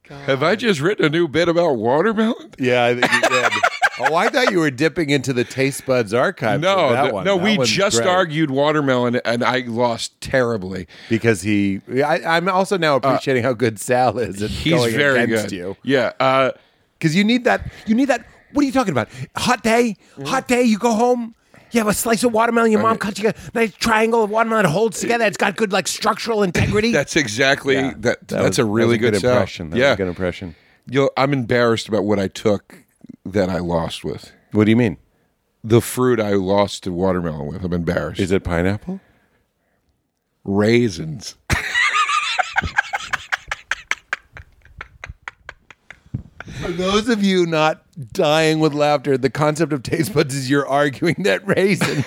Have I just written a new bit about watermelon?
Yeah, I think you did. <laughs> oh, I thought you were dipping into the Taste Buds archive.
No,
for that
th-
one.
no,
That
we
one's
just
great.
argued watermelon, and I lost terribly.
because he. I, I'm also now appreciating how good Sal is. At
Uh, He's
going
very
against
good.
you
Yeah, uh,
because you need that. You need that. What are you talking about? Hot day, hot day. You go home. You have a slice of watermelon. Your mom cuts you a nice triangle of watermelon. Holds together. It's got good like structural integrity.
that's exactly that. that's
was-
a really
that was a
sell.
impression. That was
yeah,
a good impression.
You'll, I'm embarrassed about what I took that I lost with
What do you mean?
the fruit I lost to watermelon with. I'm embarrassed.
Is it pineapple?
raisins? <laughs>
For those of <laughs> you not dying with laughter, the concept of taste buds is you're arguing that raisins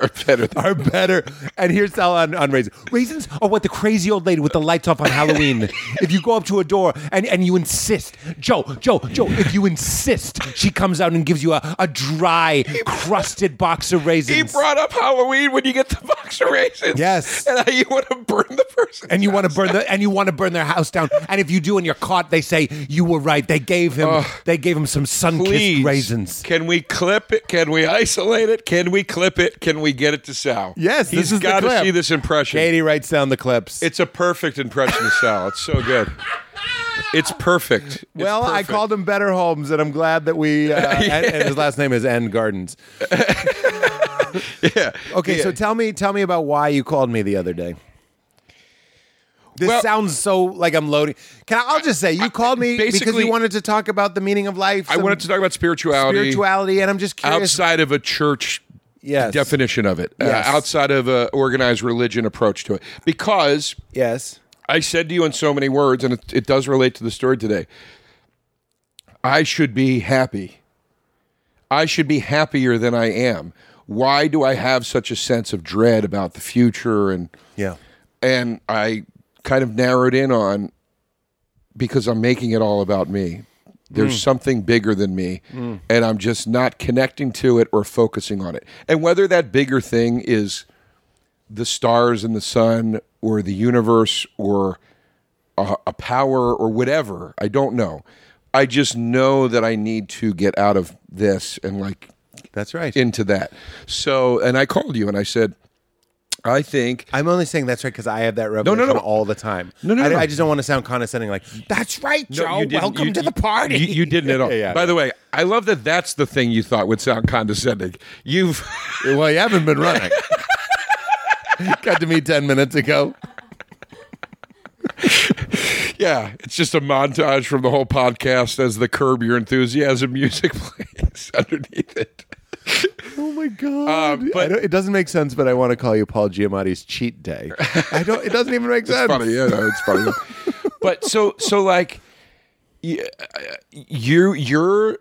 or better than
are better. And here's how on, on raisins. Raisins are what the crazy old lady with the lights off on Halloween. if you go up to a door and, and you insist, Joe, Joe, Joe, if you insist, she comes out and gives you a, a dry, crusted box of raisins.
He brought up Halloween when you get the box of raisins.
Yes.
And how you want to burn the person.
and you want to burn the and you want to burn their house down. And if you do, and you're caught, they say you were right. They gave him they gave him some sun-kissed
please
raisins.
Can we clip it? Can we isolate it? Can we clip it? Can we get it to Sal?
Yes, this
he's
is the
got to
clip.
see this impression.
Katie writes down the clips.
It's a perfect impression of Sal. It's so good. It's perfect. It's
well, I
perfect.
called him Better Homes, and I'm glad that we.
<laughs>
Uh, and, and his last name is N Gardens.
Yeah.
Okay, so tell me, tell me about why you called me the other day. This
Well-
sounds so like I'm loading. Can I, I'll just say you called me because
basically-
you wanted to talk about the meaning of life.
I
some
wanted to talk about spirituality,
spirituality, and I'm just curious.
outside of a church
yes,
definition of it,
Yes.
uh, outside of a organized religion approach to it, because
Yes,
I said to you in so many words, and it, it does relate to the story today. I should be happy. I should be happier than I am. Why do I have such a sense of dread about the future? And
yeah,
and I kind of narrowed in on because I'm making it all about me. There's something bigger than me, and I'm just not connecting to it or focusing on it. And whether that bigger thing is the stars and the sun or the universe or a, a power or whatever. I don't know. I just know that I need to get out of this and like
that's right.
into that. So, and I called you and I said, I think
I'm only saying that's right because I have that revelation
no.
all the time.
No, no,
I,
no.
I just don't want to sound condescending. Like that's right, Joe.
you didn't.
Welcome
You-
to
you-
the party.
You, you didn't at
<laughs>
all.
Yeah, yeah,
By
yeah.
the way, I love that that's the thing you thought would sound condescending. You've <laughs>
well, you haven't been running. <laughs> Got to me ten minutes ago.
yeah, it's just a montage from the whole podcast as the curb your enthusiasm music <laughs> plays underneath it.
Oh my god!
Uh, but-
I don't- it doesn't make sense, but I want to call you Paul Giamatti's cheat <laughs> day. I don't. It doesn't even make sense.
It's funny, yeah, no, it's funny. but so so like y- uh, you you're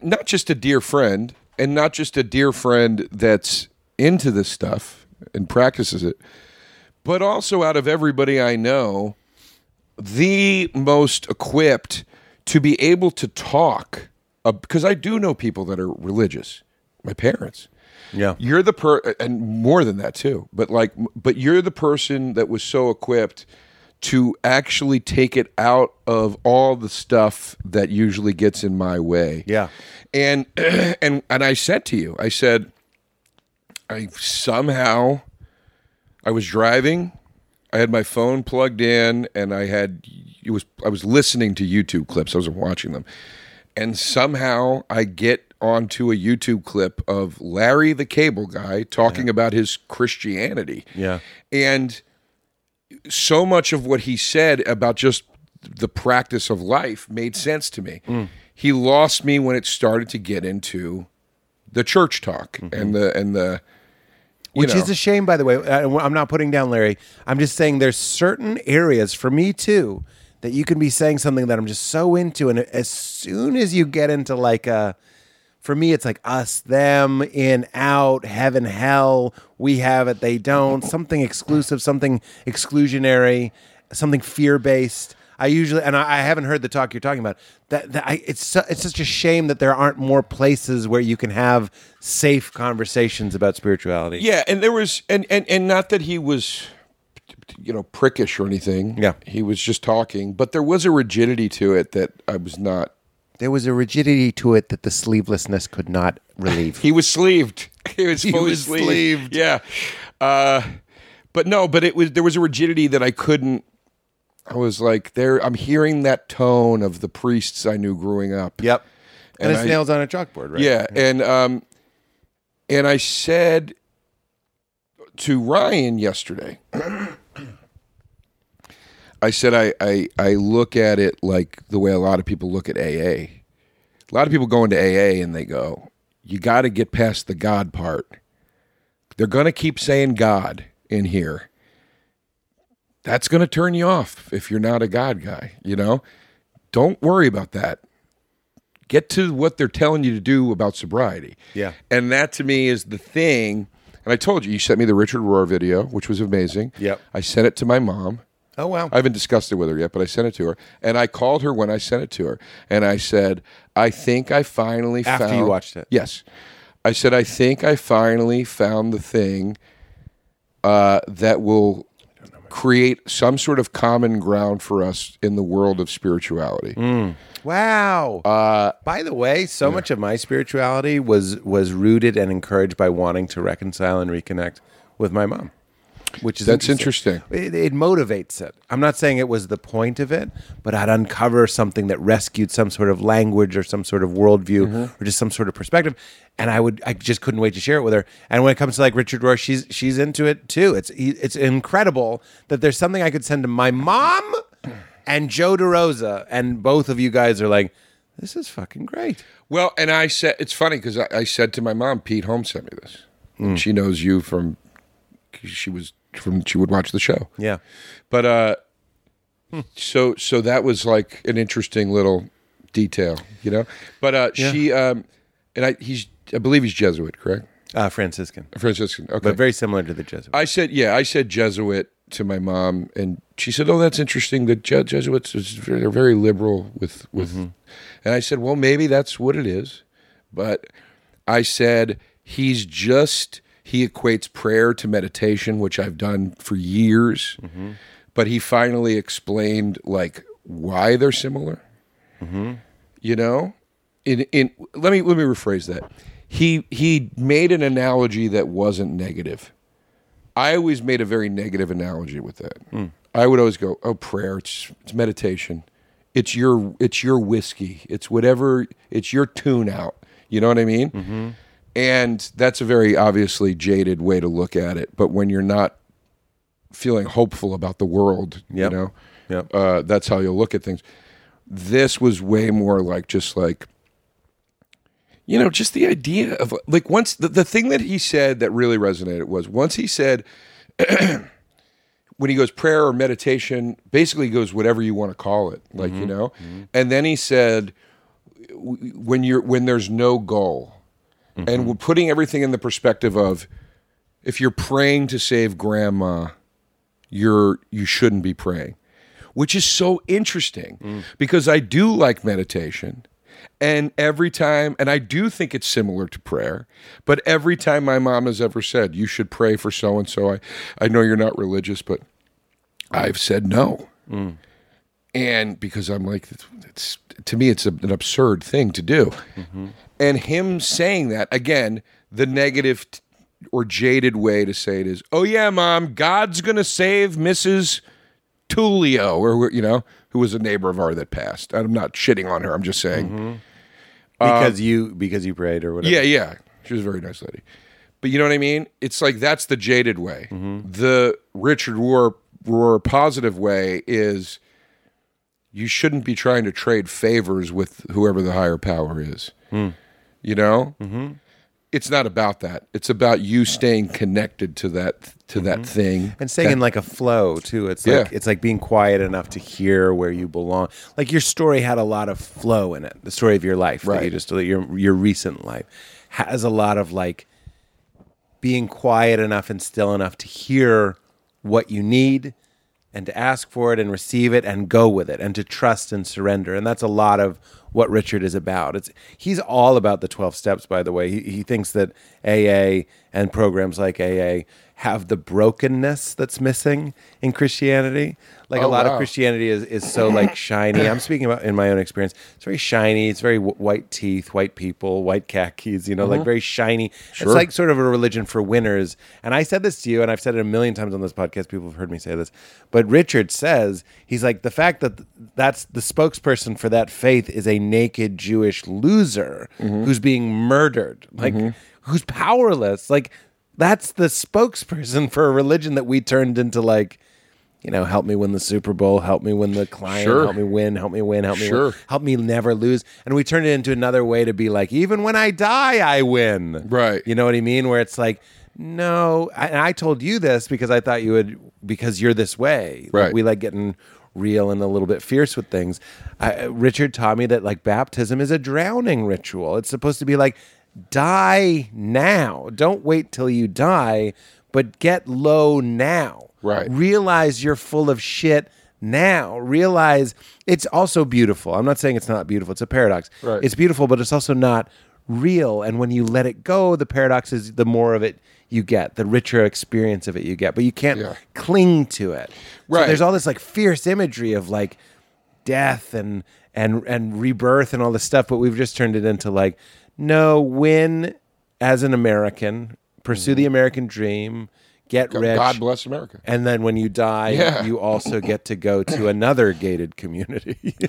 not just a dear friend and not just a dear friend that's into this stuff and practices it, but also out of everybody I know, the most equipped to be able to talk uh, because I do know people that are religious, my parents.
Yeah.
You're the per and more than that too. But like but you're the person that was so equipped to actually take it out of all the stuff that usually gets in my way.
Yeah.
And <clears throat> and and I said to you, I said I somehow I was driving, I had my phone plugged in and I had it was I was listening to YouTube clips. I wasn't watching them. And somehow I get onto a YouTube clip of Larry the Cable Guy talking about his Christianity.
Yeah.
And so much of what he said about just the practice of life made sense to me.
Mm.
He lost me when it started to get into the church talk and the and the you
Mm-hmm. Which
know.
is a shame, by the way. I- I'm not putting down Larry. I'm just saying there's certain areas for me too that you can be saying something that I'm just so into, and as soon as you get into like a, for me, it's like us, them, in, out, heaven, hell. We have it, they don't. Something exclusive, something exclusionary, something fear based. I usually, and I, I haven't heard the talk you're talking about. That, that I, it's su- it's such a shame that there aren't more places where you can have safe conversations about spirituality.
Yeah, and there was and and and not that he was you know prickish or anything.
Yeah.
He was just talking, but there was a rigidity to it that I was not
There was a rigidity to it that the sleevelessness could not relieve.
<laughs> He was sleeved. He was fully
was
sleeved.
sleeved.
Yeah. Uh, but no, but it was there was a rigidity that I couldn't I was like there I'm hearing that tone of the priests I knew growing up.
yep. And,
And
it's
I-
nails on a chalkboard, right?
Yeah, and um, and I said to Ryan yesterday, <clears throat> I said I, I I look at it like the way a lot of people look at AA. A lot of people go into AA and they go, you got to get past the God part. They're gonna keep saying God in here. That's gonna turn you off if you're not a God guy. You know, don't worry about that get to what they're telling you to do about sobriety.
Yeah.
And that to me is the thing And I told you, you sent me the Richard Rohr video, which was amazing.
Yep.
I sent it to my mom.
Oh, wow.
I haven't discussed it with her yet, but I sent it to her, and I called her when I sent it to her, and I said, "I think I finally
After
found."
you watched it.
yes. I said, "I think I finally found the thing uh, that will create some sort of common ground for us in the world of spirituality."
Mm. Wow.
Uh,
By the way, so much of my spirituality was was rooted and encouraged by wanting to reconcile and reconnect with my mom, which is
That's interesting.
It, it motivates it. I'm not saying it was the point of it, but I'd uncover something that rescued some sort of language or some sort of worldview or just some sort of perspective, and I would I just couldn't wait to share it with her. And when it comes to like Richard Rohr, she's she's into it too. It's it's incredible that there's something I could send to my mom and Joe DeRosa, and both of you guys are like. This is fucking great.
Well, and I said it's funny because I, I said to my mom, Pete Holmes sent me this.
Mm.
And she knows you from 'cause she was from she would watch the show.
Yeah.
But uh, so so that was like an interesting little detail, you know. But uh, she um, and I he's I believe he's Jesuit, correct?
Uh, Franciscan.
Franciscan. Okay.
But very similar to the Jesuit.
I said, yeah, I said Jesuit to my mom, and she said, oh, that's interesting. The Je- Jesuits is very, they're very liberal with with, and I said, well, maybe that's what it is, but I said he's just he equates prayer to meditation, which I've done for years, but he finally explained like why they're similar. You know, in in let me let me rephrase that. He he made an analogy that wasn't negative. I always made a very negative analogy with that.
Hmm.
I would always go, "Oh, prayer, it's, it's meditation. It's your it's your whiskey. It's whatever. It's your tune out. You know what I mean?"
Mm-hmm.
And that's a very obviously jaded way to look at it. But when you're not feeling hopeful about the world,
Yep.
you know,
Yep.
uh, that's how you'll look at things. This was way more like just like you know, just the idea of like once the, the thing that he said that really resonated was once he said, <clears throat> when he goes prayer or meditation, basically he goes whatever you want to call it, like, you know, and then he said, w- when you're, when there's no goal and we're putting everything in the perspective of if you're praying to save grandma, you're, you shouldn't be praying, which is so interesting because I do like meditation. And every time, and I do think it's similar to prayer, but every time my mom has ever said, you should pray for so and so, I, I know you're not religious, but I've said no. And because I'm like, it's, it's- to me, it's a- an absurd thing to do. And him saying that, again, the negative t- or jaded way to say it is, oh, yeah, mom, God's going to save Mrs. Tulio, or, you know, who was a neighbor of ours that passed. I'm not shitting on her. I'm just saying.
because you because you prayed or whatever.
Yeah, yeah. She was a very nice lady. But you know what I mean? It's like that's the jaded way. The Richard Rohr, Rohr positive way is you shouldn't be trying to trade favors with whoever the higher power is. You know? Hmm. Mm-hmm. It's not about that. It's about you staying connected to that to that thing.
And staying in like a flow too. It's
Yeah.
like it's like being quiet enough to hear where you belong. Like your story had a lot of flow in it. The story of your life, That you
Right.
just your your recent life has a lot of like being quiet enough and still enough to hear what you need and to ask for it and receive it and go with it and to trust and surrender. And that's a lot of what Richard is about. It's he's all about the 12 steps by the way. He he thinks that AA and programs like AA have the brokenness that's missing in Christianity. Like a
Oh,
lot of
wow.
Christianity is is so like shiny. I'm speaking about in my own experience. It's very shiny. It's very w- white teeth, white people, white khakis, you know, like very shiny. It's like sort of a religion for winners. And I said this to you, and I've said it a million times on this podcast. People have heard me say this. But Richard says, he's like, the fact that th- that's the spokesperson for that faith is a naked Jewish loser who's being murdered, like, who's powerless. Like, that's the spokesperson <laughs> for a religion that we turned into like, you know, help me win the Super Bowl, help me win the client,
Sure.
help me win, help me win, help me
Sure.
win, help me never lose. And we turned it into another way to be like, even when I die, I win.
Right.
You know what I mean? Where it's like, no, I- and I told you this because I thought you would, because you're this way. Like,
Right.
we like getting real and a little bit fierce with things. I, Richard taught me that like baptism is a drowning ritual. It's supposed to be like, die now. Don't wait till you die, but get low now.
Right.
Realize you're full of shit now. Realize it's also beautiful. I'm not saying it's not beautiful. It's a paradox.
Right.
It's beautiful, but it's also not real. And when you let it go, the paradox is the more of it you get, the richer experience of it you get. But you can't
Yeah.
cling to it. So
Right.
there's all this like fierce imagery of like death and and and rebirth and all this stuff, but we've just turned it into like, no, win as an American, pursue the American dream, get rich.
Mm-hmm. God bless America.
And then when you die,
Yeah.
you also get to go <coughs> to another gated community. <laughs>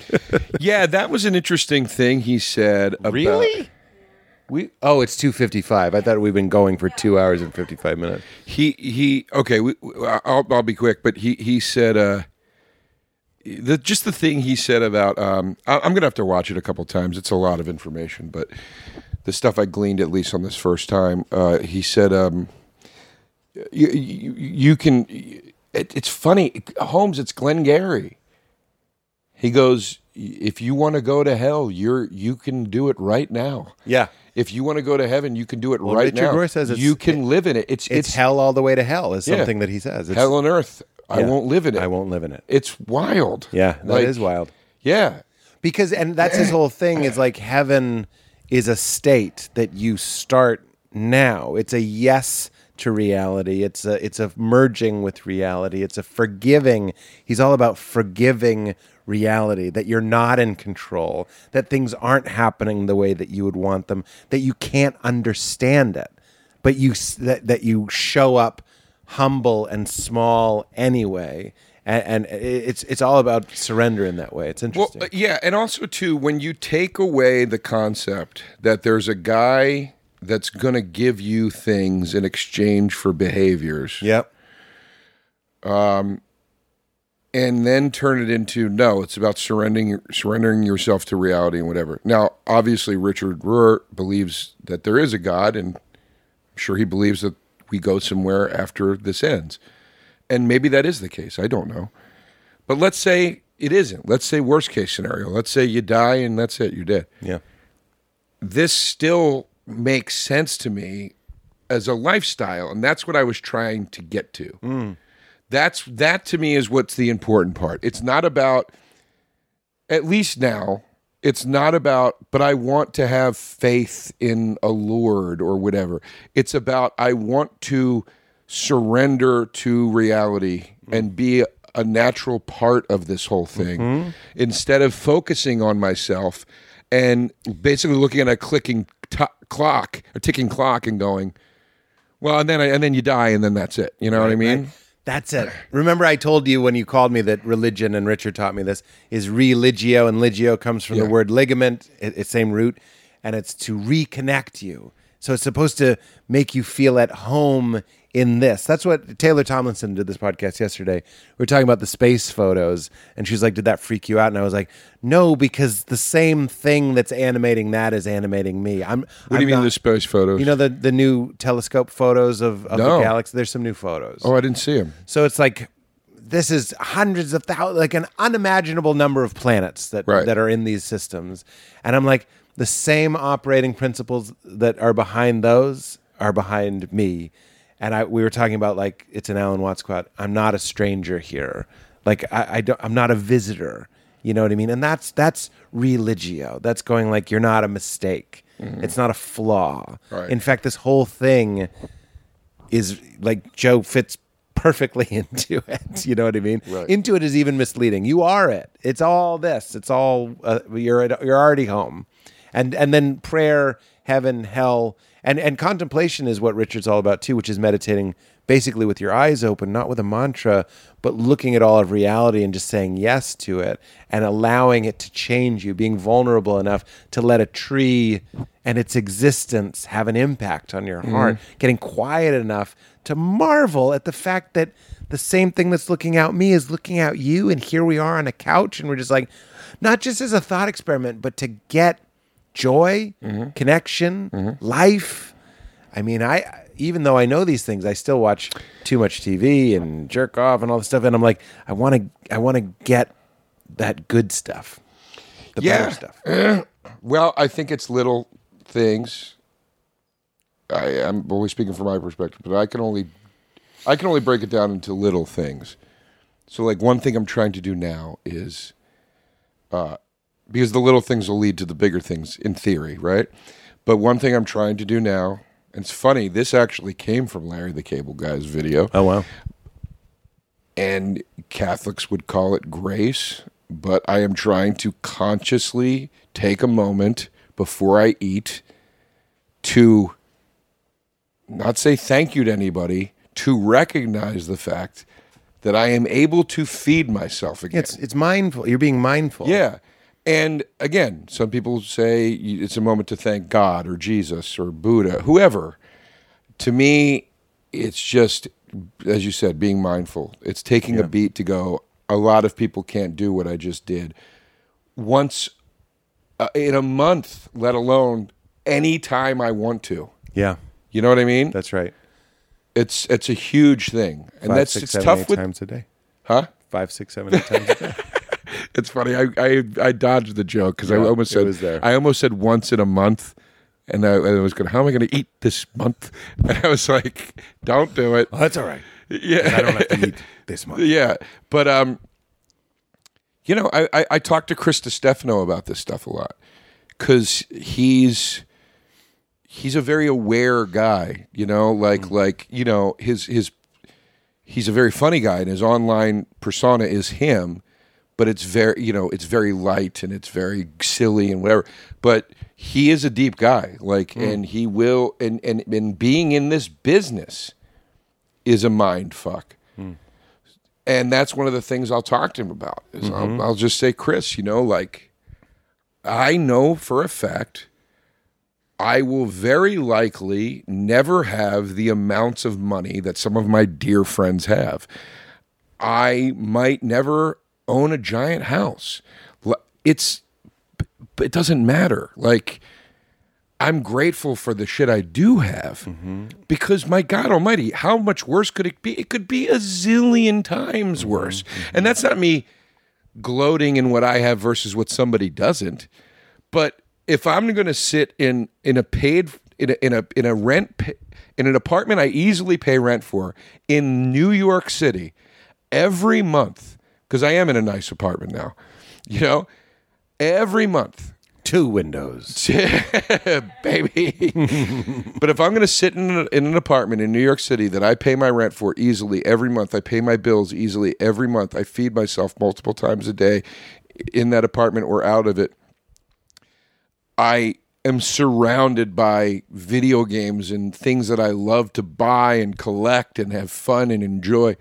Yeah, that was an interesting thing he said. About, really?
we oh, it's two fifty five. I thought we've been going for two hours and fifty five minutes.
He he. Okay, we, I'll I'll be quick, but he he said uh, the just the thing he said about um, I, I'm gonna have to watch it a couple times. It's a lot of information, but the stuff I gleaned at least on this first time, uh, he said um, you, you you can. It, it's funny, Holmes. It's Glengarry. He goes, if you want to go to hell, you're you can do it right now.
Yeah.
If you want to go to heaven, you can do it right
Richard
now.
Rohr says it's-
you can live in it. It's
It's, hell all the way to hell is
Yeah.
something that he says. It's,
hell on earth. I
yeah.
won't live in it.
I won't live in it.
It's wild.
Yeah, that is
Like,
wild.
Yeah,
because and that's his whole thing is like heaven is a state that you start now it's a yes to reality it's a it's a merging with reality it's a forgiving he's all about forgiving reality that you're not in control that things aren't happening the way that you would want them that you can't understand it but you s- that, that you show up humble and small anyway and, and it's it's all about surrender in that way it's
Well,
interesting
uh, yeah, and also too, when you take away the concept that there's a guy that's going to give you things in exchange for behaviors,
Yep.
and then turn it into no, it's about surrendering surrendering yourself to reality and whatever. Now, obviously, Richard Rohr believes that there is a God, and I'm sure he believes that we go somewhere after this ends, and maybe that is the case. I don't know, but let's say it isn't. Let's say worst case scenario. Let's say you die and that's it. You're dead.
Yeah.
this still makes sense to me as a lifestyle and that's what i was trying to get to that's that to me is what's the important part it's not about at least now it's not about but i want to have faith in a lord or whatever it's about i want to surrender to reality and be a natural part of this whole thing instead of focusing on myself and basically looking at a clicking t- clock a ticking clock and going well and then I, and then you die and then that's it you know what i mean
That's it. Remember, I told you when you called me that religion, and Richard taught me this, is religio, and ligio comes from the
Yeah.
word ligament, it, it's same root, and it's to reconnect you. So it's supposed to make you feel at home in this. That's what Taylor Tomlinson did this podcast yesterday. We were talking about the space photos, and she's like, Did that freak you out? And I was like, No, because the same thing that's animating that is animating me. I'm
what do you mean the space photos
You know the, the new telescope photos of, of
No.
the galaxy? There's some new photos.
oh i didn't see him
So it's like this is hundreds of thousands, like an unimaginable number of planets that
Right.
that are in these systems. And I'm like, the same operating principles that are behind those are behind me. And I we were talking about like it's an Alan Watts quote. I'm not a stranger here. Like I, I don't, I'm not a visitor. You know what I mean? And that's that's religio. That's going like you're not a mistake. It's not a flaw.
Mm-hmm. Right.
In fact, this whole thing is like Joe fits perfectly <laughs> into it. You know what I mean? Into it is even misleading. You are it. It's all this. It's all uh, you're at, you're already home, and and then prayer, heaven, hell, and and contemplation is what Richard's all about too, which is meditating basically with your eyes open, not with a mantra, but looking at all of reality and just saying yes to it and allowing it to change you, being vulnerable enough to let a tree and its existence have an impact on your heart, getting quiet enough to marvel at the fact that the same thing that's looking out me is looking out you. And here we are on a couch, and we're just like, not just as a thought experiment, but to get joy, connection, life. I mean, I even though I know these things, I still watch too much TV and jerk off and all this stuff, and I'm like, I want to, I want to get that good stuff, the
Yeah.
<clears throat> better stuff.
Well, I think it's little things I, I'm always speaking from my perspective, but I can only I can only break it down into little things. So like one thing I'm trying to do now is uh, because the little things will lead to the bigger things in theory, right? But one thing I'm trying to do now, and it's funny, this actually came from Larry the Cable Guy's video
Oh wow.
and Catholics would call it grace, but I am trying to consciously take a moment before I eat to not say thank you to anybody, to recognize the fact that I am able to feed myself again.
It's it's mindful. You're being mindful.
Yeah. And again, some people say you- it's a moment to thank God or Jesus or Buddha, whoever. To me, it's just, as you said, being mindful. It's taking a beat to go, a lot of people can't do what I just did. Once uh, in a month, let alone any time I want to.
Yeah.
You know what I mean?
That's right.
it's it's a huge thing, and
Five,
that's
six,
it's
seven,
tough
eight
with
times a day.
huh?
Five, six, seven, eight times a day.
It's funny. I I, I dodged the joke because I almost
it
said
was there.
I almost said once in a month, and I, I was going, "How am I going to eat this month?" <laughs> And I was like, "Don't do it."
That's all right.
Yeah,
I don't have to eat this much.
yeah. But um, you know, I I, I talked to Chris Stefano about this stuff a lot because he's he's a very aware guy. You know, like like you know his his he's a very funny guy and his online persona is him but it's very you know it's very light and it's very silly and whatever but he is a deep guy like and he will and, and and being in this business is a mind fuck and that's one of the things i'll talk to him about is I'll, I'll just say chris you know like i know for a fact I will very likely never have the amounts of money that some of my dear friends have. I might never own a giant house. L- It's b- it doesn't matter. Like I'm grateful for the shit I do have because my God Almighty, how much worse could it be? It could be a zillion times worse. And that's not me gloating in what I have versus what somebody doesn't. But if I'm going to sit in in a paid in a in a in a rent pa- in an apartment I easily pay rent for in New York City every month because I am in a nice apartment now, you know, every month
Two windows.
<laughs> baby. but if I'm going to sit in, a- in an apartment in New York City that I pay my rent for easily every month, I pay my bills easily every month, I feed myself multiple times a day in that apartment or out of it, I am surrounded by video games and things that I love to buy and collect and have fun and enjoy.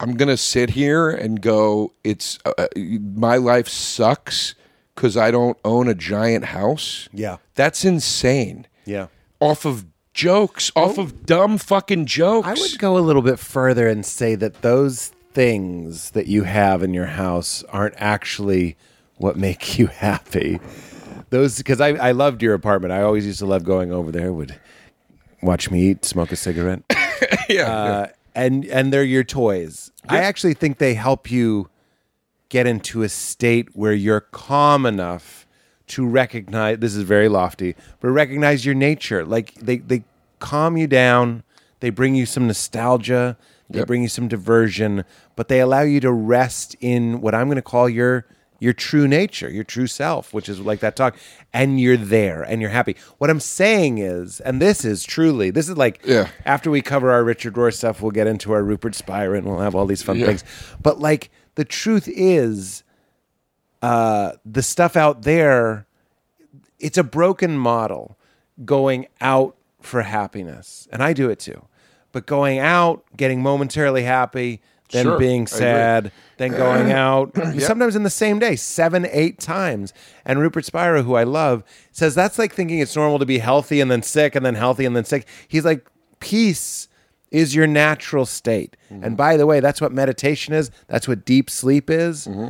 I'm going to sit here and go, it's uh, uh, my life sucks because I don't own a giant house.
Yeah.
That's insane.
Yeah. Oh.
Off of jokes, off of dumb fucking jokes.
I would go a little bit further and say that those things that you have in your house aren't actually what make you <laughs> happy. Those because I, I loved your apartment. I always used to love going over there, would watch me eat, smoke a cigarette.
yeah.
Uh, and and they're your toys. I actually think they help you get into a state where you're calm enough to recognize this is very lofty, but recognize your nature. Like they they calm you down, they bring you some nostalgia, they bring you some diversion, but they allow you to rest in what I'm going to call your your true nature, your true self, which is like that talk, and you're there and you're happy. What I'm saying is, and this is truly, this is like
Yeah.
after we cover our Richard Rohr stuff, we'll get into our Rupert Spira and we'll have all these fun things. But like the truth is, uh, the stuff out there, it's a broken model going out for happiness. And I do it too. But going out, getting momentarily happy, then
Sure, I
being
agree.
sad, then
<clears throat>
going out, sometimes in the same day, seven, eight times. And Rupert Spira, who I love, says that's like thinking it's normal to be healthy and then sick and then healthy and then sick. He's like, peace is your natural state.
Mm-hmm.
And by the way, that's what meditation is, that's what deep sleep is
Mm-hmm.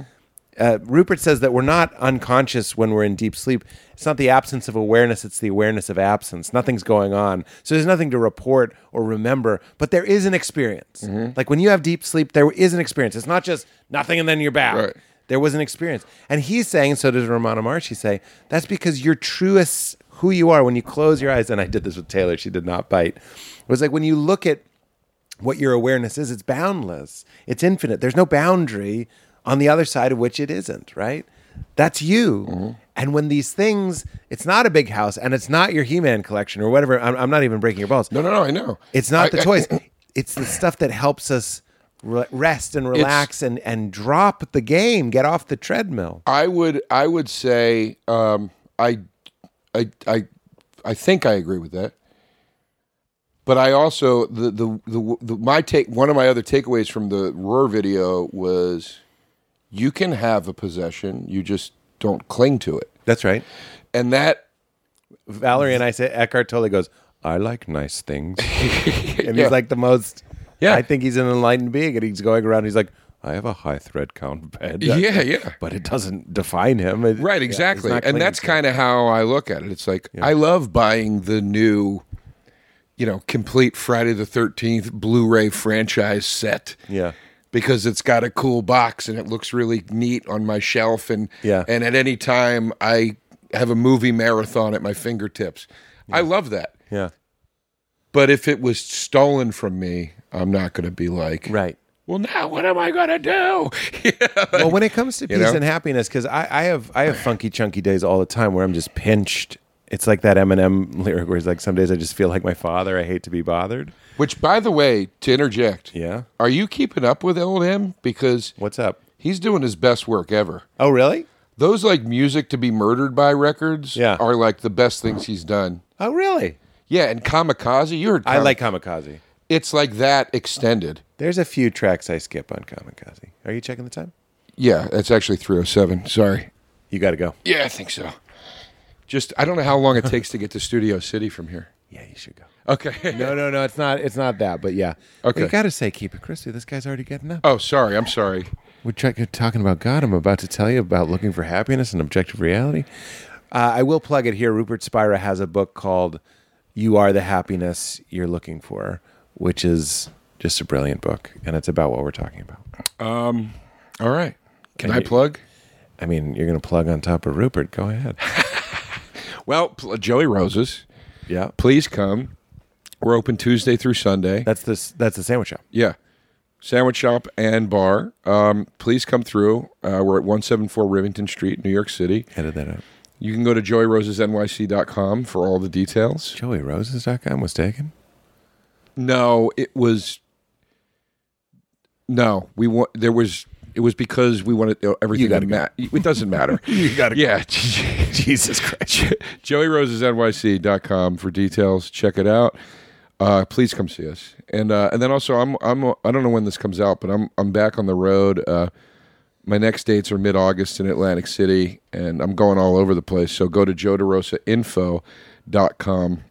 uh, Rupert says that we're not unconscious when we're in deep sleep. It's not the absence of awareness, it's the awareness of absence. Nothing's going on. So there's nothing to report or remember, but there is an experience. Like when you have deep sleep, there is an experience. It's not just nothing and then you're back.
Right.
There was an experience. And he's saying, and so does Romana Marchi say, that's because your truest who you are when you close your eyes. And I did this with Taylor, she did not bite. It was like when you look at what your awareness is, it's boundless, it's infinite. There's no boundary on the other side of which it isn't, right? That's you.
Mm-hmm.
And when these things, it's not a big house and it's not your He Man collection or whatever. I'm, I'm not even breaking your balls.
No, no, no. I know.
It's not
I-
the
I-
toys. it's the stuff that helps us re- rest and relax and, and drop the game, get off the treadmill.
I would I would say um, I I I I think I agree with that. But I also the the, the the my take one of my other takeaways from the Roar video was you can have a possession, you just don't cling to it.
That's right.
And that
Valerie and I say Eckhart Tolle goes, I like nice
<laughs>
things. and he's like the most
Yeah.
I think he's an enlightened being and he's going around he's like, I have a high thread count bed.
Yeah, yeah.
But it doesn't define him. It- yeah,
Right,
he's
exactly.
not
and
clinging
that's
to
kind of how I look at it. It's like I love buying the new you know, complete Friday the 13th Blu-ray franchise set.
it. Yeah.
because it's got a cool box and it looks really neat on my shelf and
Yeah.
and at any time I have a movie marathon at my fingertips. I love that.
Yeah.
But if it was stolen from me, I'm not going to be like,
Right.
well, now what am I going to do? <laughs>
well, when it comes to peace
know?
and happiness, because I, I have I have funky chunky days all the time where I'm just pinched. It's like that Eminem lyric where he's like, "Some days I just feel like my father. I hate to be bothered."
Which, by the way, to interject,
Yeah.
are you keeping up with old M? Because
What's up?
he's doing his best work ever.
Oh, really?
Those like music to be murdered by records
Yeah.
are like the best things he's done.
Oh, really?
Yeah, and Kamikaze, you heard
I
Kam-
like Kamikaze.
it's like that extended.
There's a few tracks I skip on Kamikaze. Are you checking the time?
Yeah, it's actually 307. Sorry.
You got to go.
Yeah, I think so. Just I don't know how long it takes to get to Studio City from here.
Yeah, you should go.
Okay.
No, no, no. It's not. It's not that. But yeah.
Okay.
You got to say, keep it crispy. This guy's already getting up.
<laughs> Oh, sorry. I'm sorry.
We're tra- talking about God. I'm about to tell you about looking for happiness and objective reality. Uh, I will plug it here. Rupert Spira has a book called "You Are the Happiness You're Looking For," which is just a brilliant book, and it's about what we're talking about.
All right. Can I plug?
I mean, you're going to plug on top of Rupert. Go <laughs> ahead.
Well, pl- Joey Roses,
Yeah,
please come. We're open Tuesday through Sunday.
that's this. That's the sandwich shop.
Yeah. Sandwich shop and bar. Um, please come through. Uh, we're at 174 Rivington Street, New York City.
Edit that out.
You can go to joyrosesnyc.com for all the details.
JoeyRoses.com was taken.
No, it was. No, we want. There was. It was because we wanted uh, everything.
gotta
to ma- It doesn't matter. <laughs> you got to. Yeah. Jesus Christ. Joey Roses NYC.com for details. Check it out. Uh, please come see us. And uh, and then also I'm I'm I don't know when this comes out, but I'm I'm back on the road. Uh, my next dates are mid August in Atlantic City, and I'm going all over the place. So go to joederosainfo.com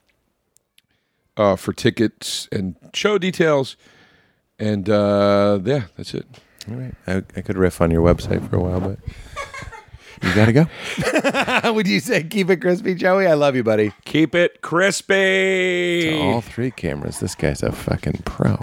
uh, for tickets and show details. And uh, yeah, that's it.
All right. I, I could riff on your website for a while, but you got to go. <laughs> Would you say keep it crispy, Joey? I love you, buddy.
Keep it crispy.
All three cameras. This guy's a fucking pro.